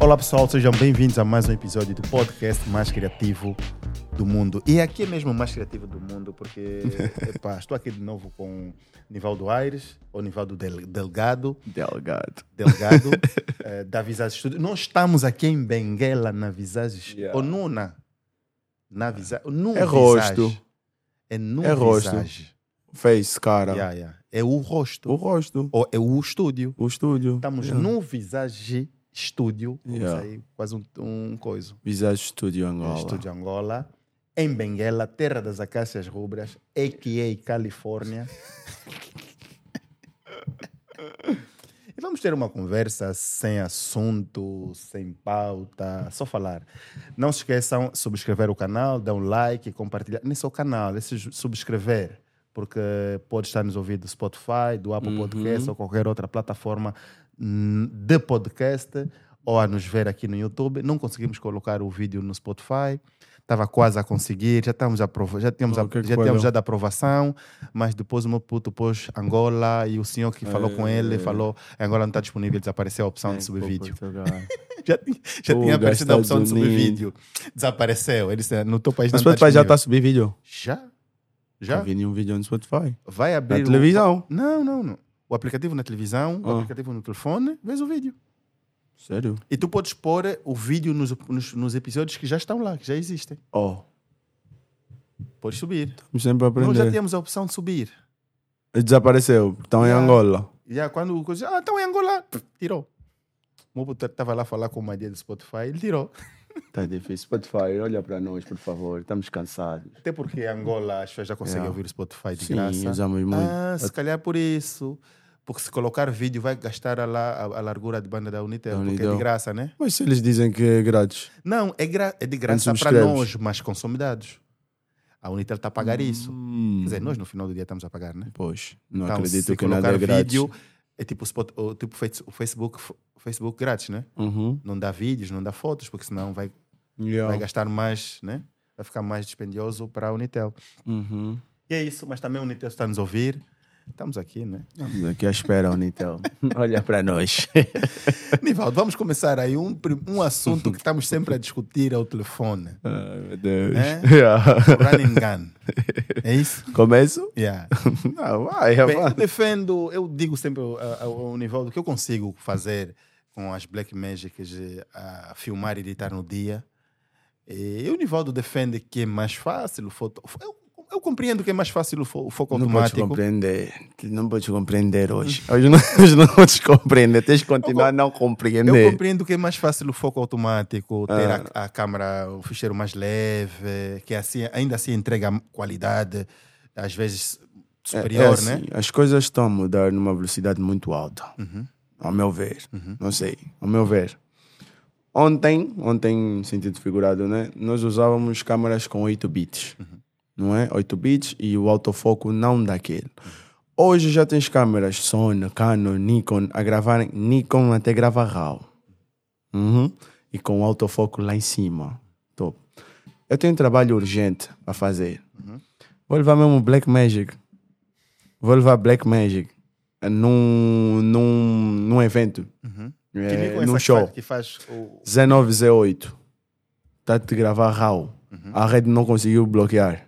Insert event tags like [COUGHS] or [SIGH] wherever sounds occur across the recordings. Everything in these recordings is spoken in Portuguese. Olá pessoal, sejam bem-vindos a mais um episódio do podcast mais criativo do mundo. E aqui é mesmo o mais criativo do mundo, [LAUGHS] porque epá, estou aqui de novo com Nivaldo Aires, ou Nivaldo Del- Delgado, Delgado. [LAUGHS] Delgado, eh, da Visage Studio. Nós estamos aqui em Benguela, na Visage. Yeah. Ou Nuna. Na Visage. Num É rosto. Visage. É num É rosto. Visage. Face, cara. Yeah, yeah. É o rosto. O rosto. Ou é o estúdio. O estúdio. Estamos Yeah. num Visage Studio. Vamos Yeah. aí, quase um, um coisa. Visage Studio Angola. Estúdio Angola. Em Benguela, terra das acácias rubras, a.k.a. Califórnia. [LAUGHS] e vamos ter uma conversa sem assunto, sem pauta, só falar. Não se esqueçam de subscrever o canal, dar um like, compartilhar. Nem só o canal, é su- subscrever. Porque pode estar nos ouvindo do Spotify, do Apple Uhum. Podcast ou qualquer outra plataforma hum, de podcast ou a nos ver aqui no YouTube. Não conseguimos colocar o vídeo no Spotify. Estava quase a conseguir, já estamos aprova já tínhamos, a- O que é que já foi, tínhamos não? já da aprovação, mas depois o meu puto pôs Angola e o senhor que falou com ele É. falou Angola não está disponível, desapareceu a opção de subir vídeo. [LAUGHS] [LAUGHS] Já, ti- já Pô, tinha aparecido a Estados opção de subir Unidos. vídeo. Desapareceu. Ele disse, no teu país No não tá Spotify disponível." já está a subir vídeo? Já? Não Já? um. vi nenhum vídeo no Spotify. Vai Na abrir... o- televisão. Não, não, não. O aplicativo na televisão, o Ah. aplicativo no telefone, vês o vídeo. Sério? E tu podes pôr o vídeo nos, nos, nos episódios que já estão lá, que já existem. Oh, Podes subir. estamos sempre a Nós já aprender. tínhamos a opção de subir. Desapareceu. Estão em Yeah. Angola. E aí, quando o coisa, ah, então é Angola, Pff, tirou. O meu estava lá a falar com o Maria do Spotify, ele tirou. Está Tá difícil. Spotify, olha para nós, por favor. Estamos cansados. Até porque Angola as pessoas já conseguem Yeah. ouvir o Spotify de Sim, graça. usamos muito. Ah, se calhar por isso. Porque se colocar vídeo vai gastar a, la- a- a largura de banda da Unitel, Da porque é de Unitel. graça, né? Mas se eles dizem que é grátis. Não, é, gra- é de graça para subscreves. nós, mas consome dados. A Unitel está a pagar isso. Hum. Quer dizer, nós no final do dia estamos a pagar, né? Pois, não Então, acredito se que nada é colocar grátis. vídeo, é tipo, spot, o, tipo face- o Facebook, o Facebook grátis, né? Uhum. Não dá vídeos, não dá fotos, porque senão vai, Yeah. vai gastar mais, né? Vai ficar mais dispendioso para a Unitel. Uhum. E é isso, mas também a Unitel está a nos ouvir. Estamos aqui, [LAUGHS] né? Estamos aqui à espera, Unitel. então, [LAUGHS] Olha para nós. Nivaldo, vamos começar aí um, pri- [LAUGHS] um assunto que estamos sempre a discutir ao telefone. Ai, meu Deus. [LAUGHS] É? Yeah. O running [LAUGHS] gun. É isso? Começo? Yeah. Não, Ah, vai, Bem, eu rapaz. defendo, eu digo sempre ao- ao, ao Nivaldo que eu consigo fazer com as Black Magics eh, a filmar e editar no dia. E o Nivaldo defende que é mais fácil o foto. Eu, eu compreendo que é mais fácil o, fo- o foco Não podes automático. compreender. Não podes compreender hoje. Hoje não, [LAUGHS] hoje não podes compreender. Tens que continuar a não Eu compreender. Ah. compreendo que é mais fácil o foco automático, ter a, a câmera, o ficheiro mais leve, que assim ainda assim entrega qualidade, às vezes É- é superior, assim, né? As coisas estão a mudar numa velocidade muito alta. Uhum. Ao meu ver. Não sei. Ao meu ver. Ontem, ontem, em sentido figurado, né? Nós usávamos câmeras com 8 bits. Uhum. Não é? 8 bits e o autofoco não daquele. Hoje já tens câmeras Sony, Canon, Nikon a gravarem. Nikon até grava RAW. Uhum. E com o autofoco lá em cima. Top. Eu tenho um trabalho urgente a fazer. Vou levar mesmo um Black Magic. Vou levar Black Magic num, num, num evento. Uhum. Que nem com É, essa num que show. faz- que faz o- 1908. Está te Tá gravar RAW. Uhum. A rede não conseguiu bloquear.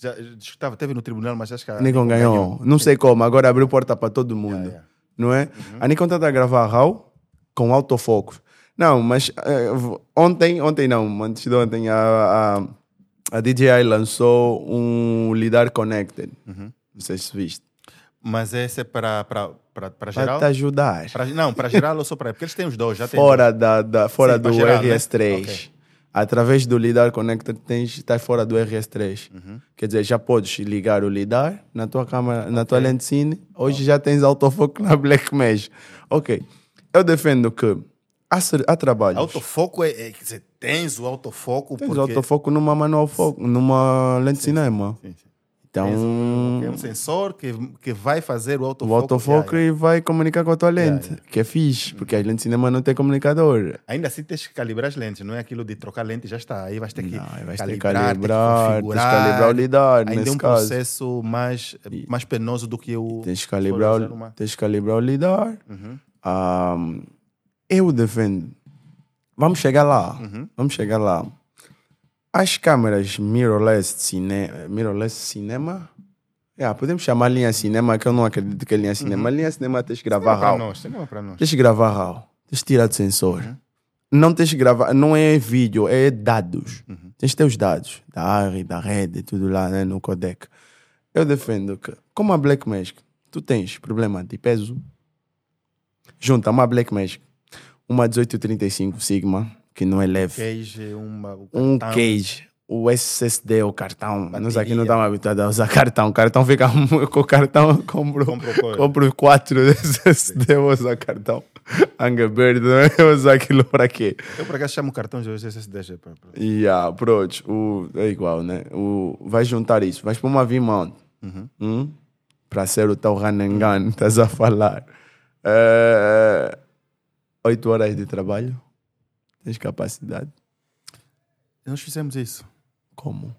já discutava, teve no tribunal, mas acho que a Nikon ganhou. Não sei como, agora abriu porta para todo mundo. Uhum. Yeah, yeah. Não Ah, é? A Nikon está a gravar RAW com autofoco. Não, mas eh, v- ontem, ontem não, antes de ontem, a, a, a DJI lançou um Lidar Connected. Não sei se viste. Mas esse é para para Para geral? te ajudar. Pra- não, para geral ou só para. Porque eles têm os dois, já tem. tá fora da, da- fora Sim, pra do geral, né? RS3. Ok. Através do Lidar Connector tens estás fora do RS3. Uhum. Quer dizer, já podes ligar o Lidar na tua câmera, na tua lentecine. Hoje já tens autofoco na Black Mesh. OK. Eu defendo que há, ser- há trabalhos. Autofoco é, é. Quer dizer, tens o autofoco tens porque. autofoco numa manual foco, numa lente cinema. Sim, sim. Então, Tens um, é um sensor que, que vai fazer o autofoco. o autofoco um é- Yeah, e vai comunicar com a tua Yeah, lente, que é fixe, porque as lentes de cinema não tem comunicador. yeah. Ainda assim tens que calibrar as lentes, não é aquilo de trocar lente e já está. Aí vais ter que Não, aí vais ter que calibrar, tens que calibrar, tens que configurar. calibrar o lidar, Ainda é nesse um caso. processo mais, eh, mais penoso do que o... Tens que se calibrar, for usar uma- Uhum. o- tens que calibrar o lidar. Ah, eu defendo. Vamos chegar lá. Uhum. Vamos chegar lá. As câmeras mirrorless, de cine... mirrorless cinema? Yeah, podemos chamar linha cinema, que eu não acredito que é linha cinema. Linha cinema tens que gravar Uhum. Cinema é para um nós, cinema RAW. para nós. Tens que gravar RAW. Tens que tirar do sensor. Uhum. Não tens que gravar, não é vídeo, é dados. Uhum. Tens que ter os dados da área, da rede, tudo lá né, no codec. Eu defendo que, como a Black Magic, tu tens problema de peso. Junta uma Black Magic, uma 1835 Sigma, que não é leve Queijo, [LAUGHS] uma... o um cartão. cage, o SSD, o cartão. Nós aqui Bateria. não estamos habituados a usar [LAUGHS] cartão. O cartão fica mu- com o cartão, eu compro, Compro coisa. compro quatro [LAUGHS] SSD, vou usar cartão. Angry Bird, né? [LAUGHS] eu vou usar aquilo para quê? Eu por acaso chamo o cartão de SSD. pra- pra- E ah, pronto, o, é igual, né? O, vai juntar isso, vais para uma V-mount Uhum. para Hum? ser o tal Ranengan, [LAUGHS] estás a falar. Eh, Oito horas de trabalho, tens capacidade? Nós fizemos isso. Como?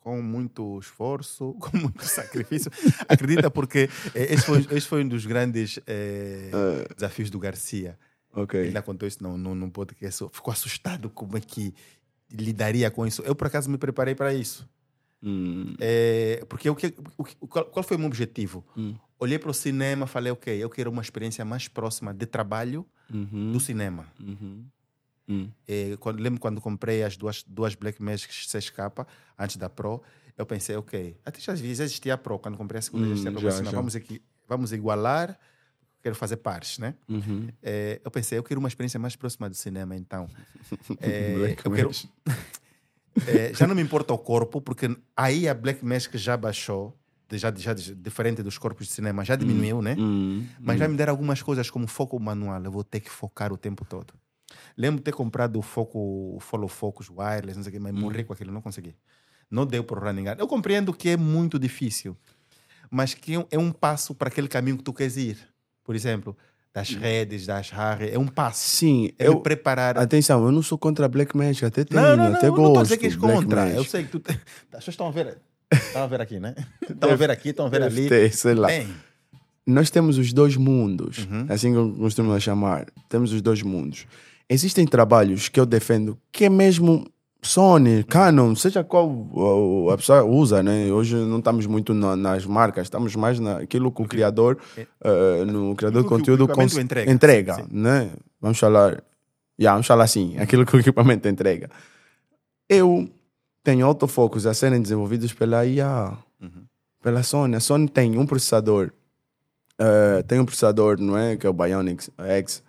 com muito esforço, [LAUGHS] com muito sacrifício. Acredita, porque eh, esse foi, esse foi um dos grandes eh, desafios do Garcia. Ok. Ele já contou isso num, num, num podcast. Ficou assustado como é que lidaria com isso. Eu, por acaso, me preparei para isso. Hum. Eh, porque o que, o que- qual, qual foi o meu objetivo? Hum. Olhei para o cinema falei, ok, eu quero uma experiência mais próxima de trabalho do cinema. Uhum. Hum. Eh, quando- lembro quando comprei as duas, duas Black Magic 6K antes da Pro, eu pensei, ok, até já já existia a Pro, quando comprei a segunda já Hum, existia a Pro, já, pensei, não, já. Vamos, aqui, vamos igualar, quero fazer pares, né? Uhum. Eh, eu pensei, eu quero uma experiência mais próxima do cinema, então. [LAUGHS] Eh, Black eu quero- Magic. eh, já não me importa o corpo, porque aí a Black Magic já baixou, de- já, já diferente dos corpos de cinema, já diminuiu, né? Hum. Mas já me deram algumas coisas como foco manual, eu vou ter que focar o tempo todo. Lembro de ter comprado o foco, o follow focus, wireless, não sei o quê, mas morri Hum. com aquilo, não consegui. Não deu para o running gun. Eu compreendo que é muito difícil, mas que é um- é um passo para aquele caminho que tu queres ir. Por exemplo, das redes, das Harry, é um passo. Sim, É Hum. eu. me preparar. Atenção, eu não sou contra Black Magic, até tenho, não, não, não, até eu não gosto. estou a dizer que és Black contra. Magic. Eu sei que tu. [LAUGHS] As pessoas estão a ver. Estão a ver aqui, [LAUGHS] né? Estão a ver aqui, estão a ver ali. Tem, sei lá. Tem. Uhum. Nós temos os dois mundos, assim que eu costumo chamar. Temos os dois mundos. Existem trabalhos que eu defendo que é mesmo Sony, Canon, seja qual o- o- a pessoa usa, né? Hoje não estamos muito na- nas marcas, estamos mais naquilo que o criador, eh, no criador É. que de o conteúdo equipamento cons- entrega. entrega, Sim. né? Vamos falar, yeah, vamos falar assim, [LAUGHS] aquilo que o equipamento entrega. Eu tenho autofocos a serem desenvolvidos pela IA, Uhum. pela Sony. A Sony tem um processador, eh, tem um processador, não é? Que é o Bionic X.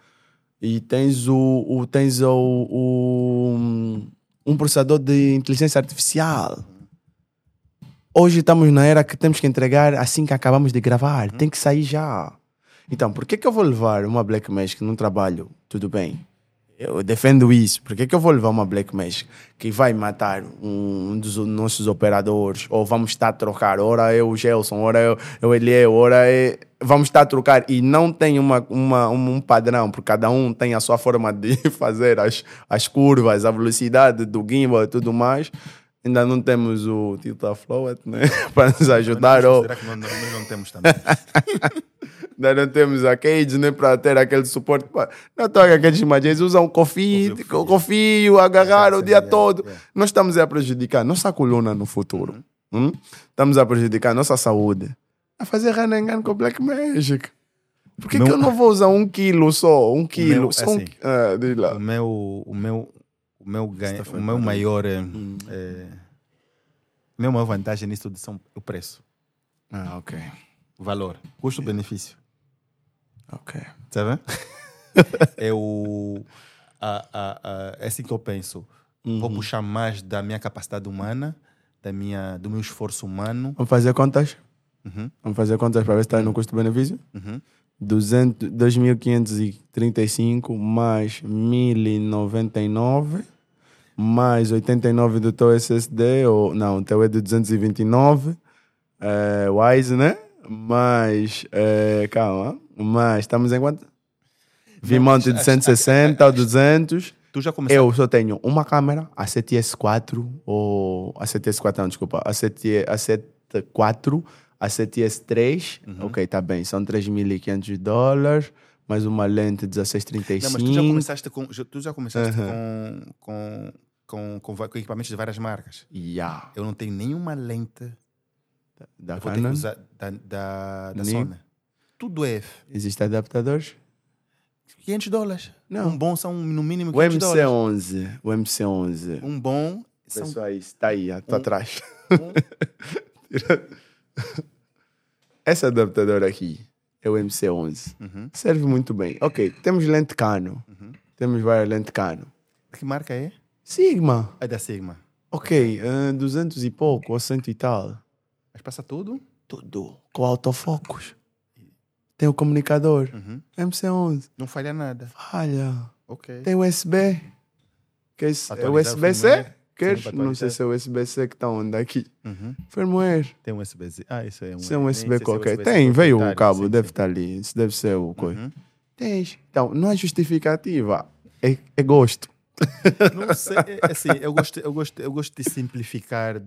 E tens o, o- tens o, o- um processador de inteligência artificial. Hoje estamos na era que temos que entregar assim que acabamos de gravar. Uhum. Tem que sair já. Então, por que que eu vou levar uma Black Magic num trabalho? Tudo bem. Eu defendo isso. Por que que eu vou levar uma Black Magic que vai matar um, um dos nossos operadores? Ou vamos estar a trocar. Ora é o Gelson, ora é o- é o Eliel, ora é... Vamos estar a trocar. E não tem uma, uma, um um padrão, porque cada um tem a sua forma de [LAUGHS] fazer as, as curvas, a velocidade do gimbal e tudo mais. Ainda não temos o Tita Flowet, né? [LAUGHS] Para nos ajudar. ou- Será que nós, nós não temos [LAUGHS] também? nós não temos a cage, né? Para ter aquele suporte. Pá, Não toca aqueles magias, usam cofio, Cofio, um fio. cofio, agarrar Exato, o dia é, todo. é. Nós estamos a prejudicar nossa coluna no futuro. Uhum. Hum? Estamos a prejudicar nossa saúde. A fazer Ranengan com Black Magic. Por que, Meu- que eu não vou usar um quilo só? Um quilo. meu- só um... assim. qui- Ah, diz lá. o meu o meu o meu ganho, Está o meu fantástico. maior eh, eh, minha maior vantagem nisso tudo são o preço Ah, ok. o valor custo-benefício Ok. tá [LAUGHS] vendo é o a, a, a, é assim que eu penso vou puxar mais da minha capacidade humana da minha do meu esforço humano Vamos fazer contas? Uhum. Vamos fazer contas para ver se está no custo-benefício? Uhum. 200 2.535 mais 1.099 mais 89 do teu SSD, ou não, o teu é de 229 é, Wise, né? Mas, é, calma, mas estamos em quanto? Vi monte de 160 ou 200. Tu já começou. Eu só tenho uma câmera, a 7S4, ou a 7S4 não, desculpa, a 7 a 7S4, a 7S3, Uhum. ok, tá bem, são 3.500 dólares, mais uma lente 1635. Não, mas tu já começaste com, já- tu já começaste Uhum. com, com, com, com, va- com equipamentos de várias marcas. Yeah, Eu não tenho nenhuma lente da eu vou ter que Canon. usar da, da, da Ni- Sony. Tudo é F. Existem adaptadores? 500 dólares. Não. Um bom são no mínimo O é 500 dólares. MC11, o MC11. Um bom são Pessoal, aí, está aí, à tua Um- atrás. um- [LAUGHS] Esse adaptador aqui é o MC11. Uhum. Serve muito bem. Ok, temos lente cano. Temos várias lentes cano. Que marca é? Sigma. É da Sigma. Ok, ah, 200 e pouco, ou cento e tal. Mas passa tudo. Tudo. Com autofocus. Tem o comunicador. Uhum. MC11. Não falha nada. Falha. Ok. Tem USB. Que é esse- é Atualizar o USB-C? firmware. Queres? Sim, pra Não sei atualizar. se é USB-C que está onde aqui. Uhum. Firmware. Tem um USB. Ah, isso aí é um. Isso é um nem sei USB se é qualquer. USB, Tem, sim, veio o detalhe, cabo, sim, deve sim. estar ali. Isso deve ser o coisa. Uhum. Tens. Então, não é justificativa. É, é gosto. Não sei, é- assim, eu gosto, eu, gosto, eu gosto de simplificar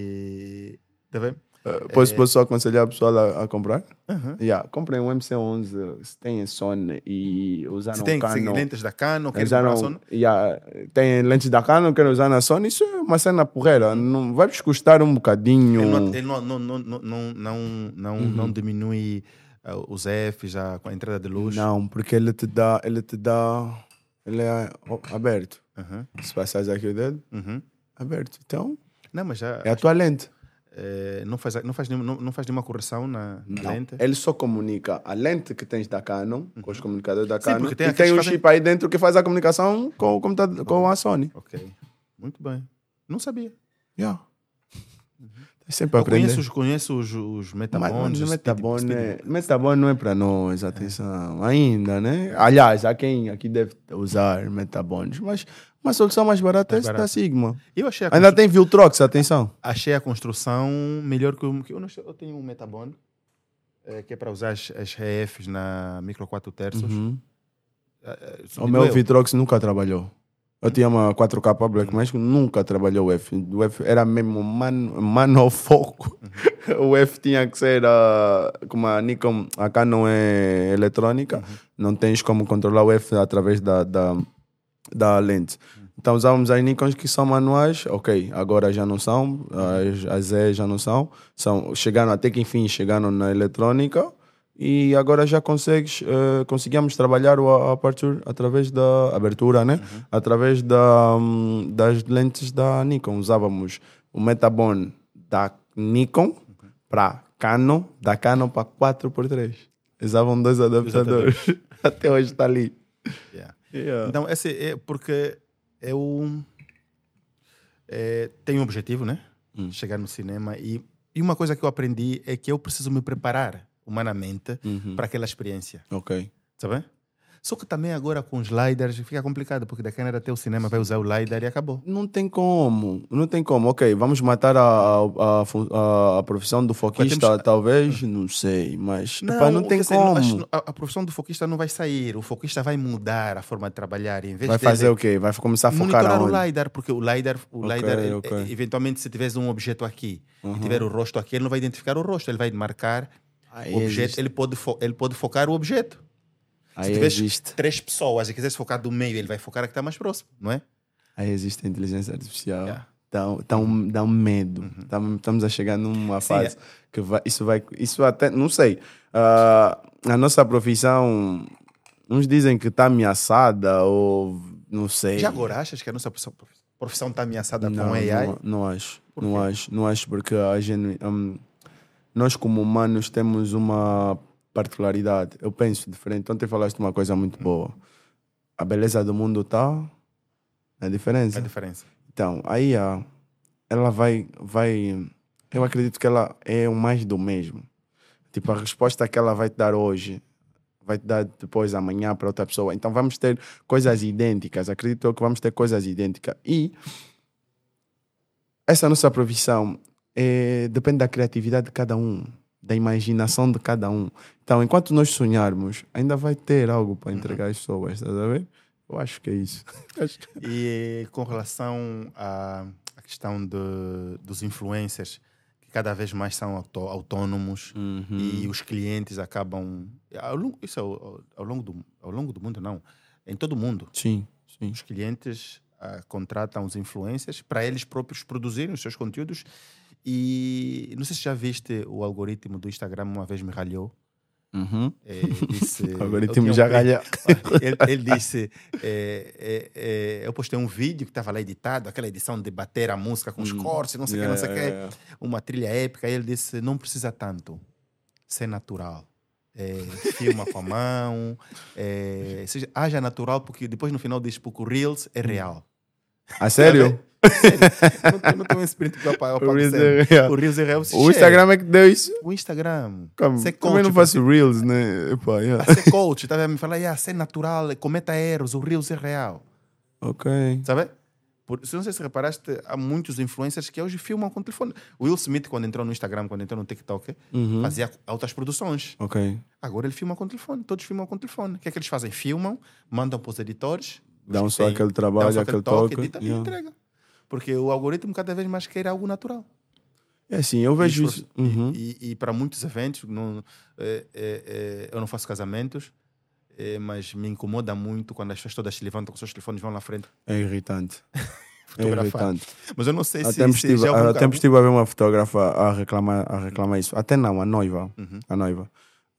de. Tá vendo? Uh, posso, posso só aconselhar a pessoa a, a comprar? Uhum. Yeah, comprem um MC11, se tem Sony e usar Se no tem se Canon. lentes da Canon, quer Usar comprar no- Sony? yeah, tem lentes da Canon, quero usar na Sony. Isso é uma cena porreira. Não, vai te custar um bocadinho. Ele não, ele não, não, não, não, não, não, não, Uhum. não diminui ah, os Fs, a, a entrada de luz. Não, porque ele te dá... Ele te dá... Ele é o- aberto. Uhum, Se passares aqui o dedo, uhum. aberto. Então, Não, mas já é a tua lente. eh, não, faz, não, faz nenhuma, não, não faz nenhuma correção na, na Não, lente. Ele só comunica a lente que tens da Canon, com os comunicadores da Uhum. Sim, Canon, porque e tem tem aqueles um que fazem- chip aí dentro que faz a comunicação com, o computador, com a Sony. Ok. Muito bem. Não sabia. Yeah. Tem sempre a Eu aprender. conheço, os- conheço os, os Tá tipo Mas, metabones. mano, os Metabone, speed- speed- Metabone não é para nós, atenção, É. ainda, né? Aliás, há quem aqui deve usar Metabones, mas uma solução mais barata Mais é essa barata. da Sigma. Eu achei a, Ainda constru- tem Viltrox, atenção. achei a construção melhor que o que eu, não sei, eu tenho um metabone eh, que é para usar as, as RFs na micro 4 terços. Uhum. Eh, eh, O digo meu eu. Vitrox nunca trabalhou. Eu tinha uma 4K Black Magic, nunca trabalhou o F. O F era mesmo mano, mano ao foco. [LAUGHS] o F tinha que ser, ah, como a Nikon, a Canon é eletrônica, não tens como controlar o F através da, da, da lente. Então usávamos as Nikons que são manuais, ok, agora já não são, as, as E já não são, são, chegaram até que enfim, chegaram na eletrônica e agora já consegues, eh, conseguíamos trabalhar o a- a apertura através da abertura, né? Através da, hum, das lentes da Nikon. Usávamos o Metabon da Nikon para Canon, da Canon para 4x3. Usavam dois adaptadores. [LAUGHS] Até hoje está ali. Yeah. Yeah. Então, esse é porque eu é, tenho um objetivo, né? Hum. Chegar no cinema. E, e uma coisa que eu aprendi é que eu preciso me preparar humanamente Hum. Uhum. para aquela experiência, Ok. sabe? Só que também agora com os lidars fica complicado, porque da Câmara até o cinema vai usar o lidar e acabou. Não tem como, não tem como. Ok, vamos matar a, a, a fu- a- a profissão do foquista, temos- Ah. talvez, não sei, mas epá, Tipo, não tem quer dizer, como. acho- a, a profissão do foquista não vai sair. O foquista vai mudar a forma de trabalhar. Em vez Vai de fazer o quê? Vai começar a focar monitorar aonde? o lidar, porque o lidar, o Ok, lidar ele- ok. eh, eventualmente se tiver um objeto aqui Uhum. e tiver o rosto aqui, ele não vai identificar o rosto, ele vai marcar Aí o objeto, existe. ele pode, fo- ele pode focar o objeto. Aí tiver- existe. Três pessoas e quiser se focar do meio, ele vai focar a que está mais próximo, não é? Aí existe a inteligência artificial. Yeah. Uhum. Dá, um- dá um, dá um medo. Tam- Estamos a chegar numa Sim, é. fase que vai, isso vai. Isso até. Não sei. Ah, a nossa profissão. Uns dizem que está ameaçada ou. Não sei. Já agora achas que a nossa profissão- profissão está ameaçada É. não, com AI? Não, não acho. um Por não quê? acho. Não acho porque a genu... hum, nós, como humanos, temos uma particularidade. Eu penso diferente. Ontem falaste uma coisa muito boa. A beleza do mundo está na A diferença. diferença. Então, aí a ela vai, vai. Eu acredito que ela é o mais do mesmo. Tipo, a resposta que ela vai te dar hoje vai te dar depois amanhã para outra pessoa. Então, vamos ter coisas idênticas. Acredito eu que vamos ter coisas idênticas. E essa nossa profissão eh, depende da criatividade de cada um, da imaginação de cada um. Então, enquanto nós sonharmos, ainda vai ter algo para entregar às pessoas, estás a ver? Eu acho que é isso. Acho que- E com relação à à questão de, dos influencers, que cada vez mais são auto- autônomos Uhum. e os clientes acabam. Ao longo, isso ao, ao- ao longo do, ao longo do mundo, não. Em todo o mundo. Sim, sim. Os clientes ah, contratam os influencers para eles próprios produzirem os seus conteúdos. E não sei se já viste o algoritmo do Instagram, uma vez me ralhou. Uhum. Eh, disse, [LAUGHS] O eu tinha algoritmo um já print- galha. ele, ele disse: é, é, é, Eu postei um vídeo que estava lá editado, aquela edição de bater a música com os Hum. cortes, não sei o Yeah, que, não sei o yeah, yeah. que, uma trilha épica. E ele disse: Não precisa tanto, ser natural. É, filma com a mão, é, seja, haja natural, porque depois no final diz: Porque o Reels Hum. é real. A sério? não, um não tenho esse print que eu apago. O O Reels Reels, é real. o Reels é real. se O Instagram é que deu isso. chega. O Instagram. Como, Você como eu não conte, faço reels, né? Epá, yeah. A ser coach, estava a me falar, yeah, ser natural, cometa erros, o Reels é real. Ok. Sabe? Por, se não sei se reparaste, há muitos influencers que hoje filmam com telefone. O Will Smith, quando entrou no Instagram, quando entrou no TikTok, Uhum. fazia altas produções. Ok. Agora ele filma com telefone, todos filmam com telefone. O que é que eles fazem? Filmam, mandam para os editores, Dá um Os que só têm- aquele dão trabalho, só aquele aquele toque, toque. edita e yeah. entrega. Porque o algoritmo cada vez mais quer algo natural. É assim, eu vejo E os isso. prof- Uhum. E, e- e para muitos eventos, não- é, é, é, eu não faço casamentos, é, mas me incomoda muito quando as pessoas todas se levantam com seus telefones e vão lá à frente É [LAUGHS] irritante. É fotografar. irritante. mas eu não sei Há se, tempos se estive já houve um há caso. tempos estive a ver uma fotógrafa a reclamar, a reclamar isso. Até não, a noiva. Uhum. A noiva.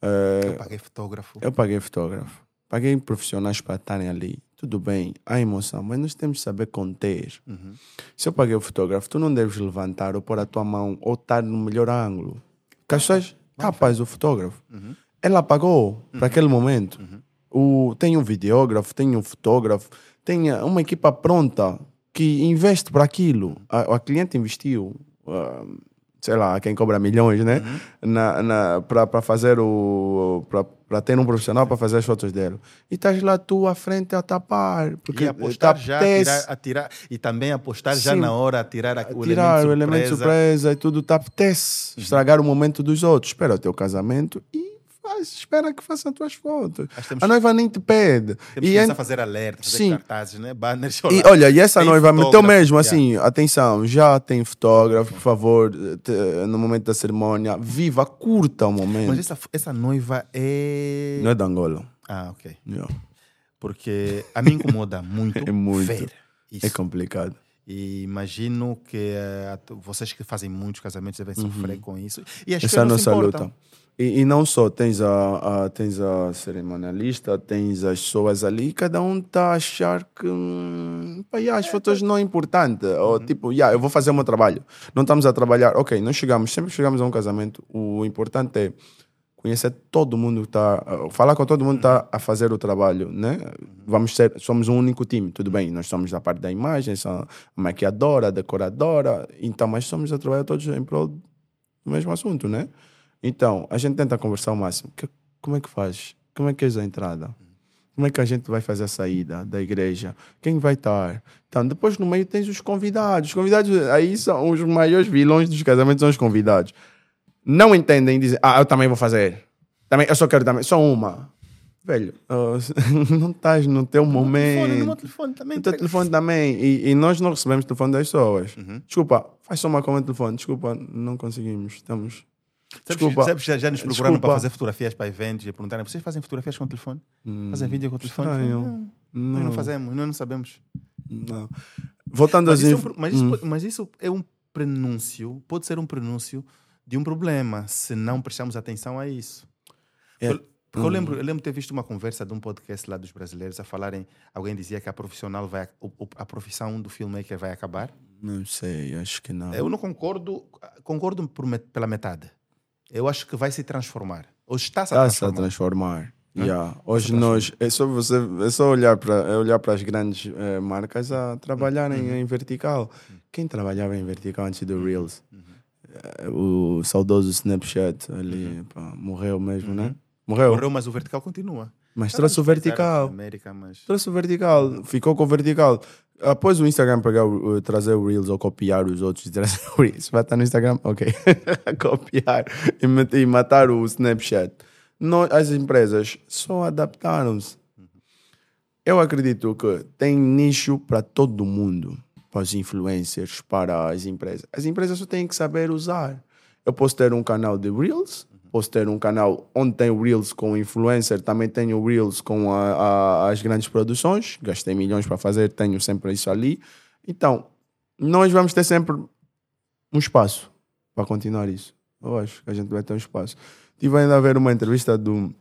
Eh, Eu paguei fotógrafo. eu paguei fotógrafo. Paguei profissionais para estarem ali. Tudo bem, há emoção, mas nós temos que saber conter. Uhum. Se eu paguei o fotógrafo, tu não deves levantar ou pôr a tua mão ou estar no melhor ângulo. Que as pessoas, capaz, o fotógrafo. Uhum. Ela pagou para aquele momento. O, tem um videógrafo, tem um fotógrafo, tem ah, uma equipa pronta que investe para aquilo. A, a cliente investiu, ah, sei lá, quem cobra milhões, né? Uhum. Na, na, para fazer o. para ter um profissional para fazer as fotos dela. E estás lá tu à frente a tapar. Porque eh, tá e apostar te já, apetece atirar, atirar, e também apostar já Sim. na hora, atirar a- o tirar o elemento elemento surpresa. Uhum. surpresa e tudo tá apetece estragar o momento dos outros. Espera o teu casamento e faz, espera que façam as tuas fotos. Mas temos- A noiva nem te pede. Temos que E, começar a en- fazer alerta, fazer Sim. cartazes, né? banners. e olá. olha, e essa Tem noiva meteu fotógrafo, mesmo já. assim, atenção, já tem fotógrafo, por favor, te- no momento da cerimônia, viva, curta o momento. Mas essa, essa noiva é. Não é da Angola. Ah, ok. Yeah. Porque a mim incomoda muito, [LAUGHS] É muito. ver isso. É complicado. E imagino que eh, a- vocês que fazem muitos casamentos devem sofrer com isso. E as Uhum. Essa é a pessoas não se nossa importam. luta. E, e não só, tens a, a- tens a cerimonialista, tens as pessoas ali, cada um está a achar que hum, pá, yeah, as fotos não é importante. Ou tipo, yeah, eu vou fazer o meu trabalho. Não estamos a trabalhar. Ok, não chegamos, sempre chegamos a um casamento. O importante é conhecer todo mundo que está. Falar com todo mundo que está a fazer o trabalho, né? Vamos ser, somos um único time, tudo bem. Nós somos da parte da imagem, somos a maquiadora, a decoradora, então, mas somos a trabalhar todos em prol do mesmo assunto, né? Então, a gente tenta conversar o máximo. Que- como é que faz? Como é que és a entrada? Como é que a gente vai fazer a saída da igreja? Quem vai estar? Então, depois no meio tens os convidados. Os convidados, aí são os maiores vilões dos casamentos, são os convidados. Não entendem e dizem, ah, eu também vou fazer. Também, eu só quero também, só uma. Velho, [LAUGHS] oh, não estás no teu Telefone, no meu momento. Então, telefone também. O teu telefone também. E, e nós não recebemos o telefone das pessoas. Uhum. Desculpa, faz só uma coma de telefone. Desculpa, não conseguimos. Estamos. Sabes- Desculpa. sabes que já, já nos procuraram para Desculpa. fazer fotografias para eventos e perguntaram: vocês fazem fotografias com o telefone? Fazem vídeo com o telefone? estranho. Não, Hum. Não, Nós não fazemos, nós não sabemos. não. Voltando Mas às isso, é um inf- pro- mas isso po- mas isso é um prenúncio, pode ser um prenúncio de um problema, se não prestarmos atenção a isso. É. Por- Porque eu, lembro, eu lembro de ter visto uma conversa de um podcast lá dos brasileiros a falarem, alguém dizia que a profissional vai, ac- o- o- a profissão do filmmaker vai acabar. Não sei, acho que não. Eu não concordo, concordo por met- pela metade. Eu acho que vai se transformar. Ou está-se a Está-se a transformar. transformar. Tá Yeah. Hoje nós é só você é só olhar para é olhar para as grandes eh, marcas a Uhum. trabalharem em vertical. Quem trabalhava em vertical antes do Reels? Uhum. Eh, o Uhum. saudoso Snapchat ali pá, morreu mesmo, né? Morreu. Morreu, mas o vertical continua. Mas traço vertical. América, mas... Traço vertical. Ficou com o vertical. Após o Instagram pegar, o- o- trazer o Reels ou copiar os outros e trazer [LAUGHS] o Reels, vai estar no Instagram? Ok. [LAUGHS] copiar e, met- e matar o Snapchat. Não, as empresas só adaptaram-se. Eu acredito que tem nicho para todo mundo, para os influencers, para as empresas. As empresas só têm que saber usar. Eu posso ter um canal de Reels, posso ter um canal onde tem Reels com influencer, também tenho Reels com a- a- as grandes produções, gastei milhões para fazer, tenho sempre isso ali. Então, nós vamos ter sempre um espaço para continuar isso. Eu acho que a gente vai ter um espaço. Tive ainda a ver uma entrevista um do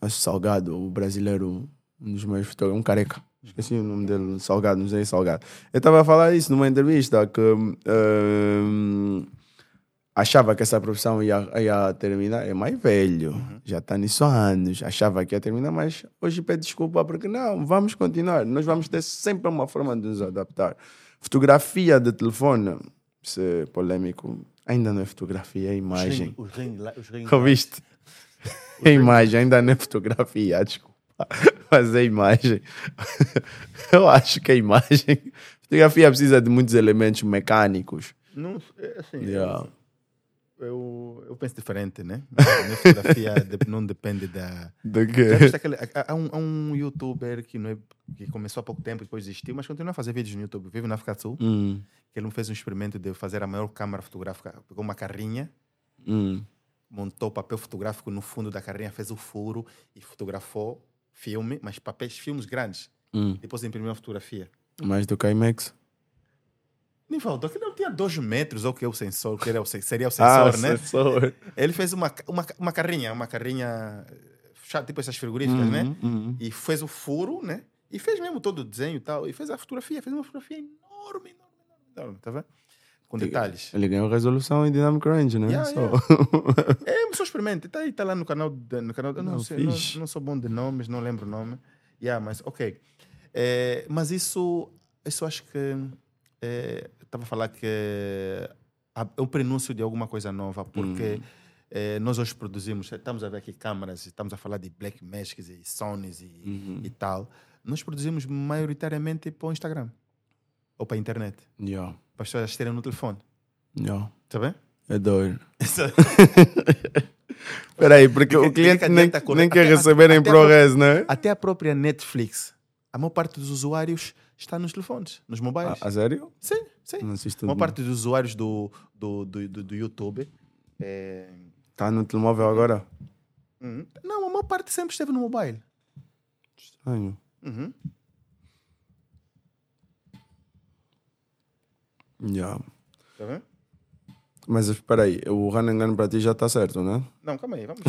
acho Salgado, o brasileiro, um dos meus fotógrafos, um careca. Esqueci o nome dele, Salgado, não sei Salgado. Eu estava a falar isso numa entrevista que hum, achava que essa profissão ia, ia terminar. É mais velho, já está nisso há anos. Achava que ia terminar, mas hoje pede desculpa porque não, vamos continuar. Nós vamos ter sempre uma forma de nos adaptar. Fotografia de telefone, isso é polêmico. Ainda não é fotografia, é imagem. Os ring- os ring- Ouviste? A imagem, ainda não é fotografia, desculpa. Mas é imagem. Eu acho que a imagem. Fotografia precisa de muitos elementos mecânicos. Não, é assim, Yeah. eu, eu penso diferente, né? Minha fotografia de- não depende da... Do Já que. viste aquele- há- há, um, há um youtuber que, não é, que começou há pouco tempo e depois desistiu, mas continua a fazer vídeos no YouTube. Vive na África do Sul. Hum, Que ele fez um experimento de fazer a maior câmara fotográfica. Pegou uma carrinha, hum. montou papel fotográfico no fundo da carrinha, fez o furo e fotografou filme, mas papéis, filmes grandes. Hum. Depois imprimiu a fotografia. Mais do que a IMAX. Nivaldo, aquilo não tinha dois metros, ou que é o sensor, que era o, sen- seria o sensor, né? Ah, sensor. Ele fez uma, ca- uma, ca- uma carrinha, uma carrinha eh, chata, tipo essas frigoríficas, Uhum, né? uhum. E fez o furo, né? E fez mesmo todo o desenho e tal. E fez a fotografia, fez uma fotografia enorme, enorme, enorme, enorme tá vendo? Com detalhes. Ele ganhou resolução e dynamic range, né? Yeah, Só. É, mas só experimente. Está aí, tá lá no canal. de- no canal eu não, Não, sei, não, fixe. não sou bom de nomes, não lembro o nome. Yeah, mas ok. É, mas isso, isso acho que. é, Estava a falar que há- é um prenúncio de alguma coisa nova, Uhum. porque é, nós hoje produzimos, estamos a ver aqui câmaras, estamos a falar de Black Magics e Sonys e, Uhum. e tal. Nós produzimos maioritariamente para o Instagram ou para a internet, Yeah, para as pessoas terem no telefone. yeah. Está bem? [LAUGHS] É doido. Peraí, porque o Fica- cliente fica nem, adianta correr. nem quer Até- receber em até- ProRes, né? Até a própria Netflix, a maior parte dos usuários está nos telefones, nos mobiles. Ah, A, a sério? Sim, sim. Não assisto A maior de- parte dos usuários do, do, do, do, do YouTube. é, Tá no telemóvel agora? uhum. Não, a maior parte sempre esteve no mobile. Estranho. Uhum. Yeah. Tá vendo? Mas espera aí, o Hanengan para ti já está certo, né? Não, calma aí, vamos.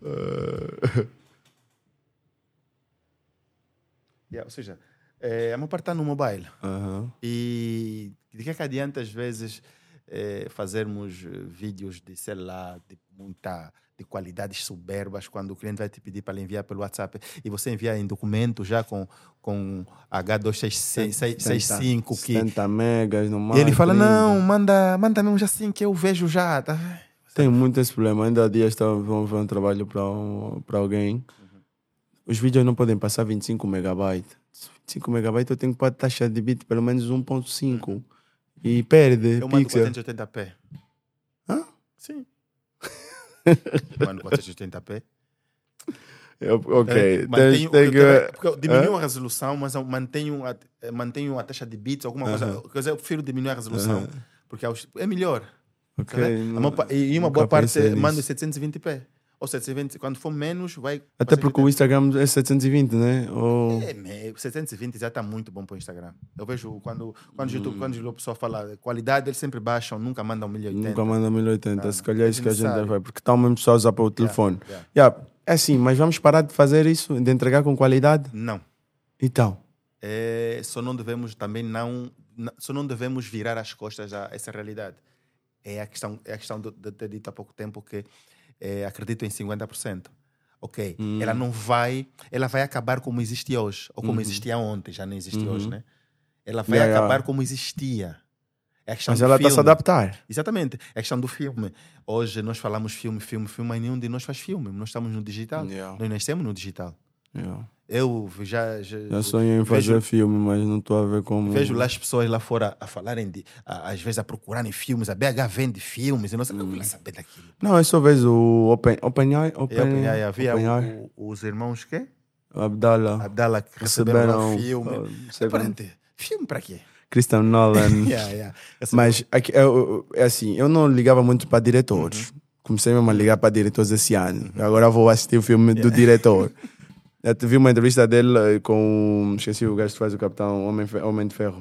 Uh, [LAUGHS] Yeah, ou seja, é, a maior parte está no mobile. Aham. E de que é que adianta, às vezes, eh, fazermos eh, vídeos de, sei lá, de muita de qualidades soberbas, quando o cliente vai te pedir para lhe enviar pelo WhatsApp e você enviar em documento já com, com H2665 que 70 megas no máximo. e ele fala, 30. não, manda, manda mesmo assim que eu vejo já. tá vendo? Tem muito esse problema. Ainda há dias estava a ver um trabalho para um, pra alguém. Uhum. Os vídeos não podem passar 25 megabytes. 25 megabytes eu tenho que pôr a taxa de bit pelo menos 1.5. E perde Uhum. Eu mando pixel. 480p. Hã? Sim. [LAUGHS] Eu mando 480p. Eu- ok. Mantenho, Tem, tem que... porque eu diminuo a resolução, mas é um, eu mantenho a, eh, mantenho a taxa de bits, alguma coisa. Quer dizer, eu prefiro diminuir a resolução, porque aos- é melhor. Ok, tá vendo? A não- maior pa- e uma nunca boa parte pensei manda em nisso. 720p. Ou 720, quando for menos, vai. Até porque o Instagram é 720, né? Ou... É, né, 720 já está muito bom para o Instagram. Eu vejo quando, quando, o Hum. YouTube, quando o pessoal fala qualidade, eles sempre baixam, nunca mandam 1080. Nunca manda 1080. Não, se calhar é isso que a gente desnecessário. vai, porque estão mesmo só a usar para o telefone. Tá, yeah. Yeah, é assim, mas vamos parar de fazer isso, de entregar com qualidade? Não. Então, É, só não devemos também não, na- só não devemos virar as costas a essa realidade. É a questão, é a questão de, de ter dito há pouco tempo que é, acredito em 50%. Ok, ela não vai, ela vai acabar como existe hoje ou como existia ontem, já não existe hoje, né? Ela vai Yeah, yeah. acabar como existia. É a questão Mas do ela tá está a se filme. adaptar. Exatamente. É a questão do filme. Hoje nós falamos filme, filme, filme, mas nenhum de nós faz filme. Nós estamos no digital. Yeah. Nós nascemos no digital. Yeah. Eu já, já, Já sonhei em fazer filme, mas não estou a ver como. vejo lá as pessoas lá fora a falarem de, a- às vezes a procurarem filmes, a BH vende filmes, eu não sei, eu Uhum. queria saber daquilo. Não, eu só vejo o Open, open, open, Eu, open, aí É, havia Open o- os irmãos que? Abdallah. Abdala que receberam, lá um Receberam. filme. uh, sei lá, Aparente, filme para quê? [LAUGHS] Christian Nolan. Yeah, yeah. Essa- Mas aqui, eu- eu- é assim, eu não ligava muito para diretores. Comecei mesmo a ligar para diretores esse ano. Agora vou assistir o filme do diretor. Eu te- vi uma entrevista dele eh, com. Esqueci o gajo que faz o Capitão Homem, Fe- Homem de Ferro.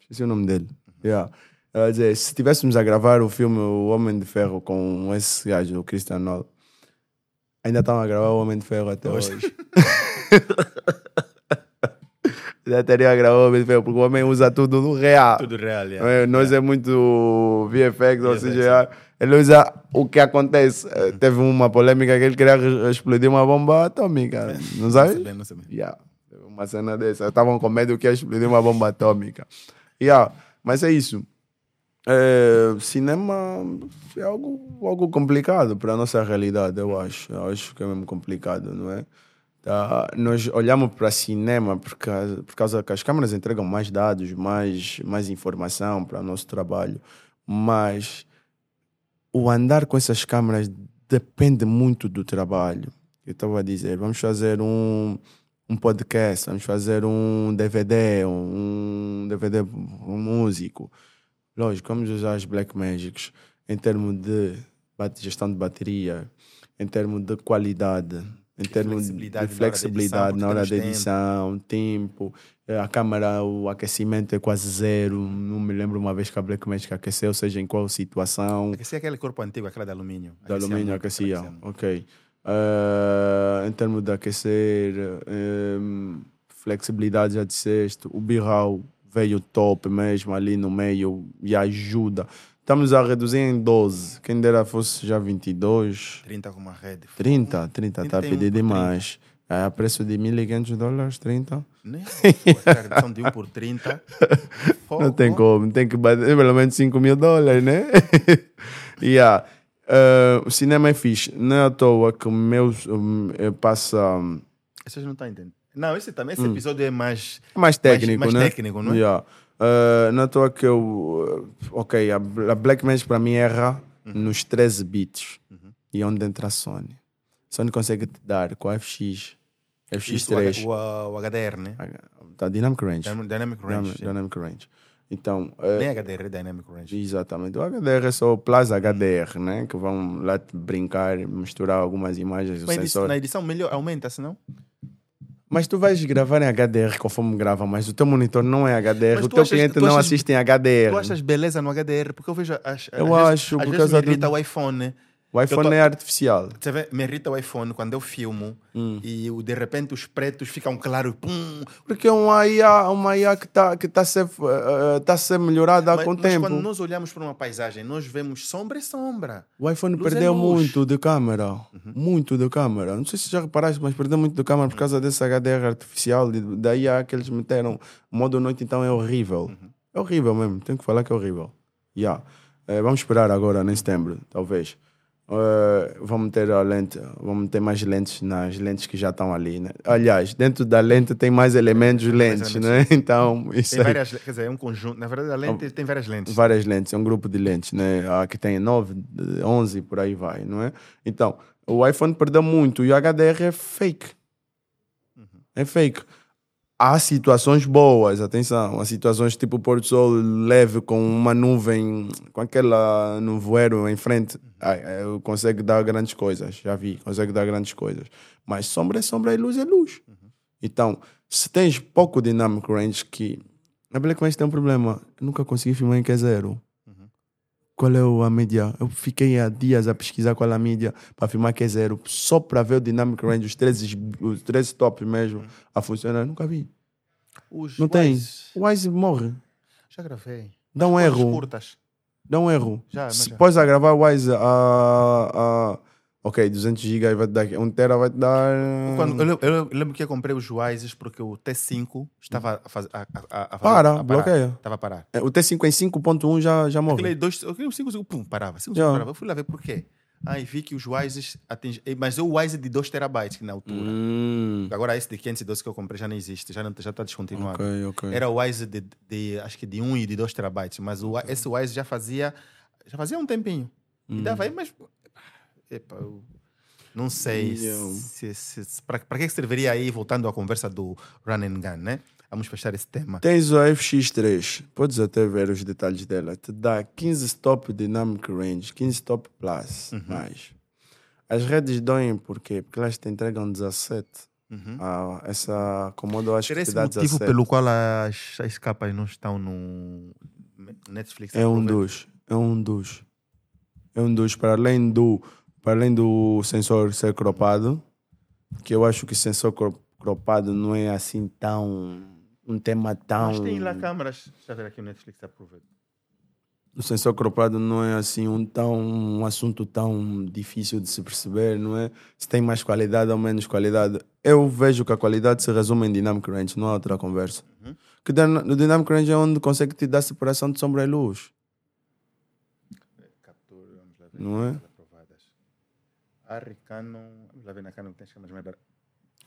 Esqueci o nome dele. Yeah. Ela dizer, se tivéssemos a gravar o filme O Homem de Ferro com esse gajo, o Christian Nolan, ainda estão a gravar O Homem de Ferro até hoje. [LAUGHS] Já teria a gravar O Homem de Ferro, porque o homem usa tudo no real. Tudo real, yeah. É, nós é muito VFX, ou VFX, seja, ele usa o que acontece. Eh, Teve uma polêmica que ele queria re- explodir uma bomba atômica, não Não sei sabe? é bem, não sei bem. Yeah. Teve Uma cena dessa. Estavam com medo que ia explodir uma bomba atômica. Yeah. Mas é isso. Eh, cinema é algo, algo complicado para a nossa realidade, eu acho. Eu acho que é mesmo complicado, não é? Tá, nós olhamos para cinema por causa, por causa que as câmeras entregam mais dados, mais, mais informação para o nosso trabalho, mas o andar com essas câmeras depende muito do trabalho. Eu estava a dizer, vamos fazer um, um podcast, vamos fazer um DVD, um DVD um músico. Lógico, vamos usar as Black Magics em termos de bate- gestão de bateria, em termos de qualidade, em termos flexibilidade na hora de da flexibilidade edição, na hora porque da temos edição, tempo. Eh, A câmera, o aquecimento é quase zero. Não me lembro uma vez que a Black Magic aqueceu, seja em qual situação Aquecia aquele corpo antigo, aquela de alumínio. de alumínio aquecia, aquecia muito. ok. Ah, em termos de aquecer, ehm, flexibilidade já disseste, o birral veio top mesmo ali no meio e ajuda. Estamos a reduzir em 12, quem dera fosse já 22, 30 com uma rede. 30, 30 está tá 31 a pedir por 30. demais. É a preço de 1.500 dólares, 30. [LAUGHS] Né? Pô, a redução de 1 por 30. Não Fogo. tem como, tem que bater pelo menos 5 mil dólares, né? [LAUGHS] yeah. Ah, o cinema é fixe, não é à toa que o meu hum, eh, passa hum, Vocês não estão entendendo. Não, esse também, esse episódio é mais. é mais técnico, mais né? técnico, não é? Yeah. Ah, não é à toa que eu. ah, Ok, a, Bl- a Black Magic para mim erra Uhum. nos 13 bits e é onde entra a Sony. Sony consegue te dar com a FX, Isto, o H- FX3, o, ah, o HDR, né? tá, Dynamic Range. Dynam- Dynamic Range. Dynamic, sim. Dynamic Range. Então, ah, Nem HDR, é Dynamic Range. Exatamente. O HDR é só o Plus HDR, né? Que vão lá te brincar, misturar algumas imagens, o Mas isso, sensor. na edição melhor aumenta, senão. Mas tu vais gravar em HDR conforme grava, mas o teu monitor não é HDR, Mas o tu teu achas- cliente tu não achas- assiste em HDR. Tu achas beleza no HDR? Porque eu vejo. As, É, né? Eu às acho, Vezes, por às vezes causa me do- irrita o iPhone. O iPhone Eu tô- é artificial. Você vê, me irrita o iPhone quando eu filmo Hum. e o- de repente os pretos ficam claros. Pum, Porque é uma IA, uma IA que está que tá a ser, eh, eh, tá a ser melhorada Mas- com o mas tempo. quando nós olhamos para uma paisagem, nós vemos sombra e sombra. O iPhone Luz é perdeu luz. Uhum. muito de câmera. Muito de câmera. Não sei se já reparaste, mas perdeu muito de câmera por causa desse HDR artificial. de- Daí há que eles meteram. Modo noite, então, é horrível. Uhum. É horrível mesmo. Tenho que falar que é horrível. Yeah. Eh, vamos esperar agora, em setembro, talvez. Eh, vamos ter a lente, vamos ter mais lentes nas lentes que já estão ali, né? Aliás, dentro da lente tem mais elementos lentes, né? [LAUGHS] Então, isso Tem aí várias, le- quer dizer, é um conjunto. Na verdade, a lente tem várias lentes. várias lentes, é um grupo de lentes, né? Há que tem 9, 11, por aí vai, não é? Então, o iPhone perdeu muito e o HDR é fake. É fake. Há situações boas, atenção, há situações tipo o pôr do sol leve com uma nuvem, com aquela nuvoeiro em frente, ah, eh, consegue dar grandes coisas, já vi, consegue dar grandes coisas. Mas sombra é sombra e luz é luz. Então, se tens pouco dynamic range que a Black Mass tem um problema. Eu nunca consegui filmar em Q0. Qual é o- a mídia? Eu fiquei há dias a pesquisar qual é a mídia para filmar Q0, só para ver o Dynamic Range, os 13, os 13 tops mesmo, a funcionar. Eu nunca vi. Os Não tem. quais- O Wise morre. Já gravei. Dá um Coisas erro. curtas. Dá um erro. Já, mas Se já. pôs a gravar o Wise a, a, Ok, 200 GB vai te dar. 1 tera vai te dar. Quando, eu, lembro- eu lembro que eu comprei os Wises porque o T5 estava a fazer. A, a, a, a a Para, parar. bloqueia. Estava a parar. É, O T5 em 5.1 já, já morre. Aquele dois, aquele cinco segundos, pum, parava. Cinco Yeah. segundos, parava. Eu fui lá ver por quê. Aí vi que os Wises atingem. Mas é o Wise de 2 terabytes que na altura. Hum, Agora esse de 512 que eu comprei já não existe, já está já tá descontinuado. ok, ok. Era o Wise de, de- acho que de 1 e de 2 terabytes, mas o, esse Wise já fazia já fazia um tempinho. E Hum. dava aí, mas epa, eu não sei Não. se, se, para que serviria aí voltando à conversa do run and gun, né? Vamos fechar esse tema. Tens o FX3, podes até ver os detalhes dela. Te dá 15 stop dynamic range, 15 stop plus, Uhum. mais. As redes doem por quê? Porque elas te entregam 17. Uhum. Ah, essa Komodo acho Será que te esse dá motivo 17. pelo qual as, as capas não estão no Netflix? É um Aproveita. dos, é um dos. É um dos, para além do, para além do sensor ser cropado, que eu acho que sensor cro- cropado não é assim tão, um tema tão... Mas tem lá câmaras. Deixa eu ver aqui o Netflix aproveita. o sensor cropado não é assim um tão um assunto tão difícil de se perceber, não é? Se tem mais qualidade ou menos qualidade. Eu vejo que a qualidade se resume em dynamic range, não há outra conversa. Uhum. Que dyna- no dynamic range é onde consegue te dar separação de sombra e luz, Captura, vamos lá ver. não é? As aprovadas. Arri Canon. Vamos lá ver na Canon que tem as câmeras mais baratas.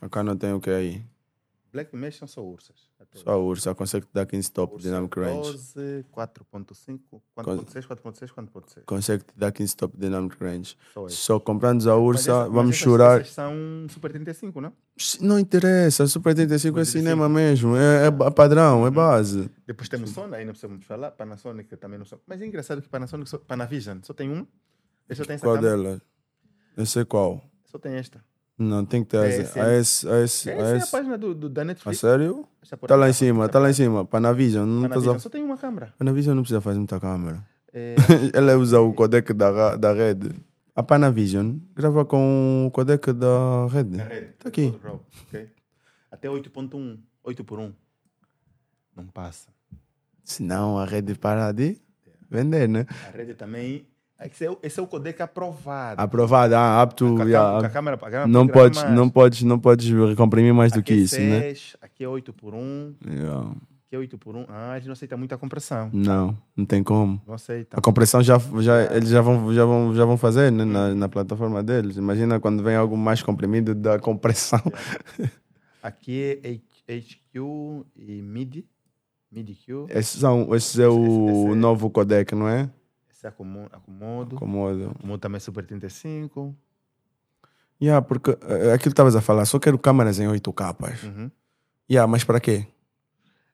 Acá não tem o que aí. Black Mesh são só ursas. até Só a Ursa consegue te dar 15 top hoje. dynamic Ursa range. 12, 4.5, 4.6, 4.6, 4.6. Consegue te dar 15 top dynamic range. Só isso. Só comprando Mas a essa- Ursa, mas vamos essas- chorar. essas são Super 35, não? Não interessa, Super 85 é cinema mesmo. É, é Uhum. padrão, é base. Depois temos Sony, aí não precisamos falar. Panasonic eu também não sou. Mas é engraçado que Panasonic, só, Panavision, só tem um. Ele só tem essa Qual é? câmera, dela? Eu sei qual. Só tem esta. Não, tem que ter É, as- a S. A S. Essa A é a S. página do, do, da A Netflix. sério? Essa por Tá aí, lá em essa- cima, essa tá por lá aí. em cima. Panavision, não estás Panavision a. só tem uma câmera. Panavision não precisa fazer muita câmera. [LAUGHS] É, Ela usa o codec da, ra- da rede. A Panavision grava com o codec da rede. [COUGHS] É. Tá aqui. Ok. Até 8.1, 8 por 1. Não passa. Senão a rede para de vender, né? A rede também. Esse é, o- esse é o codec aprovado. Aprovada, ah, apto. Com a cam- yeah, com a câmera- a câmera Não grava podes, mais. não podes, não podes comprimir mais do Aqui que é isso, né? 6, Aqui é 8 por 1, Yeah. aqui é 8 por 1. Ah, eles não aceitam muita compressão. Não, não tem como. Não A aceitam. compressão já, já É. eles já vão, já vão, já vão fazer né? Hum. na, na plataforma deles. Imagina quando vem algo mais comprimido da [LAUGHS] compressão. Aqui é H- HQ e MIDI. MIDI-Q. Esse, É, são, esse é o Esse- esse é- novo codec, não é? Esse é acomo- acomodo. Comodo. Acomodo também é Super 35. Yeah, porque eh, aquilo que estavas a falar, só quero câmeras em 8 capas. Uhum. Yeah, mas para quê?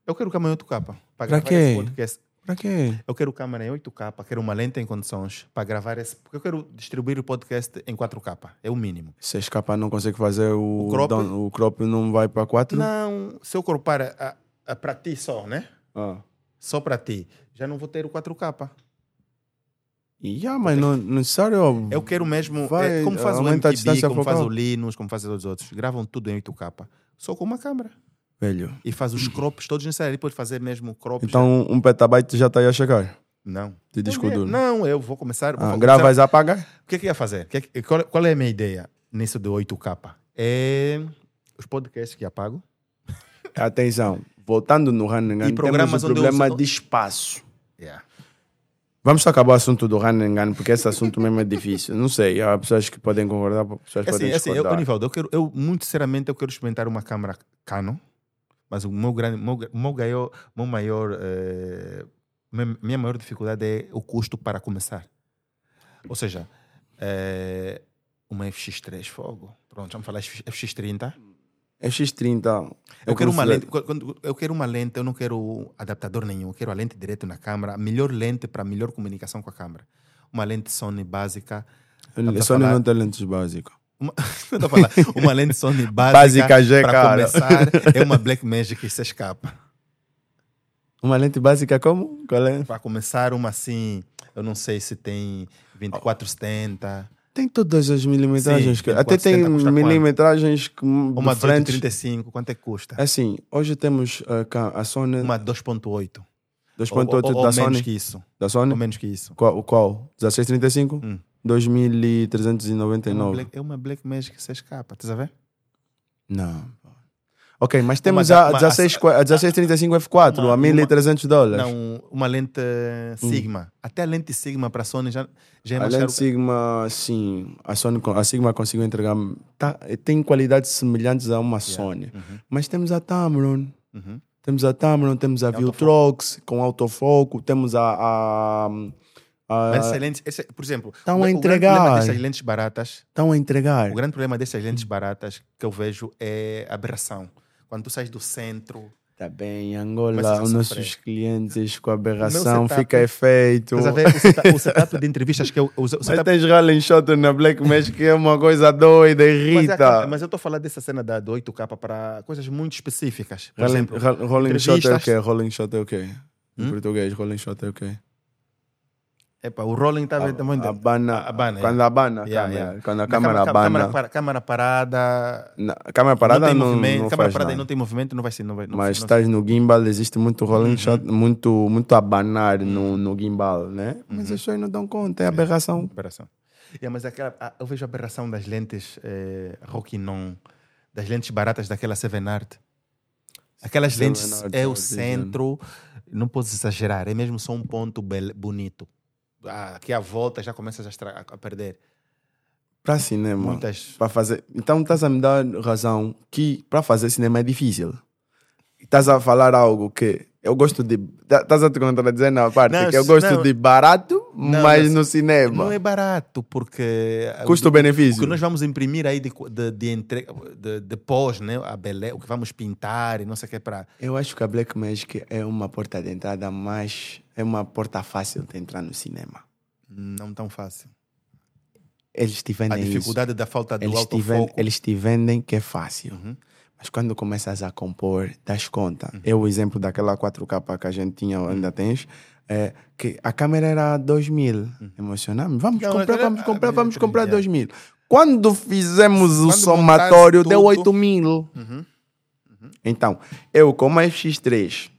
Eu quero câmera em 8K. Para quê? podcast. Para quê? Eu quero câmera em 8K, quero uma lente em condições para gravar esse. Porque eu quero distribuir o podcast em 4K. É o mínimo. 6 capas não consegue fazer o, O o, crop? crop? o crop não vai para 4? Não, se eu corpar a- a- para ti só, né? Ah. Só para ti, já não vou ter o 4K. Yeah, mas não, não é necessário. Eu quero mesmo. Vai, é, como faz o aumenta a MTV, distância como faz o focal. Linux, como faz todos os outros. Gravam tudo em 8K. Só com uma câmera. Velho. E faz os crops todos necessários. Ele pode fazer mesmo crops. Então um petabyte já está aí a chegar. não. é, De disco duro. Não, eu vou começar. Ah, vou gravas a pagar? O que é que eu ia fazer? O que é que- qual, qual é a minha ideia nisso do 8K? É os podcasts que apago. Atenção, voltando no Running E Gun, programas temos o onde eu problema uso- de espaço. Yeah. Vamos só acabar o assunto do Running Gun, porque esse assunto mesmo é difícil. Não sei, há pessoas que podem concordar, pessoas Assim, que podem assim, eu, discordar. Nivaldo, eu quero, eu, muito sinceramente, eu quero experimentar uma câmera Canon, mas o meu grande, meu, gra- meu maior, meu maior eh, minha- minha maior dificuldade é o custo para começar. Ou seja, eh, uma FX3 fogo, pronto, vamos falar FX30. É X30. Eu quero uma considero- lente, quando- quando eu quero uma lente, eu não quero adaptador nenhum, eu quero a lente direto na câmera, a melhor lente para melhor comunicação com a câmera. Uma lente Sony básica, [LAUGHS] Dá pra Só falar- não é tem lentes básicas. uma, eu tô a falar, uma lente [LAUGHS] Sony básica, Básica já é pra cara. começar [LAUGHS] é uma Black Magic 6 k Uma lente básica como? Qual é? Para começar uma assim, eu não sei se tem 2470, Tem todas as milimetragens. Sim, que- Até 470 tem custa quanto? milimetragens que, uma diferentes. 235, quanto é que custa? Assim, hoje temos uh, cá a Sony Uma 2.8. Ou, 2.8 ou, ou da menos Sony. que isso, Da ou Sony? menos que isso. Qual? qual? 1635? Hum. É uma 2399. Black, é uma Black Magic que se escapa, tá estás a ver? Não. Ok, mas temos Mas a- a, mas a- 16, qua- a 1635 F4 Uma- a 1.300 dólares. Não, uma lente eh, Sigma. Até a lente Sigma para a Sony já, já é Hum. a mais lente caro. Sigma, sim, a, Sony, con- a Sigma conseguiu entregar. tá- tem qualidades semelhantes a uma Sony. Uhum, Mas temos a Tamron, uhum. temos a Tamron, temos a Viltrox com autofoco, temos a. a, a- Mas é- essas lentes, esse- por exemplo, Estão o, a o grande Ah. é entregar. É. problema dessas lentes baratas, estão a entregar. o grande problema dessas Hum. lentes baratas que eu vejo é aberração. Quando tu sais do centro, Tá bem, Começas Angola, a os nossos sofrer. clientes com O aberração meu setup- fica efeito. estás a [LAUGHS] ver o seta- o setup de entrevistas que eu o se- o Mas é setup- tens Rolling Shot na Black Mesh que é uma coisa doida, Mas, é a irrita. capa- mas eu estou a falar dessa cena da do 8K para coisas muito específicas. Por Rolling, exemplo, ro- rolling Shot é o entrevistas- quê? Rolling Shot é o quê? Em Hum? português, Rolling Shot é o quê? epa, o Rolling estava muito. A- Abana. abana, Quando abana então. a é. Yeah, câmera. yeah. Quando a da câmera câmera- câmera abana. para- câmera parada. Na- Câmera parada tem não, movimento, não câmera faz parada e não nada. tem movimento, não vai ser. Não vai, não Mas não- Uhum. estás no gimbal, existe muito rolling shot, muito, muito abanar no, no gimbal, né? Uhum. Mas as pessoas não dão conta, é aberração. Aberração. É, mas aquela, a- eu vejo a aberração das lentes eh, Rokinon, das lentes baratas daquela Seven Art. Aquelas Seven lentes Art, é eu o tô centro, não posso exagerar, é mesmo só um ponto bel- bonito. Ah, aqui à volta já começas a, estra- a perder. Para cinema. Muitas. Para fazer. Então estás a me dar razão que para fazer cinema é difícil. Estás a falar algo que eu gosto de. tá- Estás a te contradizer na parte Não, que eu se- gosto não. de barato, Não, mas mas no cinema. Não é barato, porque. ah, o- O Custo-benefício. que nós vamos imprimir aí de, co- de, de, entre- de- de pós, né? A belé, o que vamos pintar e não sei o que é para. Eu acho que a Black Magic é uma porta de entrada mais. É uma porta fácil de entrar no cinema. Não tão fácil. Eles te vendem a isso. dificuldade da falta do Eles te, vendem, autofoco. eles te vendem que é fácil. Uhum. Mas quando começas a compor, das conta. É o exemplo daquela 4K que a gente tinha, Uhum. ainda tens, é, que a câmera era 2000. Emocionamos. Vamos Uhum. Não, é, comprar, era- vamos comprar, era- vamos comprar era- 2000. Quando fizemos o Quando somatório, botaste deu tudo- 8000. Uhum. Então, eu com uma FX3,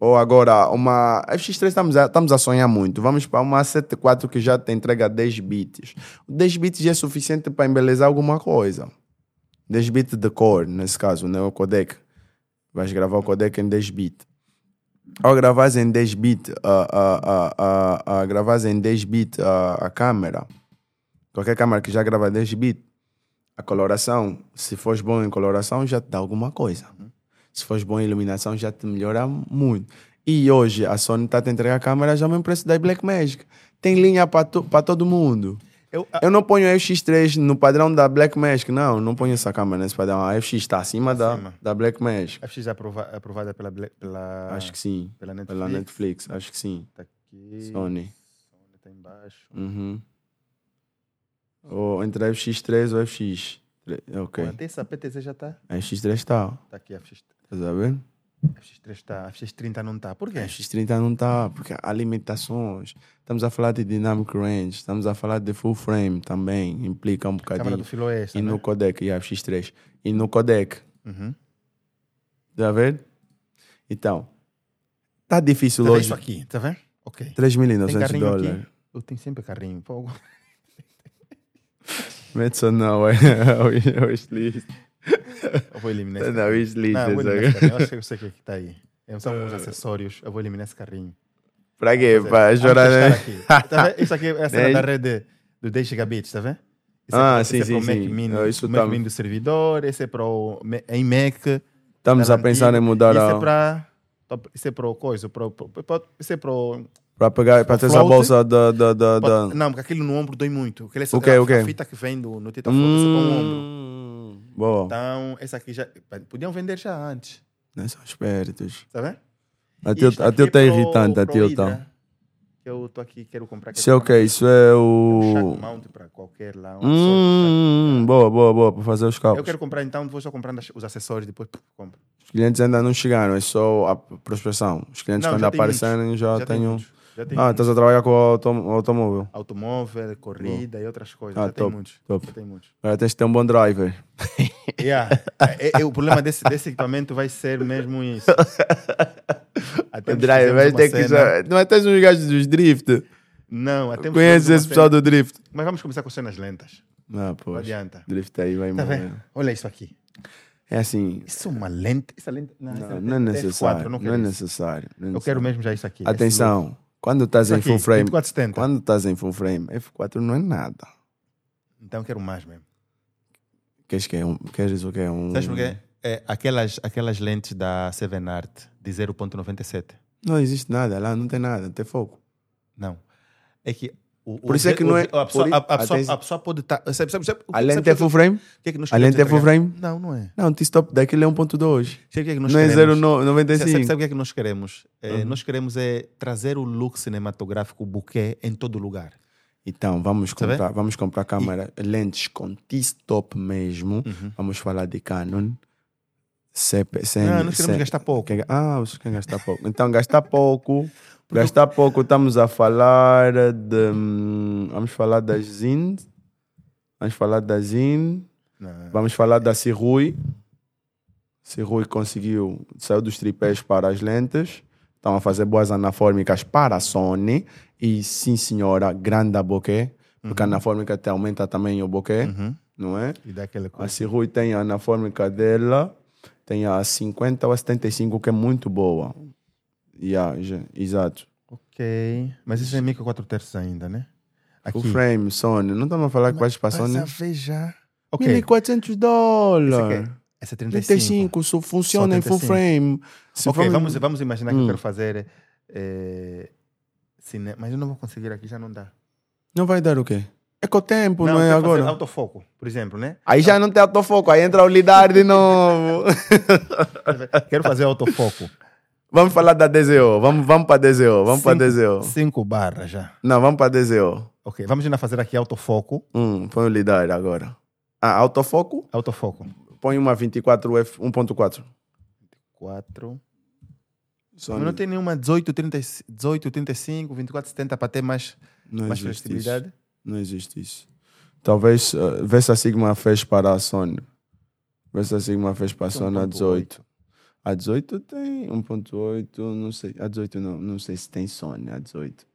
ou agora uma. A FX3 estamos a, estamos a sonhar muito. Vamos para uma 74 que já te entrega 10 bits. 10 bits já é suficiente para embelezar alguma coisa. 10 bits de cor, nesse caso, né? O codec. Vais gravar o codec em 10 bits. Ao gravares em 10 bits, a, a, a, a, gravares em 10 bits a, a câmera, qualquer câmera que já grava 10 bits, a coloração, se fores bom em coloração, já te dá alguma coisa. Se fores bom em iluminação, já te melhora muito. E hoje a Sony está te entregar a câmera já ao mesmo preço da Blackmagic. Tem linha para todo mundo. Eu, ah, a- Eu não ponho a FX3 no padrão da Blackmagic, não. Não ponho essa câmera nesse padrão. A FX está acima, da, Acima. da Blackmagic. a FX é aprova- aprovada pela, Ble- pela, Acho que sim. pela Netflix. Pela Netflix, acho que sim. Tá aqui. Sony. Sony tá embaixo. Uhum. Ou entre a FX3 ou a FX. Ok. Pô, até essa PTZ já está. A FX3 está. Tá aqui a FX. Estás a ver? É, A FX3 está. A FX30 não está. Por quê? A X30 não tá, porque há limitações. Estamos a falar de dynamic range, estamos a falar de full frame também, implica um Câmera do bocadinho. filo é esta, E né? no codec, e a X3. E no codec, Uhum. tá vendo? Então, tá difícil Tá vendo hoje. isso aqui, tá vendo? Ok. Tem 3.900 carrinho dólares. aqui. Eu tenho sempre carrinho. Pô, Mete só não, [LAUGHS] é o wishlist. [LAUGHS] eu vou eliminar Tá esse na carrinho. wishlist. Não, eu vou essa eliminar agora. esse carrinho. Eu acho que eu sei o que que tá aí. É, São [LAUGHS] uns acessórios. Eu vou eliminar esse carrinho. Pra quê? Pois é. Pra Vamos chorar, testar né? aqui. Tá vendo? Isso aqui é a cena [LAUGHS] Né? da rede do 10 gigabits, tá vendo? Esse Ah, é, sim, esse é sim, pro sim. Mac Mini, Ah, isso o Mac tá- Mini do servidor, esse é pro Ma- em Mac. Estamos a pensar em mudar Isso é a. pra... top- Isso é pro coisa, pro, pro, pro- isso é pro... Pra pegar, pra pra ter essa float. bolsa da. da, da, da... Não, porque aquele no ombro dói muito. Aquele é só Ok, a, ok. a fita que vem do, no Tita Flop, isso é pro ombro. Hum, Boa. Então, essa aqui já... Podiam vender já antes, Né, São espertos. tá vendo? A E isto teu, a aqui teu é tá pro- irritante, a pro teu Hydra, tá. Que eu tô aqui, quero comprar... Isso é o quê? Isso é Um o. chat mount pra qualquer lá. um uma sorte, Hum, boa, boa, boa, para fazer os Eu cálculos. quero comprar então, vou só comprando as- os acessórios depois puf, compro. Os clientes ainda não chegaram, é só a prospeção. Os clientes Não, quando já tem aparecerem já, já tem tenho. muitos. Já tem Ah, muitos. estás a trabalhar com o autom- automóvel. Automóvel, corrida e outras coisas. Ah, já tem top, muitos. top. Já tem muitos. [LAUGHS] Agora tens de ter um bom driver. Yeah. É, é, o problema desse, desse equipamento vai ser mesmo [LAUGHS] isso. Até O nos fizemos driver uma tem que cena- já. Não é tens uns gajos dos drift. Não, até Conheces esse pessoal do drift? Mas vamos começar com cenas lentas. Não, pô. Não adianta. Drift aí vai Tá morrer. vendo? Olha isso aqui. É assim. Isso é uma lenta. Isso é lenta. Não, não é necessário. Não, não quero é isso. necessário. não é Eu quero necessário. mesmo já isso aqui. Atenção. Quando estás Isso em aqui, full frame. 2470. Quando estás em full frame, F4 não é nada. Esse- Então eu quero mais mesmo. Queres que é um. Queres o que é um. Sabes por quê? É, aquelas, aquelas lentes da Seven Art de 0.97. Não existe nada lá, não tem nada, não tem foco. Não. É que. O, Por isso é que não é- A pessoa, por i- a, a pessoa, atenção. a pessoa pode estar. sabe, sabe, sabe, o que- A lente sabe é o que- full frame? o que é que nós A lente é queremos full frame? entregar? Não, não é. Não, o T-stop daquilo é 1.2. Sabe o que é que nós Não Uhum. é queremos? 0,95. Sabe, sabe, sabe o que é que nós queremos? É, Nós queremos é trazer o look cinematográfico, o buquê, em todo lugar. Então, vamos Tá vendo? comprar, vamos comprar câmera, lentes com T-stop mesmo. Uhum. Vamos falar de Canon. CP, CN, Ah, nós queremos CN. gastar pouco. Quer- Ah, vocês querem gastar pouco. Então, gastar pouco. gastar pouco, estamos a falar de. hum, Vamos falar das Zin. Vamos falar da Zin. Não. Vamos falar da Cirrui. Cirrui conseguiu, saiu dos tripés para as lentes. Estão a fazer boas anafórmicas para a Sony. E sim, senhora, grande boquê. Porque a anafórmica te aumenta também o boquê, Uhum. não é? E dá aquela A coisa. Cirrui tem a anafórmica dela, tem a 50 ou a 75, que é muito boa. Yeah, já- exato. Ok. Mas isso é micro 4 terços ainda, né? Aqui. O frame, né? Sony. Não estamos a falar que vais para a Passa Sony. a ver já. Ok. 1.400 Esse dólares. aqui é- Essa é 35. 35, só funciona em full 35. frame. Se Ok, for- vamos, vamos imaginar que eu Hum. quero fazer eh, cine... Mas eu não vou conseguir aqui, já não dá. Não vai dar o quê? É com o tempo, eu não, é quero fazer agora? autofoco, por exemplo, né? Aí já não tem autofoco, aí entra o lidar de novo. [LAUGHS] Quero fazer autofoco. vamos falar da DZO, vamos, vamos para DZO, vamos para Cinco- DZO. Cinco barras já. Não, vamos para DZO. Ok, vamos ainda fazer aqui autofoco. Hum, põe o lidar agora. Ah, autofoco, Autofoco. põe uma 24F 1.4. Quatro. Só Mas não tem nenhuma 18, 30, 18 35, 24, 70 para ter mais, não mais existe isso. flexibilidade. Não existe isso. Talvez eh, Versa Sigma fez para a Sony. Versa Sigma fez para a Tem Sony a 1.8. 18. A 18 tem 1.8, não sei. A 18 não, não sei se tem Sony a 18.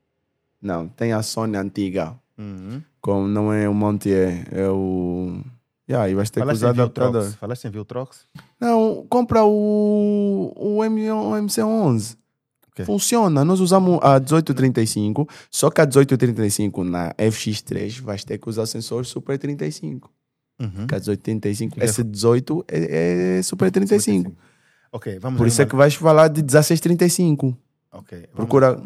Não, tem a Sony antiga. Uhum. Como não é o Montier, é o. Yeah, e vais ter Falaste que em usar adaptador. Viltrox. Falaste em Viltrox? Não, compra o, o, M, o MC11. Ok. Funciona. Nós usamos a 1835, só que a 1835 na FX3 vais ter que usar o sensor Super 35. Uhum. Porque a 1835, É. S18 é, é Super 35. Ok, vamos Por aí isso é numa- que vais falar de 1635. Ok, vamos- Procura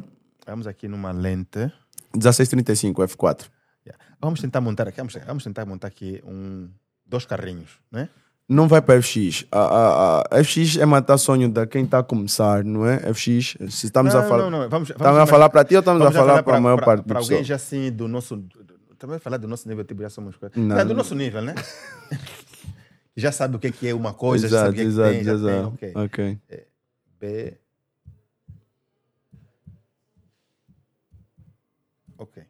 Vamos aqui numa lente. 1635 F4. Yeah. Vamos tentar montar aqui, vamos, vamos tentar montar aqui um, dois carrinhos, né? Não vai para FX. A, a, a- FX é matar sonho de quem está a começar, não é? FX, se estamos não, a falar. não, não, vamos, vamos Estamos a imagi- falar para ti ou estamos vamos a já falar para a pra- maior pra- parte do Pra pessoal? alguém já assim do nosso... do- do- Também falar do nosso nível, tipo, já somos... coisas. Não, Não, do não. nosso nível, né? [LAUGHS] já sabe o que é que é uma coisa, já sabe o que é que tem, já tem, ok. É. Ok. B. Ok.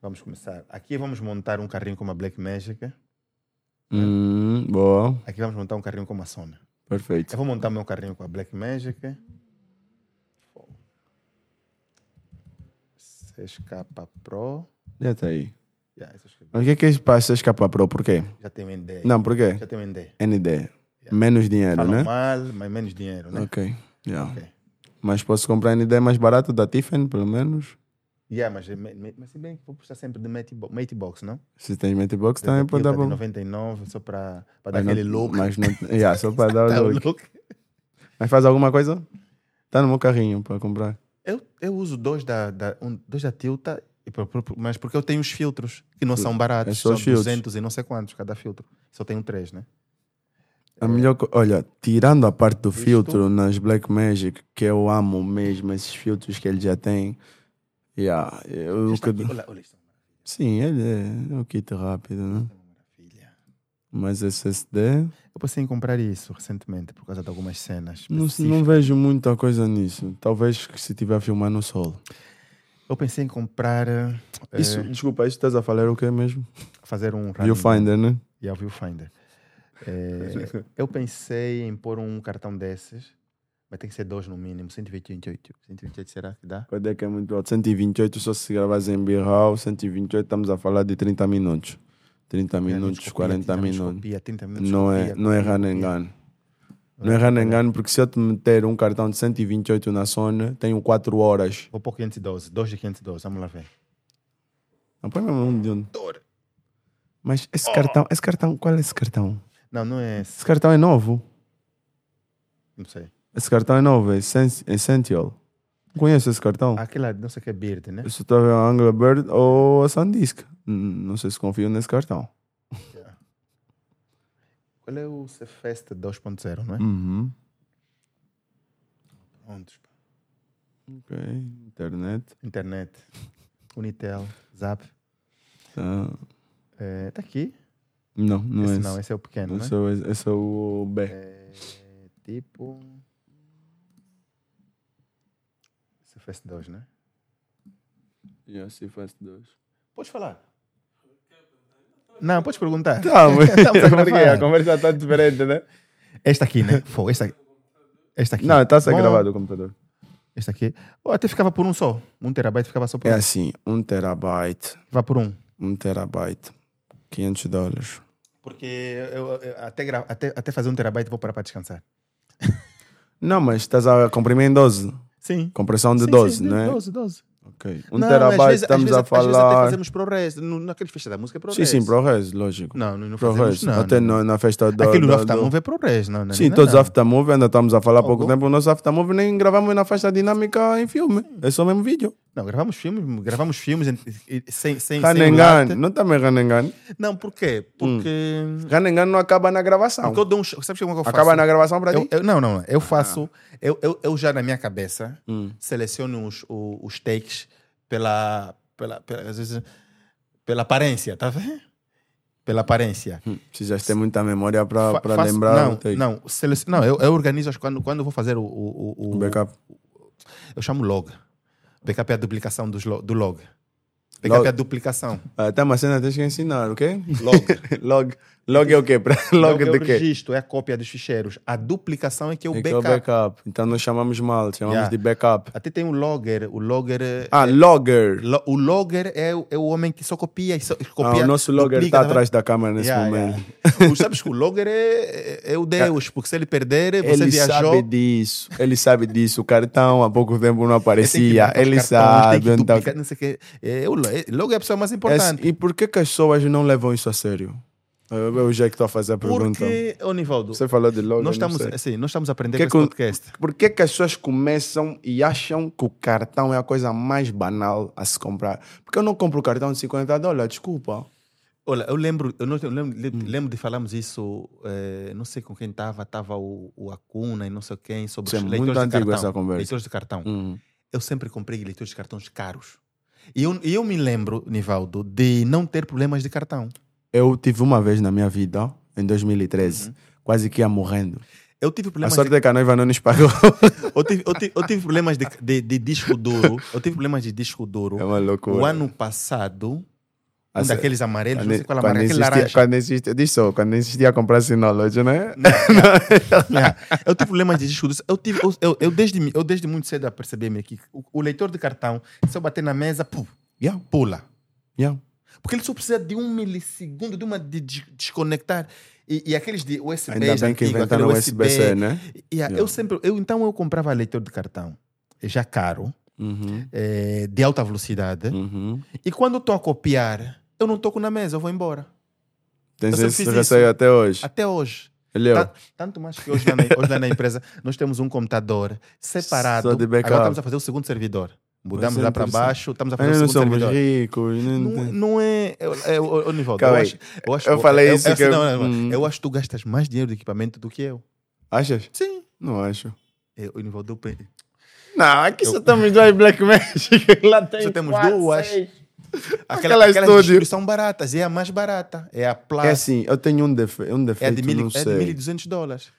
Vamos começar. Aqui vamos montar um carrinho com uma Black Magic. Hum, boa, Aqui vamos montar um carrinho com uma Sony. Eu perfeito. vou montar meu carrinho com a Black Magic. 6K Pro. Já está aí. Yeah, isso eu escrevi. Mas O que é que é passa escapar pro? Por quê? já tem ND. Não, por quê? Já tem ND. ND. Menos dinheiro, Falam né? mal, mas menos dinheiro, né? Ok. Yeah. Ok. Mas posso comprar ND mais barato da Tiffany, pelo menos? Yeah, mas, é me- me- mas se bem que vou puxar sempre de Mate Bo- Mate Box, não? Se tens Matebox também pode Tá dar de para. 99, só para dar Mas não- aquele look. Mas não. Yeah, só para dar [LAUGHS] Tá, o o look. look. Mas faz alguma coisa? Está no meu carrinho para comprar. Eu, eu uso dois da, da, um, dois da Tilta, e pro- pro- pro- mas porque eu tenho os filtros, que não são baratos, É só são os filtros. 200 e não sei quantos cada filtro. Só tenho três, né? A melhor co- olha, tirando a parte do Isto- filtro nas Black Magic, que eu amo mesmo esses filtros que ele já tem. Yeah, eu, Isto que- aqui, olha, olha isto, é uma maravilha, sim, ele é, é o kit rápido, né? isto é uma maravilha. Mas SSD, Eu pensei em comprar isso recentemente, por causa de algumas cenas. não, se- específicas. não vejo muita coisa nisso. Talvez que se tiver a filmar no sol. Eu pensei em comprar, eh, Isso, eh, desculpa, isso estás a falar o quê mesmo? fazer um running. Viewfinder, né? E ao viewfinder. Eh, eu pensei em pôr um cartão desses, mas Mas tem que ser dois no mínimo, 128. 128 será que dá? Quando é que é muito alto? 128 só se gravas em birral, 128 estamos a falar de 30 minutos. 30 minutos, 40 minutos. 30 minutos. Não é, copia, não é copia, run and copia. gun. Não é run and gun, porque se eu te meter um cartão de 128 na Sony, tenho 4 horas. Vou pôr 512, 2 de 512, vamos lá ver. Não põe mesmo um de um. Mas esse cartão, esse cartão, qual é esse cartão? Não, não é Esse esse, cartão é novo. não sei. Esse cartão é novo, é Essen- Essential. Não conheço esse cartão. Aquela, não sei o que é Beard, né? Eu só estou a ver a Anglo Bird ou a Sandisk. Hum, Não sei se confio nesse cartão. Qual é o Cefest 2.0, não é? Uhum. Prontos. pá. Ok, internet. Internet, Unitel, Zap. tá. É, tá aqui. Não, não é esse esse. não, esse é o pequeno, né? Esse é o- Esse é o B. É, tipo. Cefest 2, né? E assim faz dois. Podes falar? Não, podes perguntar. Tá, [LAUGHS] [LAUGHS] mas Estamos a porque gravar. a conversa está diferente, né? é, Esta aqui, né? Foi, esta aqui. Esta aqui. Não, tá está a Bom, gravado o computador. Esta aqui. Ou até ficava por um só. Um terabyte ficava só por É um. assim, um terabyte, Vai por um. um terabyte, 500 dólares. Porque eu, eu- até, gra- até, até fazer um terabyte vou parar para descansar. Não, mas estás a comprimir em 12. Sim. Compressão de Sim, 12, sim, né? 12, 12. Ok. Um Não, às terabyte, vezes- às estamos vezes- a Às vezes até falar. fazemos pro resto. No- Naqueles festas da música é pro Sim, sim, resto. pro res, lógico. Não, não, não Pro fazemos. res. Não, Até não, não. no- na festa do. Aquilo do do- do- aftermove é pro resto. Não, não, Sim, não, todos não. os aftermove, ainda estamos a falar há pouco Algum? tempo. O nosso aftermove nem gravamos na faixa dinâmica em filme. É só mesmo vídeo. Não, gravamos filmes, gravamos filmes em- em- sem, sem, sem Ranengan, lata. não tá também Ranengan. Não, por quê? Porque... Ranengan não acaba na gravação. Porque eu dou um... cho- Sabes como é que eu faço? Hum. Acaba na Ah. gravação para Eu, ti. eu- não, não, eu faço. Eu, eu, eu já na minha cabeça Hum. seleciono os, o- os takes pela, pela, pela, às vezes, pela aparência, tá vendo? Pela aparência. Precisas ter muita memória Fa- para faço- Ah, lembrar Não, o take. não, selec- não eu, eu organizo as- quando, quando eu vou fazer o. o, o- O o- backup. eu chamo log. Backup é a duplicação dos lo- do log. Backup Log. é a duplicação. Até uma cena tens que ensinar, ok? Log. [LAUGHS] Log. Log é o quê? Pra- [LAUGHS] Log é o de quê? registro, é a cópia dos ficheiros. A duplicação é que é o É que é o backup. Eh, backup. Então nós chamamos mal, chamamos Yeah. de backup. Até tem o logger. O logger. é- Ah, logger. Lo- O logger é, o- é o homem que só copia e só Ah, copia. o nosso logger duplica, está tá atrás da câmera vendo? nesse Yeah, momento. yeah. O- Sabes que o logger é, é- é o Deus, porque se ele perder, você Ele viajou. sabe disso, ele sabe disso. O cartão há pouco tempo ele não tem que aparecia, marcar os ele cartões, sabe. tem que Então, duplicar, não sei o quê. É, o lo- é- logo é a pessoa mais importante. Esse- e por que, que as pessoas não levam isso a sério? Eu, eu já que estou a fazer a pergunta. porque, ô Nivaldo, Você falou de logo. nós estamos, Não sei. assim, nós estamos aprendendo Que é com esse con- podcast. Por que, que as pessoas começam e acham que o cartão é a coisa mais banal a se comprar? Porque eu não compro cartão de 50 dólares, desculpa. Olha, eu lembro, eu não- eu lembro, lem- Hum. lembro de falarmos isso, eh, não sei com quem estava, estava o, o Acuna e não sei quem, sobre Isso é os muito leitores de antigo cartão. essa conversa. Leitores de cartão. Hum. eu sempre comprei leitores de cartões caros. E eu, e eu me lembro, Nivaldo, de não ter problemas de cartão. Eu tive uma vez na minha vida, em 2013, Uhum. quase que ia morrendo. Eu tive a problemas, sorte de, é que a noiva não [LAUGHS] nos pagou. eu tive, eu tive, eu tive problemas de, de- de disco duro. Eu tive problemas de disco duro. é uma loucura. o ano passado, um Assim, daqueles amarelos, não sei qual quando, amarelo, aquele existia, laranja. quando existia, diz só, quando existia a comprar sinológico, Uhum. né? Yeah. É. Eu tive problemas de disco duro. Eu, tive, eu, eu, eu desde, mi- eu desde muito cedo apercebi-me que o, o leitor de cartão, se eu bater na mesa, puf, Yeah, pula. yeah. Porque ele só precisa de um milissegundo, de uma de de- desconectar. E, e aqueles de USB, Ainda bem que antigo, inventaram o aquele USB-C, né? E, ah, Eu sempre, eu, então eu comprava leitor de cartão, É já caro, Uhum, eh, de alta velocidade. uhum. E quando eu estou a copiar, eu não toco na mesa, eu vou embora. Tens sempre esse fiz receio isso. Ah, tá. até hoje. é Até hoje. Leo, Tan- Tanto mais que hoje lá, na, hoje lá na empresa nós temos um computador separado. Só de backup. Agora estamos a fazer o segundo servidor. Mudamos é lá para interessante. baixo, estamos a fazer ainda o não segundo somos servidor. ricos. não- Não, não é. Eu, eu, eu, Nivaldo, eu, Calma aí. acho, eu acho. é Eu falei isso eu, que eu- assim, não, não, não. Hum. eu acho que tu gastas mais dinheiro de equipamento do que eu. Achas? Sim. Não acho. Eu, o Nivaldo, eu pe- Não, aqui só estamos dois Black Magic. [LAUGHS] Lá tem Só temos quatro, duas. seis. Aquela, Aquela aquelas estúdio. distribuições são baratas. É a mais barata. É a É Plus. assim, eu tenho um, defe um É, a defeito, de mil, não é sei. de 1.200 dólares.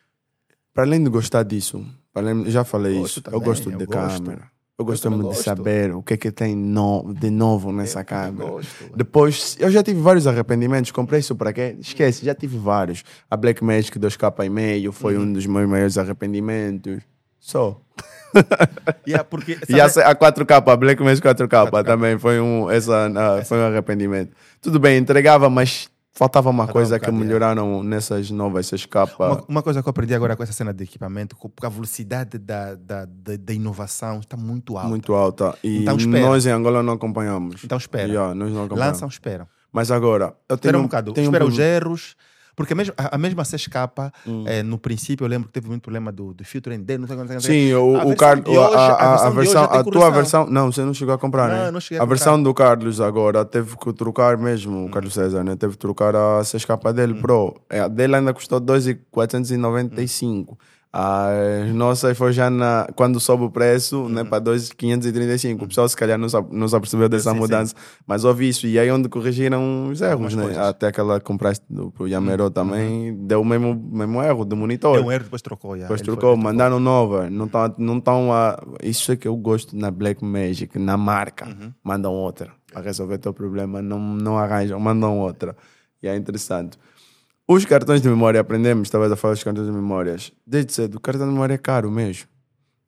Para além de gostar disso, para além- já falei Gosto isso, eu também, gosto eu de gosto. câmera. Eu gosto também muito de gosto. saber o que é que tem no- de novo nessa Eu câmera. gosto. Depois, eu já tive vários arrependimentos. Comprei isso para quê? Esquece, Uhum. já tive vários. A Blackmagic 2K e meio foi um dos meus maiores arrependimentos. [LAUGHS] Só. Yeah, é porque, E sabe- a, a 4K, Black Mass 4K, também foi um, essa, ah, É. foi um arrependimento. Tudo bem, entregava, mas faltava uma coisa que bocado, é. melhoraram nessas novas 6K. Uma, uma coisa que eu aprendi agora com essa cena de equipamento, com- porque a velocidade da, da, da, da inovação está muito alta. Muito alta. E Então espera. nós em Angola não acompanhamos. Então espera. Yeah, nós não acompanhamos. Lançam, esperam. Mas agora, eu tenho Espera um bocado. tenho espera um os problema. erros. Porque a mesma, a a mesma 6K, Hum. eh, no princípio, eu lembro que teve muito problema do, do filtro ND, não sei o que, não sei o que. Sim, o, A o versão Carlos. de hoje- A, a, a, a versão de versão, hoje tem a tua correção. versão. Não, você não chegou a comprar, Não, né? não cheguei a a comprar. versão do Carlos agora teve que trocar mesmo, o Carlos César, né? Teve que trocar a 6K dele, Hum. bro. É, A dele ainda custou 2,495. As nossas foi já na, quando sobe o preço, né, Uhum. para 2,535. O pessoal se calhar não, sabe, não se apercebeu dessa Sim, sim. mudança, mas houve isso. E aí onde corrigiram os erros, Algumas né? coisas. Uhum, Até aquela que compraste do, pro Yamero também, deu o mesmo, mesmo erro do monitor. Deu um erro, depois trocou. Yeah. Depois Ele foi- trocou, mandaram nova. Não estão não tão a. Isso é que eu gosto na Black Magic, na marca. Mandam outra. Para resolver teu problema, não, não arranjam, mandam outra. E é interessante. Os cartões de memória, aprendemos, talvez a falar dos cartões de memórias. Desde cedo, o cartão de memória é caro mesmo.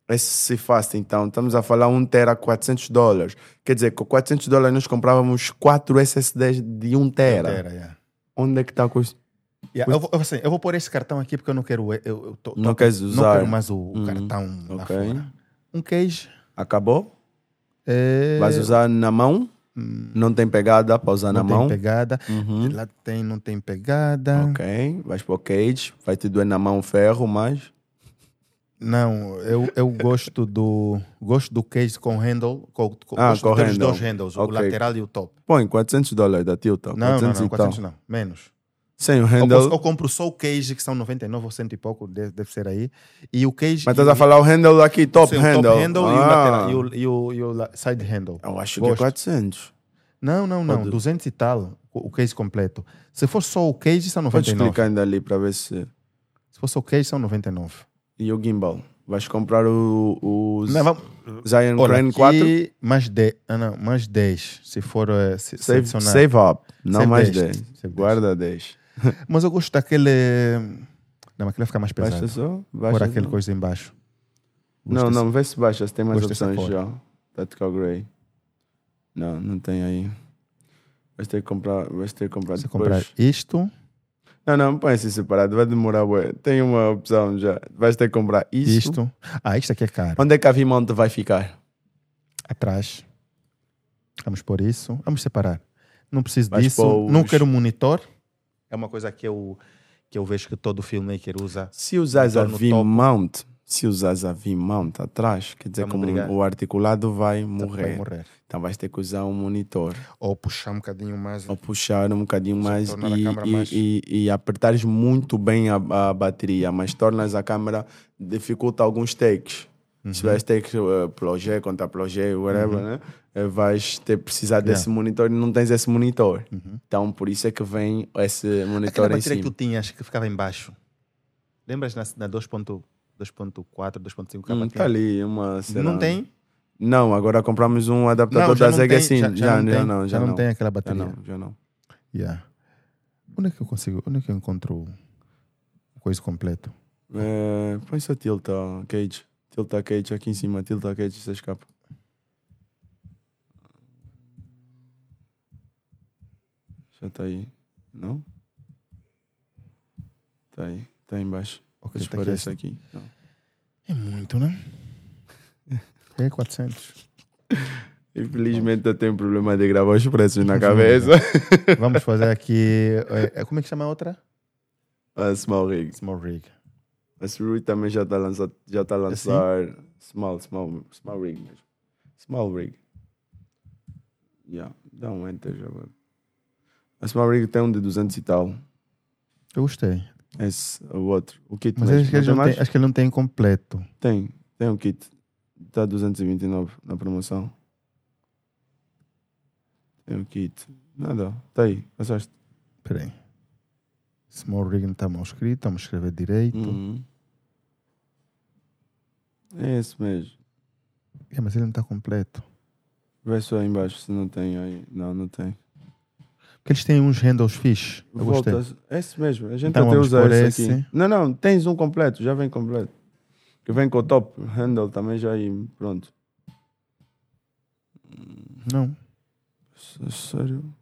Esse se faz, então, estamos a falar 1 tera 400 dólares. Quer dizer, com 400 dólares nós comprávamos 4 SSDs de 1 tera. Era, yeah. Onde é que está o custo? Yeah, eu, vou, eu, assim, eu vou pôr esse cartão aqui porque eu não quero. Eu, eu tô- Não tô- queres Não usar? quero mais o, o Uhum. cartão lá Ok. fora. Um queijo. Acabou? É, Hum. Vais usar na mão? Não tem pegada para usar não na tem mão? pegada. Uhum. Lá tem, não tem pegada. Ok. Vais para o cage. Vai te doer na mão o ferro, mas... Não, eu, eu gosto do gosto do case com handle, com, com, Ah, gosto com de ter os handle. dois handles, o Ok. lateral e o top. Põe 400 dólares da Tilta. Não, não, 400 não, e tal. 400 não, menos. Sem o Eu, handle. cons- eu compro só o case que são 99 ou 100 e pouco, deve, deve ser aí. E o case Mas estás a falar o handle aqui, top sim, o handle. top handle e o Ah. lateral e o, e o, e o la- side handle. Eu acho que Gosto. é 400. Não, não, não, Pode- 200 e tal o o case completo. Se for só o case são Pode 99. clicar ainda ali para ver se... Se for só o case são 99. E o gimbal? Vais comprar o, o Z- Não, vamos, Zion olha, Crane 4? aqui mais 10, ah, não, mais 10, se for eh, se, se Save, adicionar. save up. Não Save mais 10. 10. Save 10. Guarda 10. Mas eu gosto daquele. Não, aquele vai ficar mais pesado. Baixa só. Baixa Por aquele só. coisa embaixo. Não, Gosto não, vê se baixa, se tem mais Gosto dessa opções cor. já. Tactical Grey. Não, não tem aí. Vais ter que comprar, vais ter que comprar Você depois. assim. comprar isto, Não, não, põe assim separado, vai demorar, ué. Tem uma opção já. Vais ter que comprar isso. isto. Ah, isto aqui é caro. Onde é que a Vimonte vai ficar? Atrás. Vamos por isso. Vamos separar. Não preciso Vais disso. pôr Não os- quero monitor. É uma coisa que eu, que eu vejo que todo filmmaker usa. Se usares a Então, no topo. V-mount, se usares a V-mount atrás, quer dizer Vai-me que o mon- obrigar. o articulado vai Vai morrer. morrer. Então vais ter que usar um monitor. Ou puxar um bocadinho mais. Ou puxar um bocadinho Sim, mais tornar a e, câmera e, mais- e, e apertares muito bem a, a bateria, mas tornas a câmera, dificulta alguns takes. Uhum. Se vais takes uh, plogé, contra plogé, whatever, né? Eh, Vais ter precisar desse monitor e não tens esse monitor. Então, por isso é que vem esse Uhum. Aquela monitor em bateria que cima. tu tinhas que ficava embaixo. Lembras na, na 2.4, 2.5 que a Hum, bateria- tá ali uma cena. Não tem? Não, agora compramos um adaptador já da Zeg tem, assim. Já, já, tem, não, já, já não. tem aquela Já bateria. não, já não. Yeah. Onde é que eu consigo? Onde é que eu encontro o coisa completo? É, põe só tilta, cage. Tilta cage aqui em cima, tilta cage, é você escapa. Já tá aí. Não? Tá aí, tá aí embaixo. Ok, tá aqui esse. Aparece aqui. Não. É muito, [LAUGHS] né? É 400. Infelizmente eu tenho um problema de gravar os preços [LAUGHS] na cabeça. Vamos fazer aqui. é, é, como é que chama a outra? a Small Rig. Small Rig. A Small também já tá lançado, já tá a Assim? lançar Small, Small, Small Rig mesmo. Small Rig. Yeah, dá um enter já. vai. A Small Rig tem um de 200 e tal. Eu gostei. Esse, o outro. O kit Mas mesmo. acho que, eles tem não mais? têm- acho que ele não tem completo. Tem, tem um kit. Tá 229 na promoção. Tem um kit. Nada, tá aí, passaste. Espera aí. Small Rig não está mal escrito, vamos escrever direito. Uhum. É esse mesmo. É, mas ele não está completo. Vê só aí embaixo se não tem aí. Não, não tem. Porque eles têm uns handles fixe. Eu Volta. gostei. É Esse mesmo. A gente Então até vamos usa por esse, esse. aqui. Não, não. Tens um completo. Já vem completo. Que vem com o top handle também já aí, pronto. Não. S- Sério?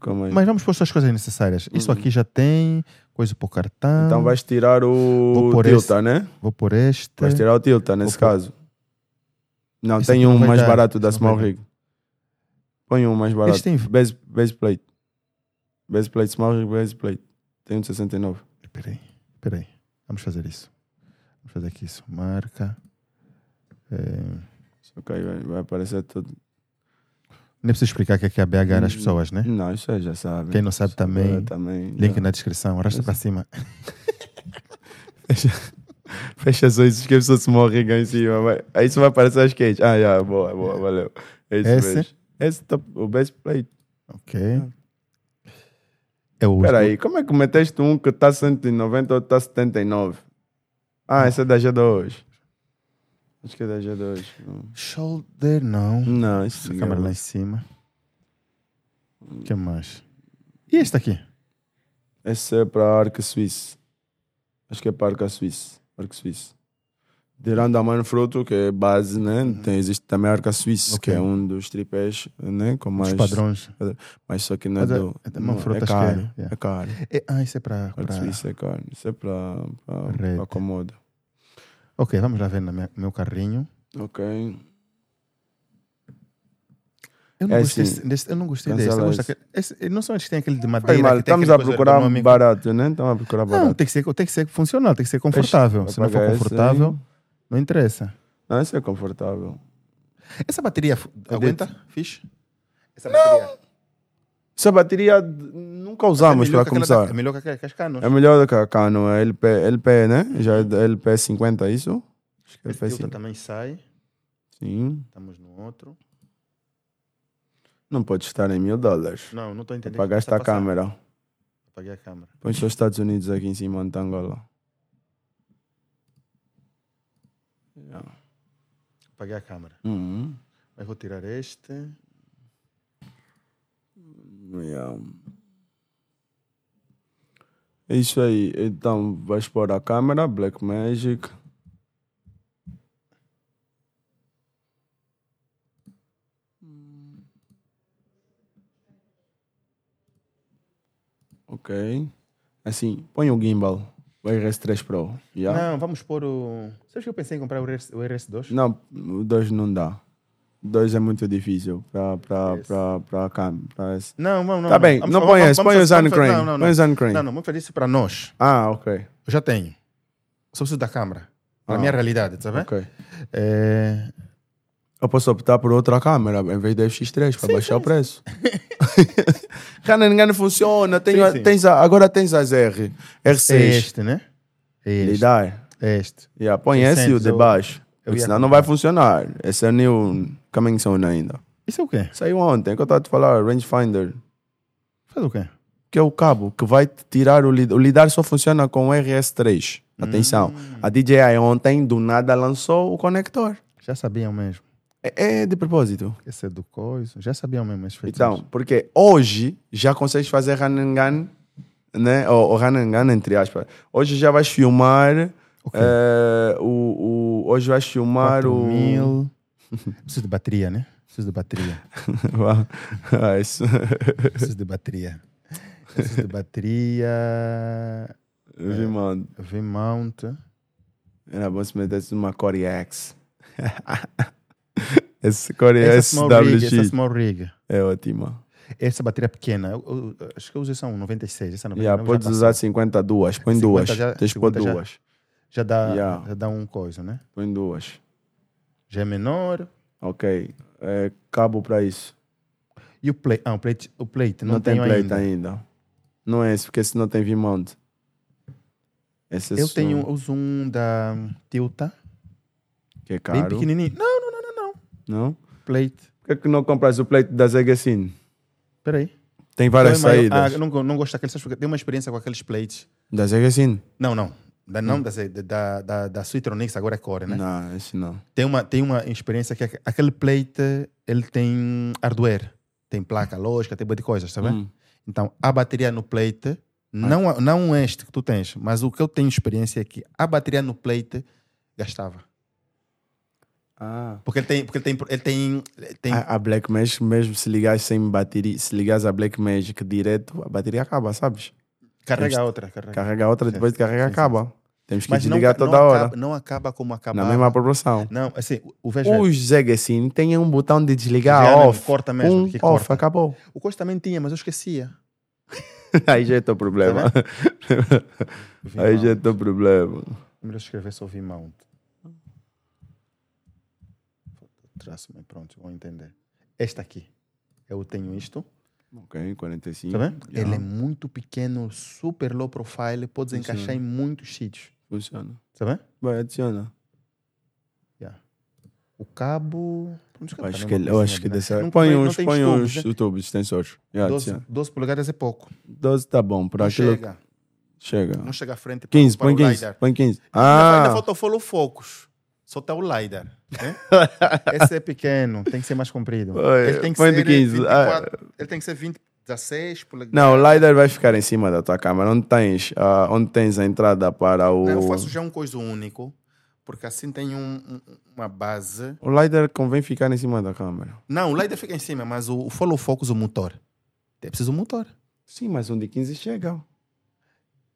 Calma aí. Uhum. Mas vamos pôr só as coisas necessárias. Isso aqui já tem, coisa para o cartão. Então vais tirar Vou o pôr Tilta, né? Vou pôr este. Vais tirar o Tilta nesse Vou pôr- caso. Não, Isso tem aqui não um vai mais dar, barato da isso não Small vai Rig. Põe um mais barato. Este tem- Base, base plate. Base plate, Small Rig, base plate. Tem um de 69. Peraí, peraí. Vamos fazer isso. Vamos fazer aqui isso. Marca. É, Só que aí vai, vai aparecer tudo. Nem preciso explicar o que é que é a BH às Hum. ah, tá. pessoas, né? Não, isso aí já sabe. Quem não sabe Agora também, também link já. na descrição. Arrasta para cima. Fecha só isso, esquece o Small Rig aí em cima. Vai. Aí isso vai aparecer as quentes. Ah, já, boa, boa, valeu. É isso Esse? mesmo. Esse tá, o base plate. Ok. É o Ah. Espera aí, como é que meteste um que está 190 ou está 79? Ah, esse é da G2. Acho que é da G2. Não, Shoulder, não. é Não, isso Essa não. câmera lá em cima. O Hum. que mais? E este aqui? Esse é para Arca Suíça. Acho que é para Arca Suíça. Arca Suíça. Tirando a Manfrotto, que é base, né? Tem, existe também a Arca Suíça, Uhum. Ok. que é um dos tripés, né? Com mais, Os padrões. Mas só que não é Mas é- do... é da não, Manfrotto, é acho que é, caro. yeah. É caro. É, ah, isso é para. Arca Suíça é caro. Isso é para Correto. a Comoda. Ok, vamos lá ver no meu, meu carrinho. Ok. Eu não É gostei assim, desse- desse. Eu não gostei desse. Eu cancela gosto esse. daquele- esse- Não são esses que têm aquele de madeira. Faz mal, né, que tem estamos a aquele coisa procurar ergonômica. barato, né? Estamos a procurar Não, barato. tem que, ser, tem que ser funcional, tem que ser confortável. Se não for apaga esse confortável, aí. não interessa. Não, esse é confortável. Essa bateria fu- Eu aguenta? Fixe? Essa bateria. Essa bateria d- nunca usamos para começar. é melhor que aquela cascano. É melhor do que a Canon, é LP, LP, né? Já é da LP50 isso? Acho que é Esse Tilta LP50. também sai. Sim. Estamos no outro. Não pode estar em mil dólares. Não, não estou entendendo. Para o que está gastar a Tá passando. câmera. Apaguei a câmera. Põe só os Estados Unidos aqui em cima, Antangola. Apaguei a câmera. Uhum. Mas vou tirar este. Yeah. É isso aí. Então, vais pôr a câmera, Blackmagic. Ok. Assim, põe o gimbal. O RS3 Pro. Yeah. Não, vamos pôr o. Sabes que eu pensei em comprar o, RS, o RS2? Não, o 2 não dá. O 2 é muito difícil para a câmera. Não, não, não. Tá bem, Vamos- não vamos- põe esse, vamos- põe o vamos- Zan vamos- Crane. Não, não, Põe o não. Zan Crane. Não, não, vamos fazer isso para nós. Ah, ok. Eu já tenho. Só preciso da câmera. Para Ah. minha realidade, tá bem? Ok. É... Eu posso optar por outra câmera em vez da FX3 para baixar o preço. [LAUGHS] Cara, ninguém não funciona. Tem, Sim, a- sim. Tens a, agora tens as R. é R6. este, né? É este. Lidar. É este. Yeah, põe esse e o de 600, eu- baixo. eu Porque ia Senão não vai funcionar. Esse é new coming soon ainda. Isso é o quê? Saiu ontem que eu estava a te falar, rangefinder. Faz o quê? que é o cabo que vai te tirar o lidar. O lidar só funciona com o RS3. Atenção, a DJI ontem do nada lançou o conector. Já sabiam mesmo. É, é de propósito. Esse é do coisa. Já sabiam mesmo esses feitiços. Então, porque hoje já consegues fazer run and gun, né? Ou, ou run and gun, entre aspas. Hoje já vais filmar. Ok. eh, o, o- hoje vais filmar 4 o. [LAUGHS] mil. [LAUGHS] Preciso de bateria, né? Preciso de bateria. Ah, isso. Preciso de bateria. Preciso de bateria. Eu vi, mano. V-mount. [LAUGHS] Era bom se metesse numa Core X. [LAUGHS] Esse Core Essa X small rig. Essa WX small rig. é ótima. Essa bateria pequena. eu- eu- eu acho que eu usei só um 96. Essa 99 Yeah, podes já, usar 50 duas, põe 50 duas. já- Tens de pôr 50 já. duas. já dá, Yeah. já dá um coisa, né? Põe duas. Já é menor. Ok. É, cabo para isso. E o plate? Ah, o plate, o plate não, Não, tem tenho plate ainda. ainda. Não é esse, porque esse não tem V-mount. Esse é Eu só- tenho um o zoom da Tilta. Que é Bem caro. pequenininho. Não, não, não, não, não. Não? Plate. Por que, que não compras o plate da Zegasin? Peraí. Tem várias Qual é maior? saídas. Ah, não, go- não gosto daqueles. Porque tenho uma experiência com aqueles plates. Da Zegasin? Não, não. Da, não, da, da, da, da Suitronix, agora é Core, né? Hum. Não, esse não. Tem, uma, tem uma experiência que aque- aquele plate, ele tem hardware. Tem placa lógica, tem um monte de coisas, tá vendo? Hum. Então, a bateria no Ah. plate, não, a- não este que tu tens, mas o que eu tenho experiência é que a bateria no plate gastava. Ah. Porque ele tem. Porque ele tem. Ele tem, ele tem A, a Black Magic, mesmo se ligares sem bateria, se ligares a Black Magic direto, a bateria acaba, sabes? carrega outra. Carrega. Carrega outra, depois de É. carrega, Sim, sim, acaba. Temos que Mas não, desligar não toda hora. Acaba, não acaba como acabava. Na mesma proporção. Não, assim, o- o Veja. Os Zegacy têm um botão de desligar já mesmo, off. corta mesmo. um que off, corta. [LAUGHS] acabou. O Costa também tinha, mas eu esquecia. Tá Aí já é teu problema. Aí [LAUGHS] Vimão. já é teu problema. Melhor escrever só Vimount. Traço, mas pronto, vão entender. Esta aqui. Eu tenho isto. Ok, 45. Tá vendo? Já. Ele é muito pequeno, super low profile, podes Sim, encaixar sim. em muitos sítios. Funciona. Tá vendo? Vai, adiciona. O cabo. Vamos escrever Acho também tá, né? uma que, ele- eu coisinha acho que é de- dessa. Não- Põe não uns, tem põe estúdios, uns né? tubos, extensores. Já, 12, adiciona. 12 polegadas é pouco. 12 tá bom, para Não aquilo. chega. Chega. Não chega à frente. para o- 15, para põe o 15. LiDAR. Põe 15. Ainda, ainda Ah! faltou follow focus. Só tá o LiDAR. né? [LAUGHS] Esse é pequeno, tem que ser mais comprido. Olha, Ele tem que põe ser de ah. 15, 24, Ele tem que ser 20, 16 polegadas. Não, o LiDAR vai ficar em cima da tua câmera. Onde tens, ah, onde tens a entrada para o. Não, Eu faço já um coisa único, porque assim tem um- um- uma base. O LiDAR convém ficar em cima da câmera. Não, o LiDAR fica em cima, mas o, o follow focus, o motor. É preciso um motor. Sim, mas um de 15 chega.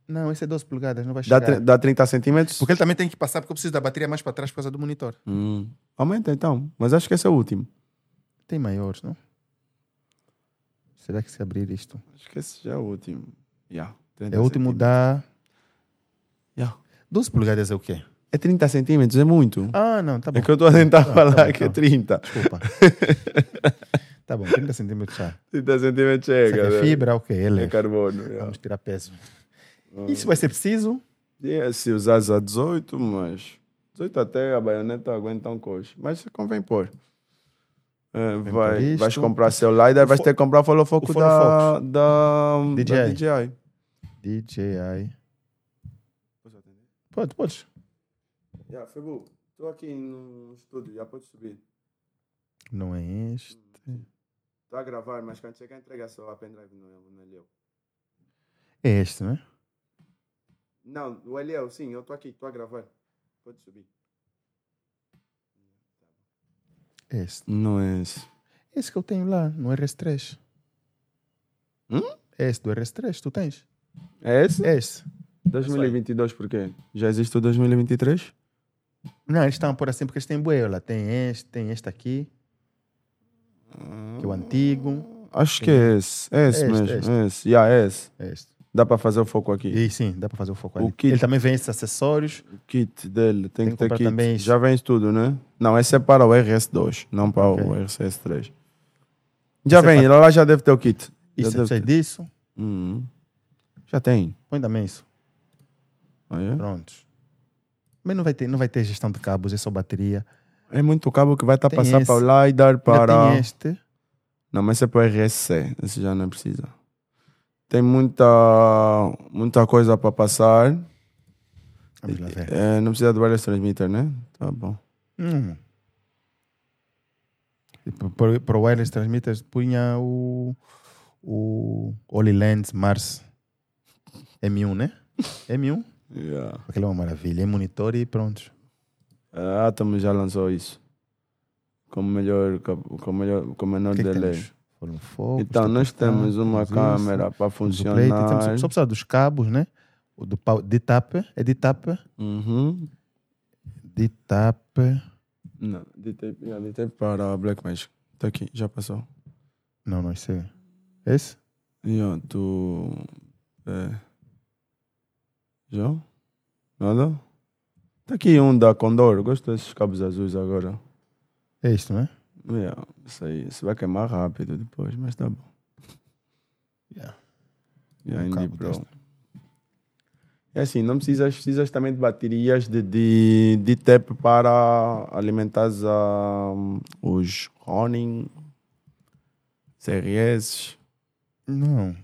Não, esse é 12 polegadas, não vai Dá, chegar. tre- dá 30 centímetros? Porque ele também tem que passar, porque eu preciso da bateria mais para trás por causa do monitor. Hum, Aumenta então. Mas acho que esse é o último. Tem maiores, não? Será que se abrir isto? Acho que esse já é o último. Yeah, 30 É o último centímetros. da. Yeah. 12 polegadas é o quê? É 30 centímetros, é muito. Ah, não, tá bom. é que eu estou a tentar Tá, falar tá bom, que tá é bom. 30. [LAUGHS] Desculpa. tá bom, 30 centímetros já. 30 centímetros Será que chega. é né? fibra, o que é É leve. carbono. yeah. Vamos tirar peso. Isso vai ser preciso? Yeah, se usares a 18, mas 18 até a baioneta aguenta um coxo. Mas convém pôr. É, Vem vai- por isto. vais comprar seu LiDAR, O vais fo- ter que comprar o follow foco o follow Hum, da, da, da DJI. DJI. DJI. Pode, pode. Yeah, é, Febu, estou aqui no estúdio, já pode subir. Não é este. Estou Tá a gravar, mas quando chegar entrega só a pendrive no, no Eliel. É este, né? Não, o Eliel, sim, eu estou aqui, estou a gravar. Pode subir. É este. Não é esse. Esse que eu tenho lá no RS3. Hum? É Esse do RS3, tu tens? É esse? É Esse. 2022 por quê? Já existe o 2023? Não, eles estão por assim porque eles têm boela. Tem este, tem este aqui, que é o antigo. Acho que é esse. É esse Este, mesmo. este. É esse. Yeah, é esse. É Este. Dá para fazer o foco aqui. E sim, dá para fazer o foco O ali. kit. Ele também vem esses acessórios. O kit dele Tem tem, que que ter comprar kit. também isso. Já vem isso tudo, né? Não, esse é para o RS2, não para Ok. o RCS3. Já Esse é vem, ele lá já deve ter o kit. Isso, já, precisa deve ter. disso. Uhum. já tem. Põe também isso. Ah, é? Pronto. Mas não vai ter, não vai ter gestão de cabos, é só bateria. É muito cabo que vai estar a Tem passar esse. para o LiDAR, Ainda para. tem este. Não, mas esse é para o RSC. Esse já não precisa. Tem muita, muita coisa para passar. Vamos lá ver. É, não precisa do wireless transmitter, né? Tá bom. Hum. E pro- pro- Pro wireless transmitters punha o, o HoloLens Mars M1, né? M1? Yeah. Aquela é uma maravilha. É monitor e pronto. A Atom já lançou isso. Com melhor, com melhor, com menor O que é que delay. temos? Foram focos, então, nós tá, tá, temos uma isso, câmera para temos o plate, funcionar. temos- só precisa dos cabos, né? O do pau- de tap, é de tap, Uhum. de tap. Não, deitei, yeah, deitei para a Blackmagic. Tá aqui, já passou. Não, não, esse é. Esse? Yeah, tu... É. Já? Nada? Tá aqui um da Condor. Gosto desses cabos azuis agora. É isto, né? Yeah, isso aí. Isso vai queimar rápido depois, mas tá bom. Yeah. Yeah, Um Indie cabo Pro. deste. É assim, não precisas, precisas também de baterias de, de, de TEP para alimentar um, os Ronin, CRS. Não.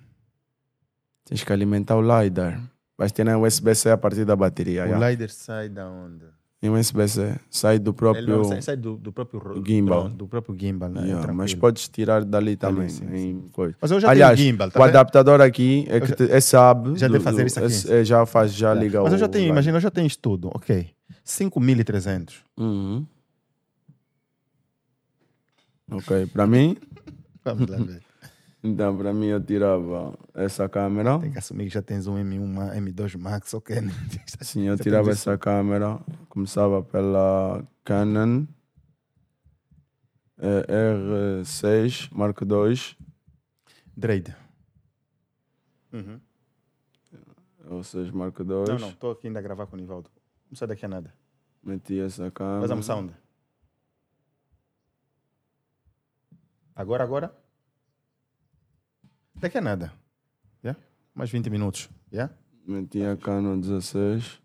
Tens que alimentar o LiDAR. Vais ter na USB-C a partir da bateria. O Yeah. LiDAR sai da onda. Em USB-C. Sai é. do Ele próprio. não, sai, sai do, do próprio ro- gimbal. drone, Do próprio gimbal, né? Yeah, mas Tranquilo. Tá podes tirar dali também. sim, em coisa. Mas eu já Aliás, tenho gimbal, tá o vendo? adaptador aqui é, que já- te- é SAB. já do- deve fazer do- isso aqui. Tá. esse- é, já faz, já liga Mas eu o já tenho, LiDAR. imagina, eu já tenho isso tudo, ok. 5.300. Uhum. Ok, para mim, Vamos lá ver. então para mim eu tirava essa câmera. Tem que assumir que já tens um M1, Ma- M2 Max, ok? [LAUGHS] né? Sim, eu tirava essa câmera, começava pela Canon eh, R6 Mark II, Dreide. R6 Mark II, Uhum. Não, não, estou aqui ainda a gravar com o Nivaldo. Não sai daqui a nada. meti essa Faz câmera. a né? sound. Agora, agora? Daqui a nada. Yeah? Mais 20 minutos. Yeah? Meti a Canon 16.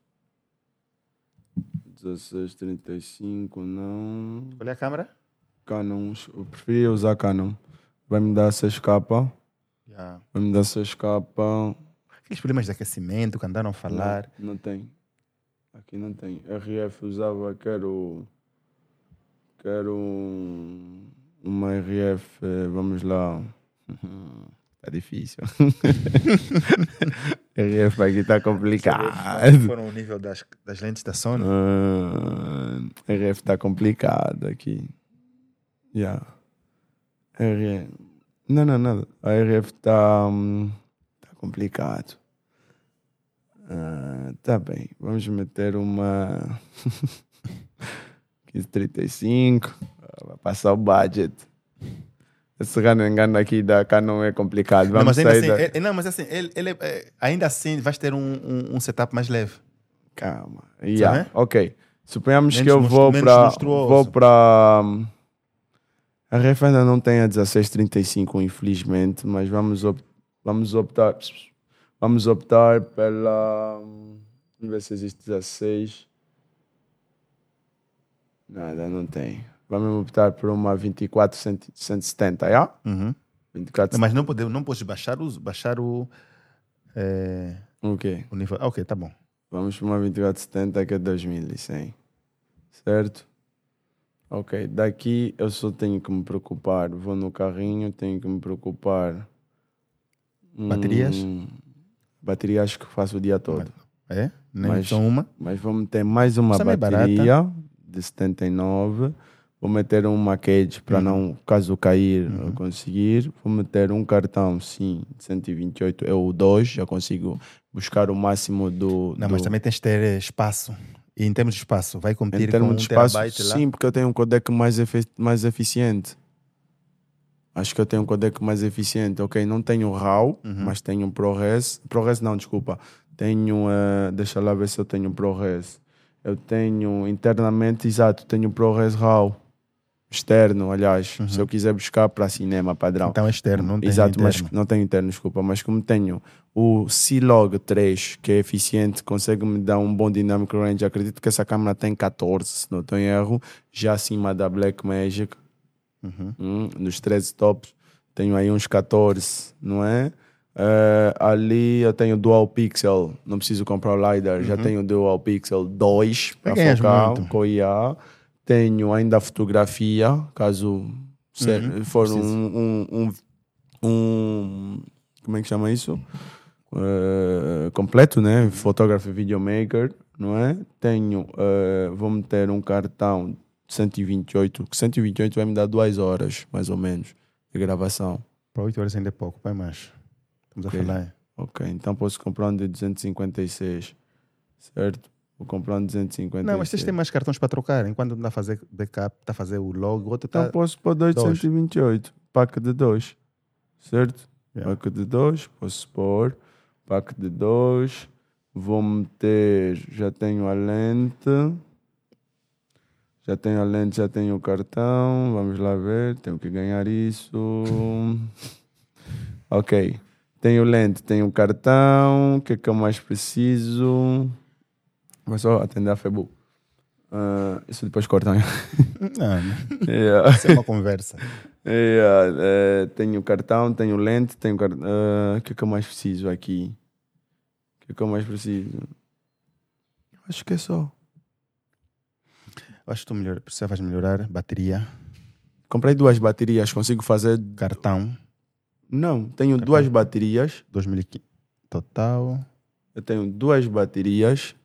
1635, não. Olha a câmera. Canon, eu preferia usar Canon. Vai me dar 6K, Yeah. vai me dar 6K. Aqueles problemas de aquecimento que andaram a falar. Não, não tem. Aqui não tem. RF usava, quero. Quero um- uma RF, eh, vamos lá. [LAUGHS] Tá difícil. [LAUGHS] RF aqui tá complicado. Ah, Foram o nível das, das lentes da Sony. Ah, RF tá complicado aqui. Yeah. RF. Não, não, nada. A RF tá. hum, tá complicado. Ah, tá bem. Vamos meter uma. [LAUGHS] 1535. Ah, Vai passar o budget. Esse rano engano aqui da Canon é complicado. Vamos Não, mas ainda sair assim, da... ele- não, mas assim, ele, ele é- é, ainda assim vais ter um, um, um setup mais leve. Calma. Yeah. Sabe? Ok. Suponhamos Tá Menos que eu monstru- vou menos para. monstruoso. Vou para. A ref ainda não tem a 1635, infelizmente, mas vamos, op- vamos optar. Vamos optar pela. hum, Vamos ver se existe 16. Nada, não tem. Vamos optar por uma 24170, yeah? Uhum. 24. Mas não podemos, não podes baixar, os, baixar o, é, Ok. o nível. Ah, ok, tá bom. Vamos para uma 2470 que é 2100. Certo? Ok, daqui eu só tenho que me preocupar. Vou no carrinho, tenho que me preocupar. Baterias? Hum, baterias que faço o dia todo. É? Nem Mas- só uma. Mas vou meter mais uma Essa é meio bateria de 79. Vou meter uma cage Uhum. para não, caso cair, eu conseguir. Vou meter um cartão, sim, de 128. É o 2, já consigo buscar o máximo do. Não, do... mas também tens de ter eh, espaço. E em termos de espaço, vai Em competir com termos um de espaço, terabyte lá. Então, sim, porque eu tenho um codec mais, efe- mais eficiente. Acho que eu tenho um codec mais eficiente. Ok, não tenho RAW, Uhum. mas tenho um ProRes. ProRes não, desculpa. Tenho, eh, deixa lá ver se eu tenho ProRes. Eu tenho internamente, exato, tenho um ProRes RAW. Externo, aliás. Uhum. Se eu quiser buscar para cinema padrão. Então é externo, não tem Exato, interno. mas não tenho interno, desculpa. Mas como tenho o C-Log 3, que é eficiente, consegue me dar um bom dynamic range. Acredito que essa câmera tem 14, se não estou em erro. Já acima da Black Magic, Uhum. hum, nos 13 tops, tenho aí uns 14, não é? Eh, ali eu tenho Dual Pixel, não preciso comprar o LiDAR, já tenho Dual Pixel 2 para Peguei focar muito. com IA. Tenho ainda a fotografia, caso se- for um, um, um um. Como é que chama isso? Eh, completo, né? Photography Videomaker, não é? Tenho. eh, vou meter um cartão de 128, que 128 vai me dar duas horas, mais ou menos, de gravação. Para 8 horas ainda é pouco, pai macho. Estamos a falar. Ok, então posso comprar um de 256, certo? Vou comprar um de 256. Não, mas vocês têm mais cartões para trocar. Enquanto um está a fazer backup, está a fazer o log, o outro Então está. posso pôr dois de Tá. Dois. 128, pack de dois, certo? Yeah. Pack de dois, posso pôr, pack de dois, vou meter, já tenho a lente, já tenho a lente, já tenho o cartão, vamos lá ver, tenho que ganhar isso. ok, tenho lente, tenho cartão, o que é que eu mais preciso? Vou só atender a Facebook. Ah, isso depois cortam. Não, não. [LAUGHS] yeah. isso é uma conversa. É, ah, eh, tenho cartão, tenho lente, tenho car- ah, O que é que eu mais preciso aqui? O que é que eu mais preciso? Acho que é só. Eu Acho que tu melhor, precisavas melhorar bateria, Comprei duas baterias, consigo fazer. cartão, Não, tenho duas baterias. 2015. Total. Eu tenho duas baterias.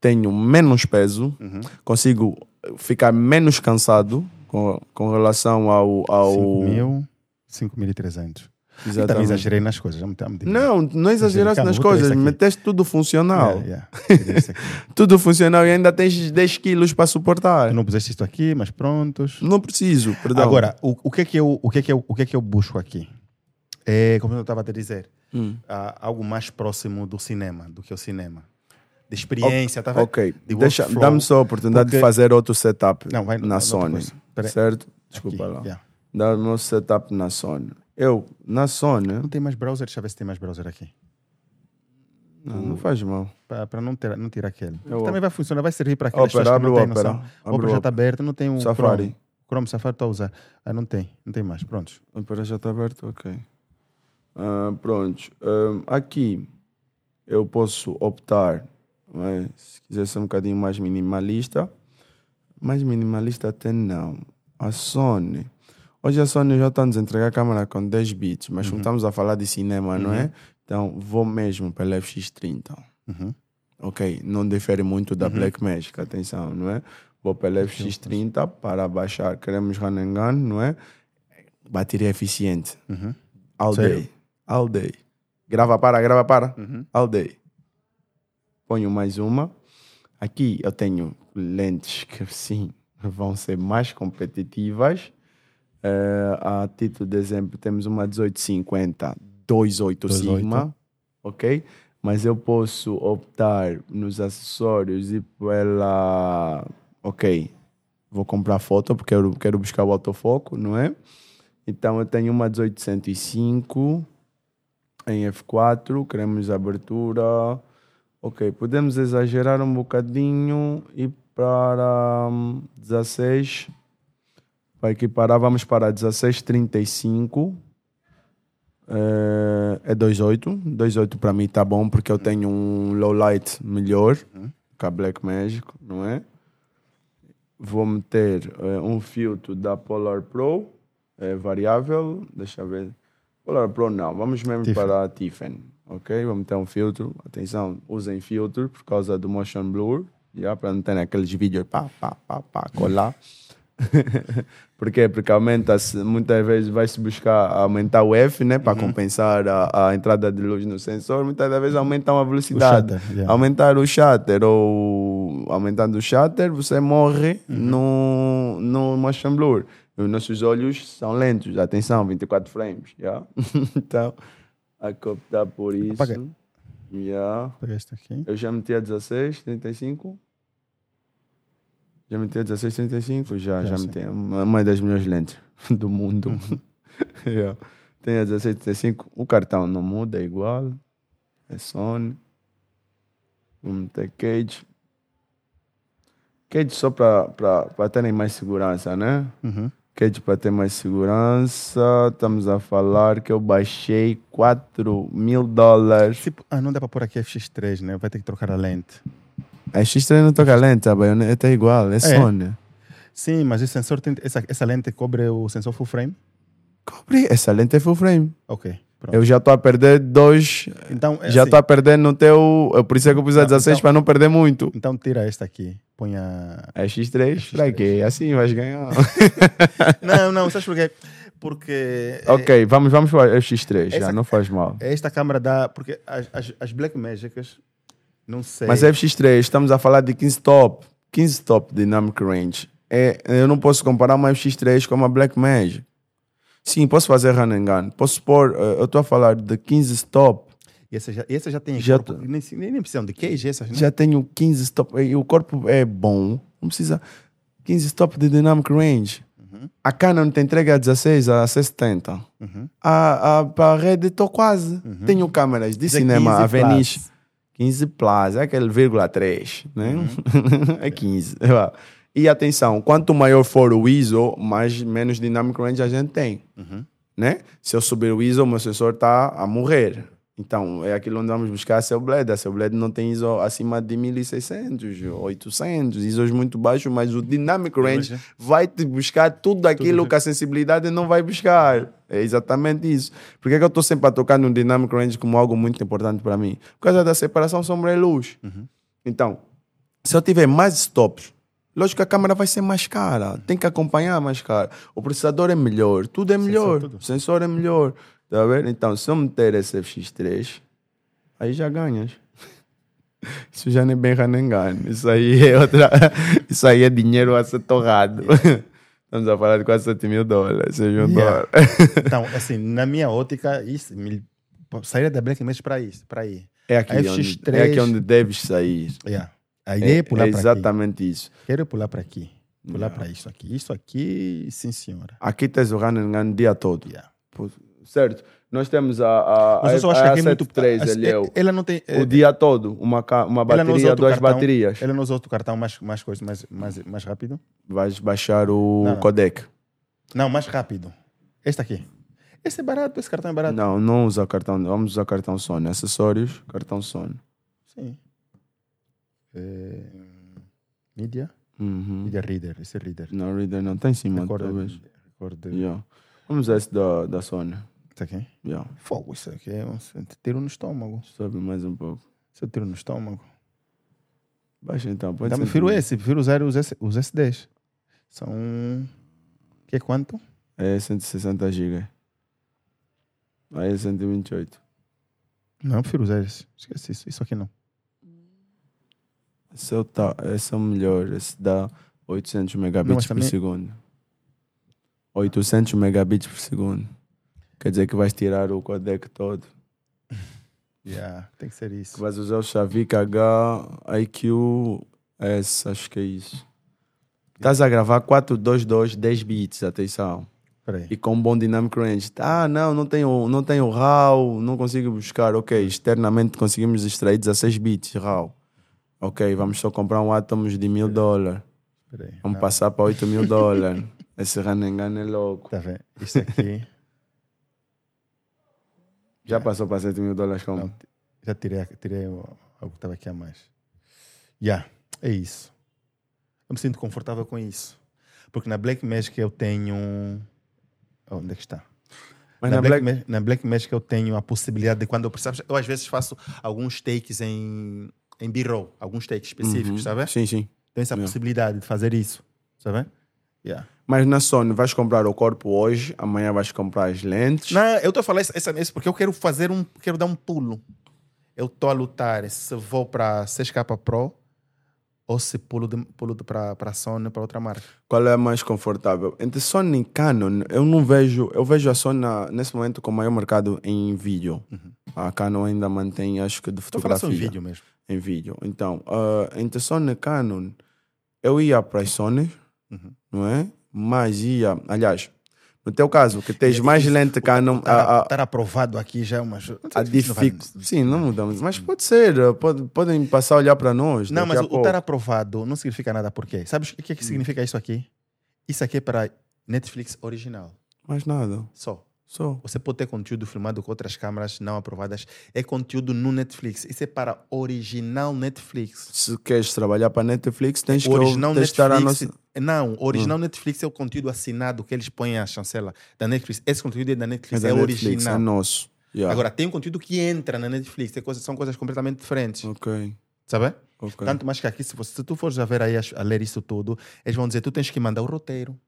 tenho menos peso, Uhum. consigo ficar menos cansado com, com relação ao. ao... 5.000, 5.300. Eu também exagerei nas coisas. Já me, já me digo. Não, não exageraste Calma, nas vou ter coisas, isso aqui. É. meteste tudo funcional. Yeah, yeah. Tirei isso aqui. Tudo funcional e ainda tens 10 quilos para Eu suportar. não puseste isto aqui, mas prontos. Não preciso, perdão. Agora, o, o que é que eu, o, que é que eu, o que é que eu busco aqui? É, como eu estava a te dizer, Hum. ah, algo mais próximo do cinema, do que o cinema. De experiência, tá vendo? Ok, De deixa- workflow. dá-me só a oportunidade de Porque- fazer outro setup Não, vai- na outra Sony. coisa. Pera aí. Certo? Aqui, Desculpa lá. yeah. Dá-me o setup na Sony. Eu, na Sony, Não tem mais browser? Deixa eu ver se tem mais browser aqui. não, Hum. não faz mal. Para não, ter- não tirar aquele. Eu- Também vai funcionar, vai servir para aquelas Opera, pessoas que abre não o têm Opera. noção. O Abre o Opera já Opera. está aberto, não tem o Safari. Chrome. Chrome, Safari estou a usar. Ah, não tem, não tem mais. Prontos. Agora já está aberto, ok. Ah, pronto. Ahm, aqui eu posso optar, não é? se quiser ser um bocadinho mais minimalista. Mais minimalista até não. A Sony. Hoje a Sony já está a nos entregar a câmera com 10 bits, mas Uhum. como estamos a falar de cinema, não é? Então vou mesmo pela FX30. Uhum. Ok, não difere muito da Black Magic, atenção, não é? Vou pela FX30 para baixar, queremos run and gun, não é? Bateria eficiente. Uhum. All Sério? day. All day. Grava, para, grava, para. Uhum. All day. Ponho mais uma. Aqui eu tenho lentes que sim vão ser mais competitivas. Eh, a título de exemplo, temos uma 1850 28 Sigma, ok? Mas eu posso optar nos acessórios e pela. Ok, vou comprar foto porque eu quero buscar o autofoco, não é? Então eu tenho uma 1805 em F4, queremos abertura. Ok, podemos exagerar um bocadinho e para hum, 16 para equiparar, vamos para 1635. É, é 28. 28 para mim tá bom porque eu tenho um low light melhor que a Black Magic, não é? Vou meter é, um filtro da Polar Pro, é, variável, deixa eu ver. Polar Pro não, vamos mesmo Tiffany. para a Tiffen, ok? Vamos ter um filtro, atenção, usem filtro por causa do motion blur, já, para não ter aqueles vídeos pá, pá, pá, pá, colar. [LAUGHS] Porque, porque aumenta muitas vezes vai-se buscar aumentar o F, né? Para compensar a, a entrada de luz no sensor. Muitas das vezes aumentam a velocidade. shutter, yeah. Aumentar o shutter ou aumentando o shutter, você morre Uhum. no, no motion blur. Os nossos olhos são lentos. Atenção, 24 frames. Yeah? [LAUGHS] então, a optar por isso. Apaga. Yeah. Pega este aqui. Eu já meti a 16, 35. Já meti a 16, 35. Já, Já já sei. meti. É Uma uma das melhores lentes [LAUGHS] do mundo. [LAUGHS] yeah. Tem a 16, 35. O cartão não muda, é igual. É Sony. Vou meter Cage. Cage só para terem mais segurança, né? Uhum. Cage para ter mais segurança. Estamos a falar que eu baixei 4 mil dólares. Tipo, ah, não dá para pôr aqui FX3, né? Vai ter que trocar a lente. A X3 não toca lente, a baioneta é igual, é, Sony. Sim, mas esse sensor tem, essa, essa lente cobre o sensor full frame? Cobre, essa lente é full frame. Ok, pronto. Eu já estou a perder dois. Então, é já assim, tá- estou a perder no teu. Por isso é que eu pus a Não, 16 então- para não perder muito. então tira esta aqui, põe a... [LAUGHS] A X3, X3. pra quê? Assim vais ganhar. [LAUGHS] Não, não, sabes por quê? Porque eh, ok, vamos, vamos para a X3, já, Essa- não faz mal. esta câmera dá... Porque as, as, as Black Magicas, não sei... Mas FX3, estamos a falar de 15 top. 15 top Dynamic Range. É, eu não posso comparar uma FX3 com uma Black Magic. Sim, posso fazer run and gun. Posso pôr. eh, eu estou a falar de 15 top. E essa já, e essa já tem... Já corpo- tô- nem, nem, nem precisam de queijo essas, né? já tenho 15 stop. E o corpo é bom. Não precisa. 15 stop de dynamic range. A Canon te entrega 16 a 70. Uhum. A, a, para a rede estou quase. Tenho câmeras de Isso é cinema, a 15 Venice. plus. 15 plus, é aquele vírgula 3, né? Uhum. [LAUGHS] é 15. vá. E atenção, quanto maior for o ISO, mais menos dynamic range a gente tem, Uhum. né? Se eu subir o ISO, meu sensor está a morrer. Então, é aquilo onde vamos buscar a seu bled. A seu bled não tem ISO acima de 1600, 800, ISOs muito baixos, mas o dynamic range Hoje. vai te buscar tudo aquilo que a sensibilidade não vai buscar. É exatamente isso. Por que, que eu estou sempre a tocar no Uhum. dynamic range como algo muito importante para mim? Por causa da separação sombra e luz. Então, Se eu tiver mais stops, lógico que a câmera vai ser mais cara. Tem que acompanhar mais cara. O processador é melhor, tudo é melhor. tudo. O sensor é melhor. Tá vendo? Então, se eu meter esse FX3, aí já ganhas. [LAUGHS] Isso já nem berra nem ganha. Isso aí é outra. [LAUGHS] Isso aí é dinheiro a ser torrado. [LAUGHS] Estamos a falar de quase 7 mil dólares. Vocês vão Yeah. torrar. Então, assim, na minha ótica, isso, me- saída da Black Mesh para isso, para aí. É aqui, A onde, FX3. é aqui onde deves sair. Yeah. A ideia é, pular é para aqui. exatamente isso. Quero pular para aqui. Pular Yeah. para isso aqui. Isso aqui, sim, senhora. Aqui tá tens o Running Gun o é um dia todo. Yeah. Pô, Certo? Nós temos a, a, Mas eu só acho a, que a aqui é muito. 73 acho- ali, é o, Ela não tem. o dia todo. Uma, ca- uma ela não usa bateria, outro duas cartão. baterias. Ela não usa outro cartão mais, mais coisa, mais, mais, mais rápido? Vais baixar o Não, não. codec. Não, mais rápido. Este aqui. Esse é barato, esse cartão é barato. Não, não usa cartão. Vamos usar cartão Sony. Acessórios, cartão Sony. Sim. É... Media? Uhum. Media Reader, esse é Reader. Não, Reader não. Tem em cima, Recorda- talvez. recorda- Yeah. Vamos usar esse da, da Sony. Isso aqui. Yeah. Fogo, isso aqui é um tiro no estômago. Sobe mais um pouco. Isso é tiro no estômago. Baixa então. Pode Então, ser prefiro também. esse, prefiro usar os, S, os S10. São. Que é quanto? É 160 GB. Aí é 128. Não, eu prefiro usar esse. Esquece isso. Isso aqui não. Esse é, o ta- esse é o melhor. Esse dá 800 megabits Não, mas também- por segundo. 800 megabits por segundo. Quer dizer que vais tirar o codec todo. Yeah, tem que ser Que isso. Vais usar o Xavic HIQS, acho que é isso. Estás a gravar 422 10 bits, atenção. Peraí. E com um bom dynamic range. Ah, não, não tenho, não tenho RAW, não consigo buscar. Ok, externamente conseguimos extrair 16 bits RAW. Ok, vamos só comprar um Atomos de mil dólares. Peraí. Vamos Não, passar para 8 mil dólares. [LAUGHS] Esse Ranengan é louco. Tá vendo? Isso aqui. Já passou para 7 mil dólares como? É. Não, ti- já tirei, a- tirei o- algo que estava aqui a mais. Já, é isso. Eu me sinto confortável com isso. Porque na Black Magic eu tenho. Oh, onde é que está? Mas na, na Black... Black- Ma- na Black Magic eu tenho a possibilidade de quando eu precisar. Eu às vezes faço alguns takes em, em B-roll, alguns takes específicos, Uhum. sabe? Sim, sim. Tenho essa Yeah. possibilidade de fazer isso, sabe? Yeah. Mas na Sony vais comprar o corpo hoje, amanhã vais comprar as lentes. Não, eu estou a falar isso, essa- isso porque eu quero fazer um. Quero dar um pulo. Eu estou a lutar se vou para 6K Pro ou se pulo, de, pulo de pra, pra Sony, para outra marca. Qual é a mais confortável? Entre Sony e Canon, eu não vejo. Eu vejo a Sony na- nesse momento com o maior mercado em vídeo. A Canon ainda mantém, acho que, de Estou a falar Uhum. só fotografia. em um vídeo mesmo. Em vídeo. Então, ah, entre Sony e Canon, eu ia para as Sony, Uhum. não é? Mas ia. Aliás, no teu caso, que tens É mais difícil. lente Canon. Estar a- a- estar Tá, aprovado aqui já é uma. ju- Não sei a se isso não vai- Uhum. dific... Sim, não mudamos. Mas pode ser, ah, pode, podem passar a olhar para nós. Não, daqui mas a o- o pouco. Hum. estar aprovado não significa nada por quê? Sabes o que, que significa isso aqui? Isso aqui é para Netflix original. Mais nada, Só. só. Você pode ter conteúdo filmado com outras câmeras não aprovadas. É conteúdo no Netflix. Isso é para original Netflix. Se queres trabalhar para Netflix, tens O que É original testar Netflix. a nossa. Hum. Não, o original Netflix é o conteúdo assinado que eles põem a chancela da Netflix. Esse conteúdo é da Netflix, Mas é, a Netflix original. é nosso. Yeah. Agora, tem um conteúdo que entra na Netflix, é coisa- são coisas completamente diferentes, Ok, sabe? Hum. ok. Tanto mais que aqui, se, você, se tu fores a ver aí, a, a ler isso tudo, eles vão dizer, tu tens que mandar o roteiro,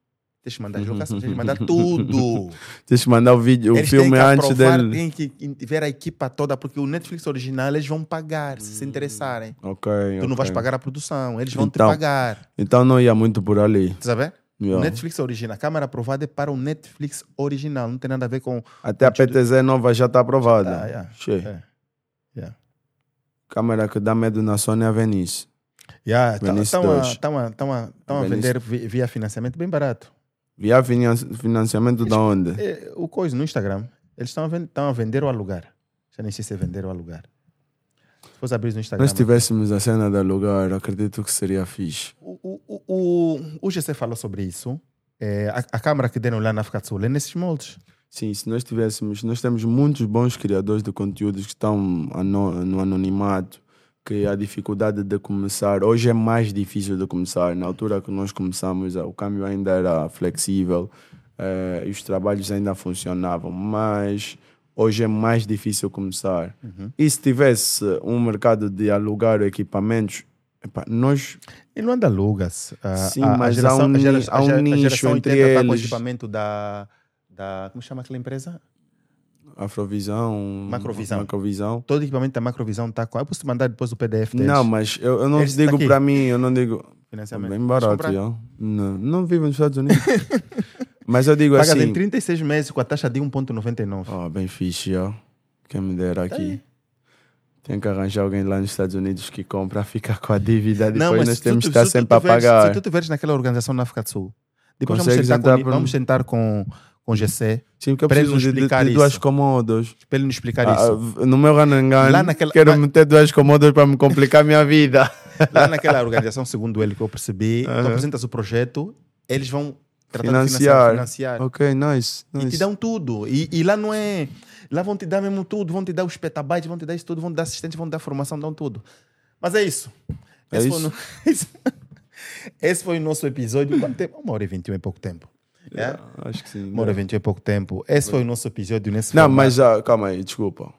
tens que mandar as locações, tens que [LAUGHS] mandar tudo. Tens que mandar o, vídeo, o eles têm filme que antes aprovar, dele. têm que in- ver a equipa toda, porque o Netflix original eles vão pagar, se Hum. se interessarem. Ok. Tu não vais ok. pagar a produção, eles vão Então. te pagar, Então não ia muito por ali. sabe? O Yeah. Netflix original. A câmera aprovada é para o Netflix original. Não tem nada a ver com. Até a PTZ nova já está aprovada. Ah, yeah. Che, É. Câmera que dá medo na Sony é a Venice. Yeah, tá- Venice tão a- dois. tão a- tão a- tão a Venice- vender vi- via financiamento bem barato. Via finan- financiamento da onde? É, o coisa no Instagram, eles estão a, ven- tão a vender ou alugar. Já nem sei se é vender ou alugar. Se fosse abrir no Se Instagram. nós tivéssemos a cena de alugar, acredito que seria fixe. O, o, o, o- o GC falou sobre isso. É, a, a câmera que deram lá na África do Sul é nesses moldes. Sim, se nós tivéssemos, nós temos muitos bons criadores de conteúdos que estão ano- no anonimato, que a dificuldade de começar, hoje é mais difícil de começar. Na altura que nós começamos, ah, o câmbio ainda era flexível eh, e os trabalhos ainda funcionavam, mas hoje é mais Uhum. difícil começar. E se tivesse um mercado de alugar equipamentos, Epá, nós E não anda alugas. A, Sim, a, mas a geração, há um a gera- ni- a há um gera- a nicho geração entre 80 tá com o eles. equipamento da, da. Como chama aquela empresa? Afrovisão. Macrovisão. Macrovisão. Todo equipamento da Macrovisão está com. Eu posso te mandar depois o PDF deles. Não, mas eu, eu não Esse digo daqui. para mim, eu não digo. É financiamento. bem Posso barato, comprar? já. Não, não vivo nos [LAUGHS] Estados Unidos. mas eu digo Pagas assim. em 36 meses com a taxa de 1,99. Ó, bem fixe, ó. Quem me dera Tá aqui. Tem que arranjar alguém lá nos Estados Unidos que compra, [LAUGHS] fica com a dívida, depois nós se tu- temos que se estar tu sempre a tiveres- pagar. Se tu tiveres naquela organização na África do Sul, depois vamos Consegues sentar, entrar um- com, por- vamos sentar com, com o GC Sim, porque eu pra ele preciso nos de, de, explicar de duas isso. comodas. para ele nos explicar Ah, isso. ah, no meu Ranangan, Lá naquela- quero na- meter duas comodas para me complicar a minha [LAUGHS] vida. Lá naquela organização, segundo ele, que eu percebi, tu Aham. apresentas o projeto, eles vão tratar Financiar. de financiar. financiar. ok, nice, E te nice. dão tudo. E, e lá não é. Lá vão te dar mesmo tudo, vão te dar os petabytes, vão te dar isso tudo, vão te dar assistente, vão te dar formação, dão tudo. Mas é isso. É Esse, Foi, o no- [LAUGHS] esse- esse foi o nosso episódio. Quanto tempo? Uma hora e vinte e um é pouco tempo. É? Ah, Acho que sim. Uma hora e né? vinte e um é pouco tempo. Esse foi o nosso episódio nesse Não, formato. mas ah, calma aí, desculpa.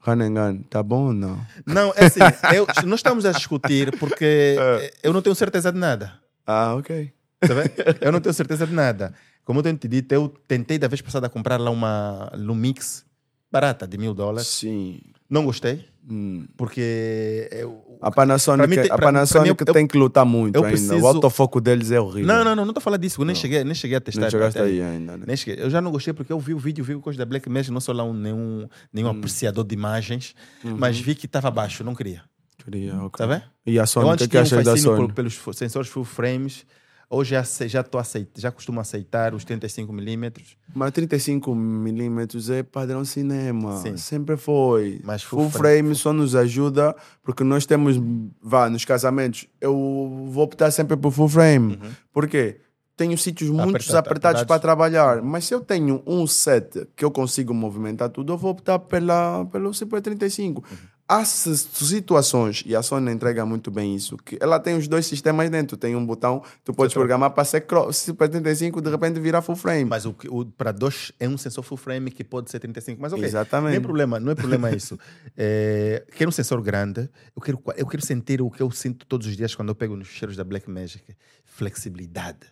Ranangan, tá bom ou não? Não, é assim, eu, nós estamos a discutir porque eh, É. eu não tenho certeza de nada. Ah, ok. Tá bem? Eu não tenho certeza de nada. Como eu tenho te dito, eu tentei da vez passada comprar lá uma Lumix barata de mil dólares. Sim. Não gostei, Hum. porque é eu. Pra A mim Panasonic, tem- a pra- Panasonic pra mim eu- tem que lutar muito eu ainda. preciso- O autofoco deles é horrível. Não, não, não, não estou a falar disso. Eu nem cheguei, nem cheguei a testar. Não chegaste até- aí ainda, né? nem cheguei. Eu já não gostei porque eu vi o vídeo, vi o coisa da Black Magic, não sou lá um, nenhum, nenhum Hum. apreciador de imagens, Uhum. mas vi que estava baixo, não queria. Queria, ok. Tá bem? E a Eu Sony, o antes que, que tinha um achas da fascínio Sony? por- pelos fu- sensores full frames. Hoje já, ace- já, tô aceit, já costumo aceitar os 35mm, Mas 35mm é padrão cinema. Sim. né? Sempre foi. Mas full full frame- frame, só nos ajuda porque nós temos. Vá, nos casamentos, eu vou optar sempre por full frame. Por quê? Tenho sítios muito Uhum. Aperta- apertados apertados. para trabalhar. Mas se eu tenho um set que eu consigo movimentar tudo, eu vou optar pela, pelo Super 35. Uhum. Há si- situações, e a Sony entrega muito bem isso, que ela tem os dois sistemas dentro. Tem um botão, tu podes programar para ser cro- Super 35 de repente virar full frame. mas o, que- o para dois é um sensor full frame que pode ser 35, mas ok. Não é Exatamente. problema, não é [LAUGHS] problema isso. É, quero um sensor grande, eu quero, qua- eu quero sentir o que eu sinto todos os dias quando eu pego nos cheiros da Black Magic, flexibilidade.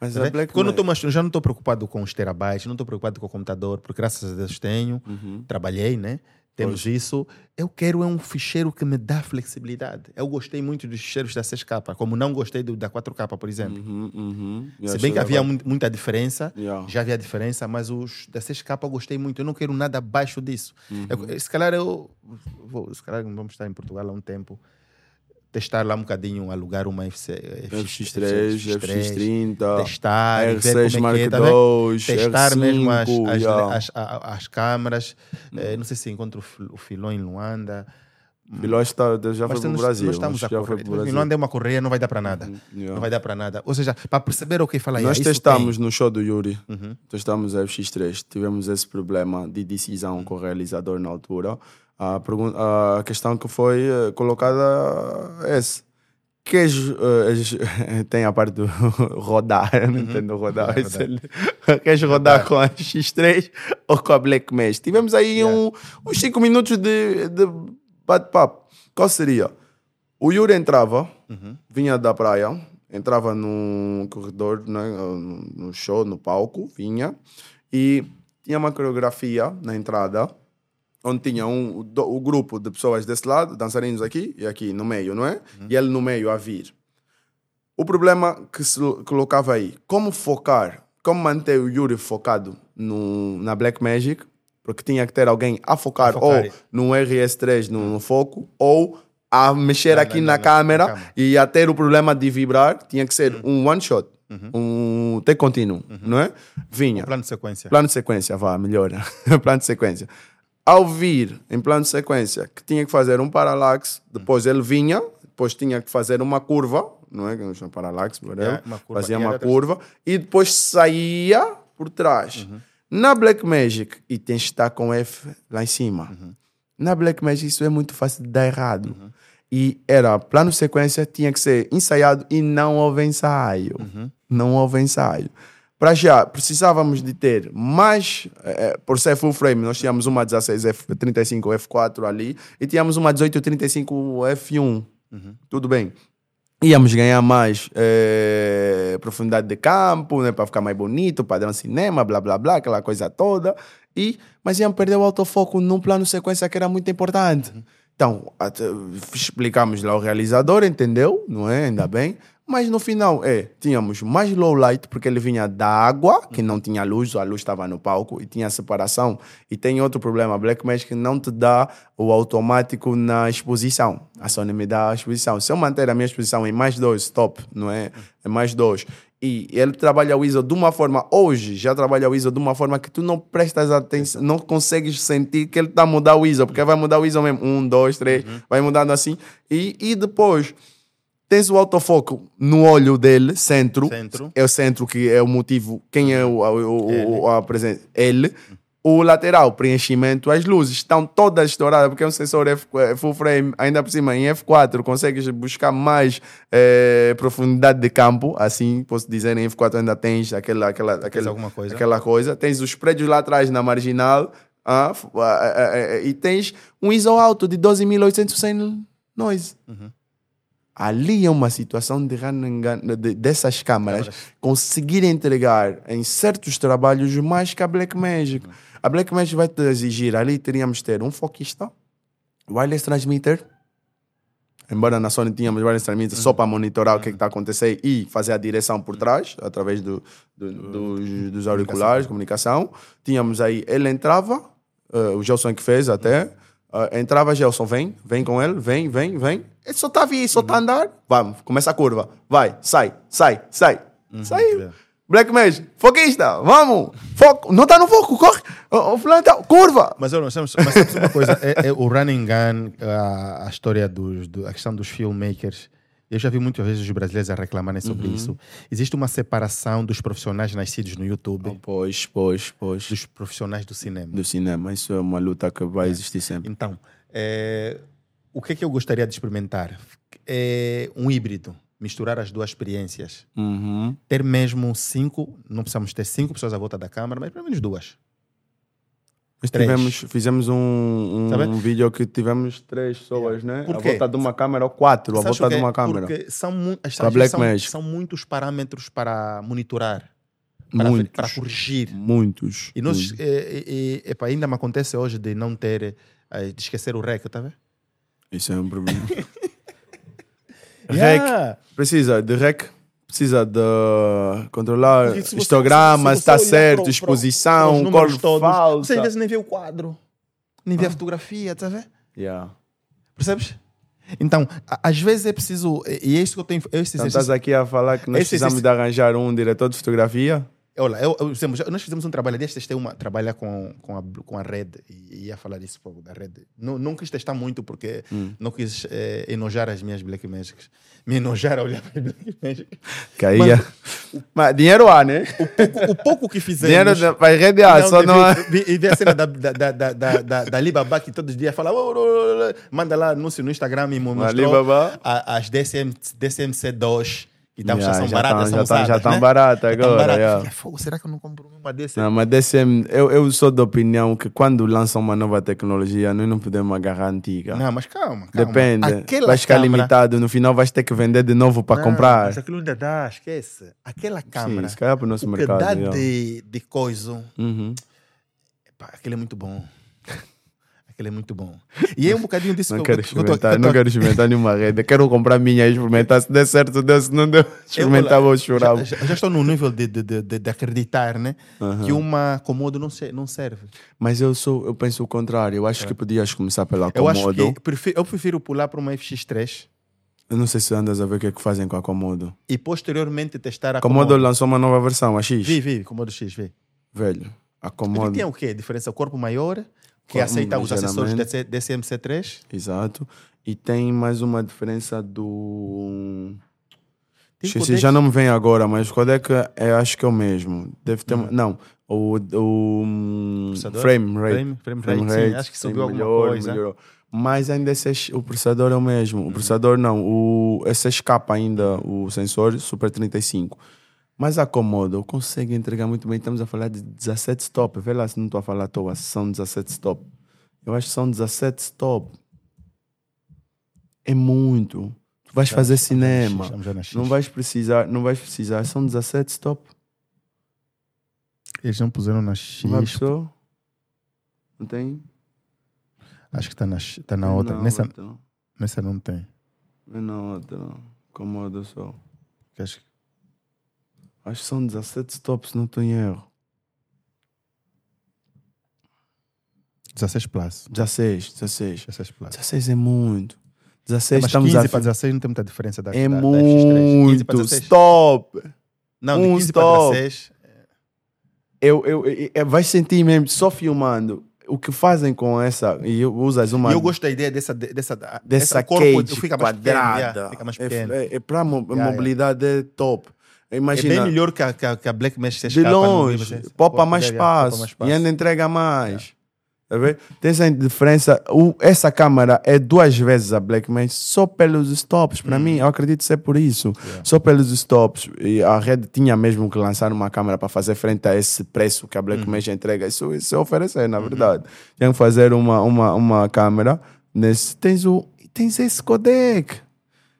Mas Tá a vendo? Black Quando eu, tô mais- Magic- eu já não estou preocupado com os terabytes, não estou preocupado com o computador, porque graças a Deus tenho, Uhum. trabalhei, né? Temos isso. Eu quero é um ficheiro que me dá flexibilidade. Eu gostei muito dos ficheiros da 6K, como não gostei do, da 4K, por exemplo. Uhum, uhum. Eu Se acho bem que havia legal. mu- muita diferença, Yeah. já havia diferença, mas os da 6K eu gostei muito. Eu não quero nada abaixo disso. Uhum. Eu- se calhar eu. Vou, se calhar vamos estar em Portugal há um tempo. Testar lá um bocadinho, alugar uma FC, FX3, FX30, testar, e ver R6 como é Mark que é, II, tá vendo? testar R5, mesmo as, as, yeah. as- a- as câmaras. Eh, não sei se encontro o Fil- o Filó em Luanda. Filó está, tá, Mas já foi para o estamos, Brasil. nós estamos a acho que já foi correr. pro Brasil. Uhum, Luanda é uma correia, não vai dar para nada. Yeah. Não vai dar para nada. Ou seja, para perceber o que falar é Nós isso testamos no show do Yuri, tem. Uhum. testamos a FX3, tivemos esse problema de Uhum. decisão com o realizador na altura. A, pergun- a questão que foi eh, colocada é essa. Queres, eh, es- [LAUGHS] tem a parte do [LAUGHS] rodar, eu Uhum. não entendo rodar. Vai isso é- [LAUGHS] Queres É rodar com a X3 ou com a Black Mesh? Tivemos aí Yeah. um, uns 5 minutos de, de bate-papo. Qual seria? O Yuri entrava, Uhum. vinha da praia, entrava num corredor, né, no show, no palco, vinha, e tinha uma coreografia na entrada, onde tinha um, o, do- o grupo de pessoas desse lado, dançarinos aqui e aqui no meio, não é? E ele no meio a vir. O problema que se lo- colocava aí, como focar, como manter o Yuri focado no, na Black Magic, porque tinha que ter alguém a focar, A focar, ou é. no RS3 no, no foco, ou a mexer Não, aqui não, na, não, na câmera, câmera. e a ter o problema de vibrar, tinha que ser um one shot, um take contínuo, não é? Vinha. Plano de sequência. Plano de sequência, vá, melhora. [LAUGHS] plano de sequência. Ao vir em plano de sequência, que tinha que fazer um paralaxe, depois ele vinha, depois tinha que fazer uma curva, não é? Que não chama paralaxe, whatever. É, uma curva. né? Fazia E uma era- curva e depois saía por trás. Uhum. Na Black Magic, e tens que estar com F lá em cima. Uhum. Na Black Magic, isso é muito fácil de dar errado. E era plano de sequência, tinha que ser ensaiado e não houve ensaio. Uhum. Não houve ensaio. Para já, precisávamos de ter mais, eh, eh, por ser full frame, nós tínhamos uma 16F35F4 ali e tínhamos uma 1835F1. Uhum. Tudo bem. Íamos ganhar mais eh, profundidade de campo, né, para ficar mais bonito, padrão cinema, blá blá blá, aquela coisa toda. E, mas iam perder o autofoco num plano sequência que era muito importante. Então, até- explicamos lá o realizador, entendeu? Não é? Ainda bem. Mas no final, é, tínhamos mais low light, porque ele vinha da água, que não tinha luz, a luz estava no palco, e tinha separação. E tem outro problema, Black Magic não te dá o automático na exposição. A Sony me dá a exposição. Se eu manter a minha exposição em mais dois, top, não é? Em mais dois. E ele trabalha o ISO de uma forma, hoje já trabalha o ISO de uma forma que tu não prestas atenção, não consegues sentir que ele está a mudar o ISO, porque vai mudar o ISO mesmo. Um, dois, três, vai mudando assim. E, e depois tens o autofoco no olho dele, centro. Centro. É o centro que é o motivo, quem é o, o, o- o- a presença? Ele. O lateral, preenchimento, as luzes estão todas estouradas, porque é um sensor F, é full frame, ainda por cima, em F4, consegues buscar mais eh, profundidade de campo, assim, posso dizer, em F4 ainda tens aquela, aquela, aquele- alguma coisa. aquela coisa. Tens os prédios lá atrás, na marginal, ah, f- ah, ah, ah, e tens um ISO alto de 12.800 sem noise. Ali é uma situação de, ranangan- de- dessas câmaras conseguir entregar em certos trabalhos mais que a Black Magic. A Black Magic vai te exigir, ali teríamos de ter um foquista, wireless transmitter, embora na Sony tínhamos wireless transmitter só para monitorar o que está acontecendo e fazer a direção por trás, através do, do- dos, dos auriculares, comunicação. Tínhamos aí, ele entrava, eh, o Gelson que fez até, eh, entrava Gelson, vem, vem com ele, vem, vem, vem. Ele só está a vir, só está a andar. Vamos, começa a curva. Vai, sai, sai, sai. Saiu. é. Black Mage, foquista, vamos! Foco, não está no foco, corre! O, o fulano tá- curva! Mas olha, mas sabes mas sabes uma coisa, é, é o running gun, a, a história dos, do- a questão dos filmmakers. Eu já vi muitas vezes os brasileiros a reclamarem Uhum. sobre isso. Existe uma separação dos profissionais nascidos no YouTube Pois, pois, pois. dos profissionais do cinema. Do cinema, isso é uma luta que vai existir sempre. Então, é, o que é que eu gostaria de experimentar? É um híbrido, misturar as duas experiências. Uhum. Ter mesmo cinco, não precisamos ter cinco pessoas à volta da câmara, mas pelo menos duas. Nós Três. tivemos, fizemos um, um, Sabe? um vídeo que tivemos três pessoas, né? Por à quê? volta de uma câmera, ou quatro, à Sabes volta o de quê? uma tá câmera. Porque são, mu- as Com a tarefas Black são, Magic. são muitos parâmetros para monitorar, para, ver- Muitos. para corrigir. Muitos. E nós, muitos. é, é, é, epa, ainda me acontece hoje de não ter, eh, de esquecer o rec, tá vendo? Isso é um problema. [LAUGHS] Yeah. Precisa de rec, precisa de controlar Porque se você- histograma, se você se está olhar certo, pro- pro- exposição, pros números cor todos, Você às falsa. vezes nem vê o quadro, nem vê Ah. a fotografia, tá vendo? Yeah. Percebes? Então, a- às vezes é preciso, e é isso que eu tenho, é esse Então exercício- estás aqui a falar que nós Esse precisamos exercício- de arranjar um diretor de fotografia? Olha, eu, eu, fizemos- nós fizemos um trabalho destes, tem uma, trabalha com, com, a, com a rede, e ia falar isso pouco da rede. Não, não quis testar muito, porque Hum. não quis eh, enojar as minhas Black Magics. Me enojar a olhar [LAUGHS] para as Black Magic. Caía. é- Mas, dinheiro há, né? O pouco que Dinheiro fizemos... da- vai redear, só não há. vi, vi- vi a cena da, da, da, da, da, da- da Alibaba que todos os dias fala, "Oh, oh, oh, oh", manda lá anúncio no Instagram e me mostrou Alibaba. a- as DCM, DCMC2, que tá, já Yeah, são já tão- baratas, já são tão- já usadas, tão né? barata Já tão agora, barata. yeah. Fiquei, "Fogo, será que eu não compro uma DCM? Não, mas DCM, eu, eu sou da opinião que quando lançam uma nova tecnologia, nós não podemos agarrar a antiga. Não, mas calma, calma. Depende. Aquela vai ficar câmara- limitado, no final vais ter que vender de novo para Não, comprar. Mas aquilo ainda dá, esquece. Aquela câmara, Sim, se calhar para o nosso o que mercado. dá já. de, de coisa, Uhum. pá, aquele é muito [LAUGHS] bom. aquele é muito bom. E é um bocadinho disso Não que eu- quero que eu tô aqui- que eu experimentar, tô não aqui- quero experimentar nenhuma rede. Quero comprar minha e experimentar. Se der certo, deu. Se não deu, experimentar, vou chorar. Já, já estou num nível de, de, de, de- de acreditar, né? Que uma comodo não, se- não serve. Mas eu sou, eu penso o contrário. Eu acho que podias começar pela É. Eu acho Comodo. Eu, que prefiro, eu prefiro pular para uma FX3 não sei se andas a ver o que é que fazem com a Comodo. e posteriormente testar a Comodo, Comodo. lançou uma nova versão, a X. Vi, vi, Comodo X, vi. Velho, a Ele Comodo. tem um. o quê? Diferença? Corpo maior, que Corpo, aceita os acessórios ligeiramente. DC, DCMC3. Exato. E tem mais uma diferença do. Tem Esqueci, codecs. já não me vem agora, mas o codec é, acho que é o mesmo. Deve ter. uma- Não, o, o hum, Hum. Processador? frame rate. Frame- frame rate, sim, acho que tem subiu alguma coisa. Uhum. Melhorou. Mas ainda esse, es- o processador é o mesmo. O processador não, o, esse escapa ainda, o sensor Super 35. Mas acomoda, consegue entregar muito bem. Estamos a falar de 17 stop. Vê lá se não estou a falar à toa, são 17 stop. Eu acho que são 17 stop. é muito. Tu vais Já- fazer já na X, cinema. estamos já na X. Não vais precisar, não vais precisar. São 17 stop. Eles não puseram na Uma X. pessoa. Não tem? Acho que está na, X- tá na outra. Não, nessa, Então. nessa não tem. Não é na outra, não. Comoda só. Que Acho que Acho que são 17 stops, não tem erro. 16 plus. 16, 16. 16 plus. É, 16 é muito. 16 Mas estamos 15 a... para 16 não tem muita diferença da, tá um É da, da X3. 15 para muito. 16. Stop! Não, de Um 15 stop. para 16. Eu, eu, eu- eu- vai sentir mesmo, só filmando. O que fazem com essa. E eu- usas uma. E eu gosto da ideia dessa. dessa, dessa essa corpo cage fica mais pequeno, quadrada. yeah, fica mais É- pequeno. é, é para mo Yeah, mobilidade é top. Imagina. É bem melhor que a, que a- que a Black Mesh se de escapa, não longe, tem você- poupa pode- mais é, é, poupa espaço mais e espaço. É. ainda entrega mais. Tá vendo? Tem essa diferença. O- essa câmera é duas vezes a Blackman só pelos stops. Hum. Para mim, eu acredito ser por isso. É. Só pelos stops. E a rede tinha mesmo que lançar uma câmera para fazer frente a esse preço que a Hum. Blackman entrega. Isso, isso é oferecer, Uhum. na verdade. Tem que fazer uma, uma, uma câmera. Nesse, tens, o, tens esse codec.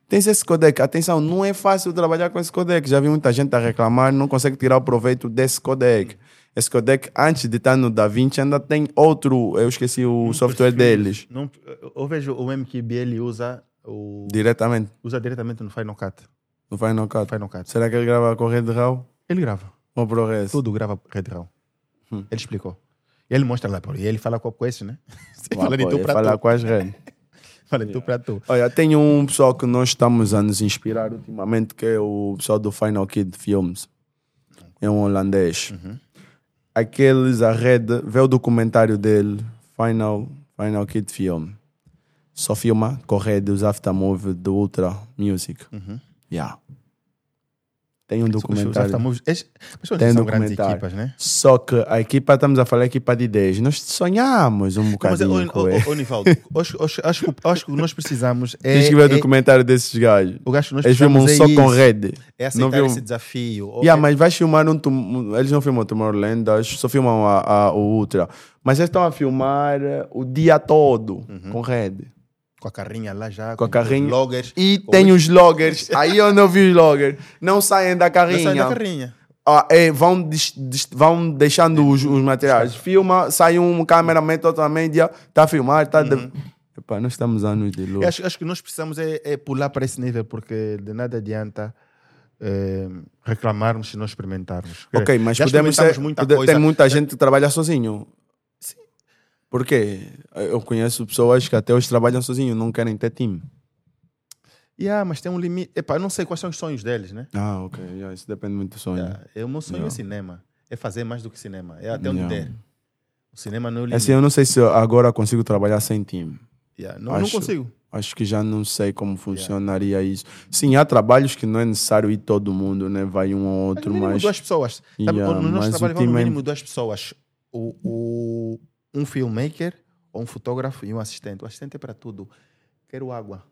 Tem esse codec. Atenção, não é fácil trabalhar com esse codec. Já vi muita gente a reclamar, não consegue tirar o proveito desse codec. Esse codec, antes de estar no DaVinci, ainda tem outro. Eu esqueci Hum, o software deles. Não, eu vejo o MQBL usa, o, Diretamente, usa diretamente no Final Cut. no Final No Cut. Final Cut. Será que ele grava com Red Raw Ele grava. ou ProRes? Tudo grava Red Raw. Hum. Ele explicou. Ele mostra lá, pô, e ele fala com com esse, né? [LAUGHS] Ele fala de tu pra tu. falar com as redes. Fala de tu pra tu. Olha, tem um pessoal que nós estamos a nos inspirar ultimamente, que é o pessoal do Final Kid Films. É um holandês. Uhum. Aqueles, a rede, vê o documentário dele, Final, Final Kid Film. Só filma com rede os aftermovie do Ultra Music. Yeah. Tem um Uhum. Os After documentário. Movies- eles- Mas são Tem são grandes documentário. equipas, né? Só que a equipa, estamos a falar a equipa de 10. Nós sonhamos um Mas, é ô, bocadinho ô, com ele. ô, ô, [LAUGHS] Nivaldo, acho, acho, acho, que- acho que nós precisamos. É, Tens que ver o é- documentário desses gajos. o gajo que nós Eles filmam precisamos é só com isso. rede. É Não aceitar viu? esse desafio. Ou- Yeah, mas vai filmar um, tum- um- Eles não filmam Tomorrowland, acho, só filmam a, a- o Ultra. Mas eles estão a filmar eh, o dia todo com rede. Com a carrinha lá já. Com a carrinha. Loggers. E tem os loggers. Aí eu não vi os loggers. Não saem da Não carrinha. sai da carrinha. Ah, é, vão, des- des- vão deixando os, os materiais. Filma, sai um cameraman totalmente. Está a filmar, está. Epá, nós estamos anos de luz. Eu Acho, acho que nós precisamos é, é pular para esse nível, porque de nada adianta eh, reclamarmos se não experimentarmos. Ok, mas Já podemos experimentamos ser, muita pode- coisa. tem muita gente que trabalha sozinho. Porque eu conheço pessoas que até hoje trabalham sozinho, não querem ter time. Yeah, mas tem um limite. Epá, eu não sei quais são os sonhos deles, né? Ah, ok. yeah, isso depende muito do sonho. Yeah, é, o meu sonho é cinema. É fazer mais do que cinema. É até onde Yeah. der. O cinema não é o limite. Assim, eu não sei se eu agora consigo trabalhar sem time. Yeah, não, não acho- consigo. Acho que já não sei como funcionaria isso. Sim, há trabalhos que não é necessário ir todo mundo, né? Vai Mas um ou no outro, mínimo mas... duas pessoas. Sabe, Yeah, no nosso mas o trabalho vão no time é- mínimo duas pessoas. O, o- um filmmaker, ou um fotógrafo e um assistente. O assistente é para tudo. Quero água.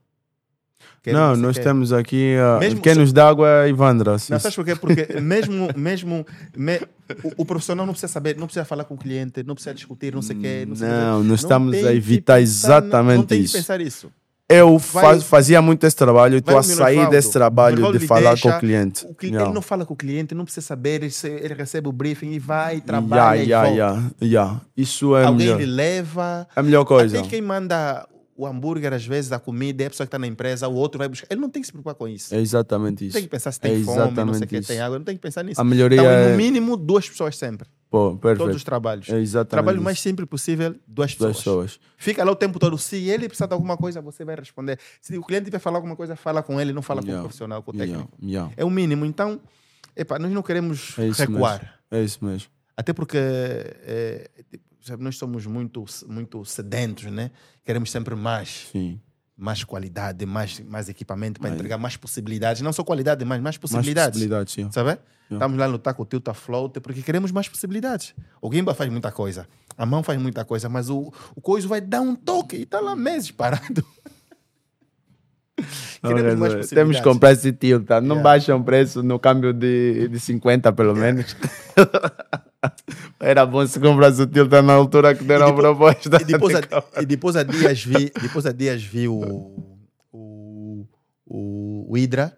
Quero Não, sei nós quê. temos aqui... ah, Mesmo quem se- nos dá água é a Ivandra. Não, sabes porquê? Porque mesmo, mesmo me- o, o profissional não precisa saber, não precisa falar com o cliente, não precisa discutir, não sei o quê. Não, sei o quê. Não, nós estamos tem a que evitar exatamente não tem isso. que pensar isso. Eu fa- Vai- fazia muito esse trabalho Vai e estou a no sair Minovaldo. desse trabalho Minovaldo de lhe falar com deixa, o cliente. O cli- Yeah. Ele não fala com o cliente, não precisa saber, ele, se- ele recebe o briefing e vai, Yeah, trabalha e yeah, volta. yeah, yeah. Isso é a Alguém melhor, É lhe leva. a melhor coisa. Até quem manda o hambúrguer, às vezes, a comida, é a pessoa que está na empresa, o outro vai buscar. Ele não tem que se preocupar com isso. É exatamente Não isso. tem que pensar se É tem fome, não sei o exatamente que, isso. tem água, não tem que pensar nisso. A melhoria então, é- no mínimo, duas pessoas sempre. Pô, Todos perfeito. os trabalhos. É exatamente Trabalho o isso. mais simples possível, duas pessoas. Duas pessoas. Fica lá o tempo todo. Se ele precisar de alguma coisa, você vai responder. Se o cliente vai falar alguma coisa, fala com ele, não fala com o Yeah. profissional, com o técnico. Yeah, yeah. É o mínimo. Então, epa, nós não queremos É isso recuar. mesmo. É isso mesmo. Até porque eh, tipo, sabe, nós somos muito, muito sedentos, né? Queremos sempre mais. Sim. Mais qualidade, mais, mais equipamento para entregar mais possibilidades. Não só qualidade, mas mais Mais possibilidades. possibilidades, sim. Sabe? Estamos lá a lutar com o Tilta Float é porque queremos mais possibilidades. O Gimba faz muita coisa, a mão faz muita coisa, mas o, o coiso vai dar um toque e está lá meses [LAUGHS] parado. queremos mais possibilidades. Temos que comprar esse tilta. Não Yeah. baixam o preço no câmbio de, de 50, pelo menos. [LAUGHS] Era bom se comprasse o tilta na altura que [LAUGHS] deram a proposta. E depois, a, e depois há dias vi, depois há dias vi o, o o Hydra,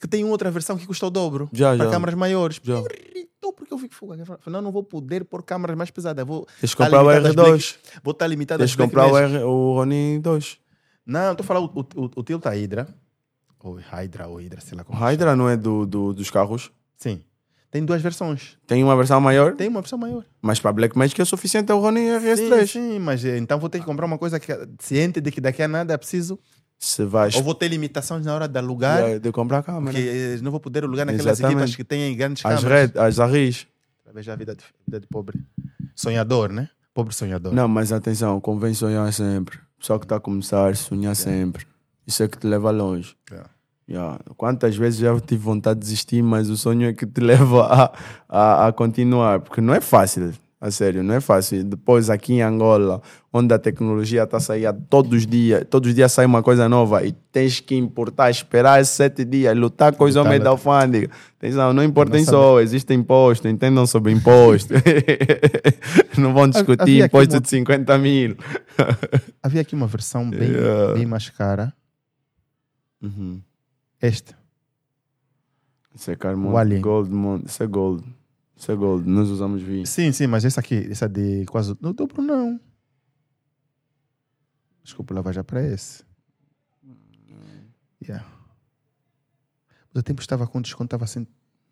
que tem outra versão que custa o dobro Já, para já. câmaras maiores. Já. Me irritou porque eu fico "Fogo, afinal não vou poder pôr câmaras mais pesadas. Vou Tens que tá comprar o limitado às R2. Black- Vou estar limitado Tens às que Black comprar o, Magic. R, o Ronin 2. Não, estou a falar o, o, o, o Tilta Hydra. Ou Hydra, ou Hydra, sei lá O como. se Hydra não é do, do- dos carros. chama. Sim. Tem duas versões. Tem uma versão maior, Tem uma versão maior. mas para Black Magic é o suficiente é o Ronin Sim, RS3. sim, mas eh, então vou ter que comprar uma coisa que ciente de que daqui a nada é preciso. Se vais Ou vou ter limitações na hora de alugar. de, de comprar a câmera. Porque eh, não vou poder alugar naquelas Exatamente. equipas que têm grandes As câmeras. red, as arris. Pra ver já a vida de, vida de pobre. Sonhador, né? Pobre sonhador. Não, mas atenção, convém sonhar sempre. Só que está a começar, sonhar sempre. Isso é que te leva longe. Yeah. Yeah. Quantas vezes já tive vontade de desistir, mas o sonho é que te [LAUGHS] leva a, a, a continuar. Porque não é fácil, a sério, não é fácil. Depois aqui em Angola, onde a tecnologia está saindo todos os dias, todos os dias sai uma coisa nova e tens que importar, esperar sete dias, lutar com os Lutar, homens da lutar. alfândega. Atenção, não importem Nossa, só, existe imposto, entendam sobre [LAUGHS] imposto. [LAUGHS] não Assim vão discutir havia aqui imposto uma- de 50 mil. Havia aqui uma versão bem, Yeah. bem mais cara. Uhum. Este. Isso é Carmon, O Alien. Gold, mon- isso é Gold. Isso é Gold, nós usamos vinho. Sim, sim, mas essa aqui, essa de quase. Não dobro, não. Desculpa, lá vai já para esse. Hum. Yeah. Mas o tempo estava com desconto, estava assim.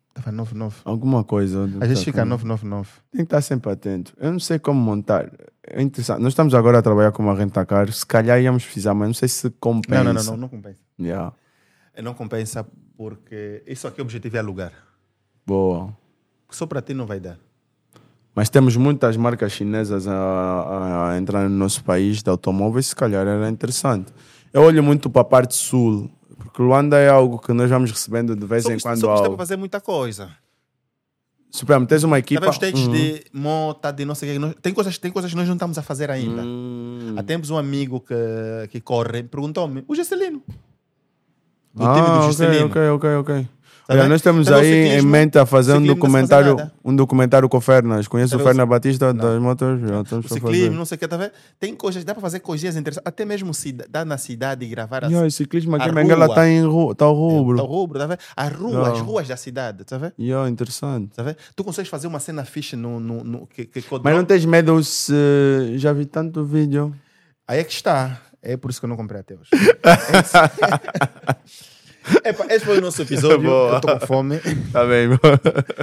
Estava 99. Alguma coisa. Tá Às vezes fica 999. Tem que estar sempre atento. Eu não sei como montar. É interessante. Nós estamos agora a trabalhar com uma renta car. Se calhar íamos precisar, mas não sei se compensa. Não, não, não, não, não compensa. Yeah. Não compensa porque isso aqui o objetivo é alugar. Boa. Só para ti não vai dar. Mas temos muitas marcas chinesas a, a- a entrar no nosso país de automóveis. Se calhar era interessante. Eu olho muito para a parte sul. Porque Luanda é algo que nós vamos recebendo de vez Só em que, só quando. que está para algo. fazer muita coisa. Supremo, tens uma equipa. Sabe os takes Hum. de mota, de não sei o que. nós- Tem coisas, tem coisas que nós não estamos a fazer ainda. Hum. Há tempos um amigo que, que corre perguntou-me, o Gesselino. Do ah, time do ok, Gesselino. Ok, ok, ok. Tá Olha, bem? nós temos Então, aí em ciclismo- mente a fazer um ciclismo não se faz documentário, nada. um documentário com o Fernas. Conheço Tá o bem, Fernas o- Batista das motos. Já estamos O a ciclismo, fazer. não sei o que, tá vendo? Tem coisas, dá para fazer coisinhas interessantes. Até mesmo se dá na cidade e gravar Yeah, o ciclismo aqui A em Benguela rua. está em ru- tá o assim. rubro. Tá o rubro, tá vendo? As ruas, Não. as ruas da cidade, tá vendo? Yeah, interessante. Tá vendo? Tu consegues fazer uma cena fixe no, no, no- que, que que eu Mas dou- não tens medo se já vi tanto vídeo. Aí é que está. É por isso que eu não comprei até [LAUGHS] hoje. É isso. Epa, esse foi o nosso episódio. Boa. Eu estou com fome. Tá bem, bro.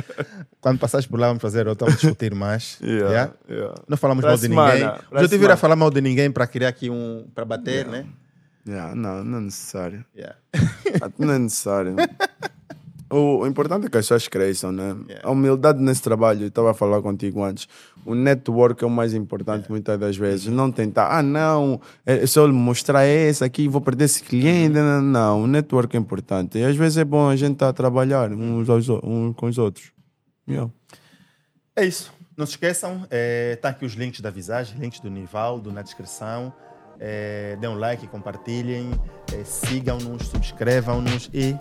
[LAUGHS] Quando passares por lá, vamos fazer outra, vamos discutir mais. [LAUGHS] Yeah, Yeah? yeah. Não falamos Pra mal de semana, ninguém. pra Hoje eu tive a semana. falar mal de ninguém para criar aqui um. para bater, né? Yeah, não, não é necessário. Yeah. Não é necessário. O, o importante é que as pessoas cresçam, né? Yeah. A humildade nesse trabalho, eu estava a falar contigo antes. O network é o mais importante muitas das vezes. Não tentar, ah, não, é, se eu lhe mostrar esse aqui, vou perder esse cliente. Não, não, o network é importante. E às vezes é bom a gente estar a trabalhar uns, aos o- uns com os outros. Yeah. É isso. Não se esqueçam, é, tá aqui os links da Visagem, links do Nivaldo na descrição. É, dê um like, compartilhem, é, sigam-nos, subscrevam-nos e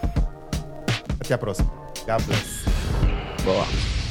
até a próxima. God bless. Boa.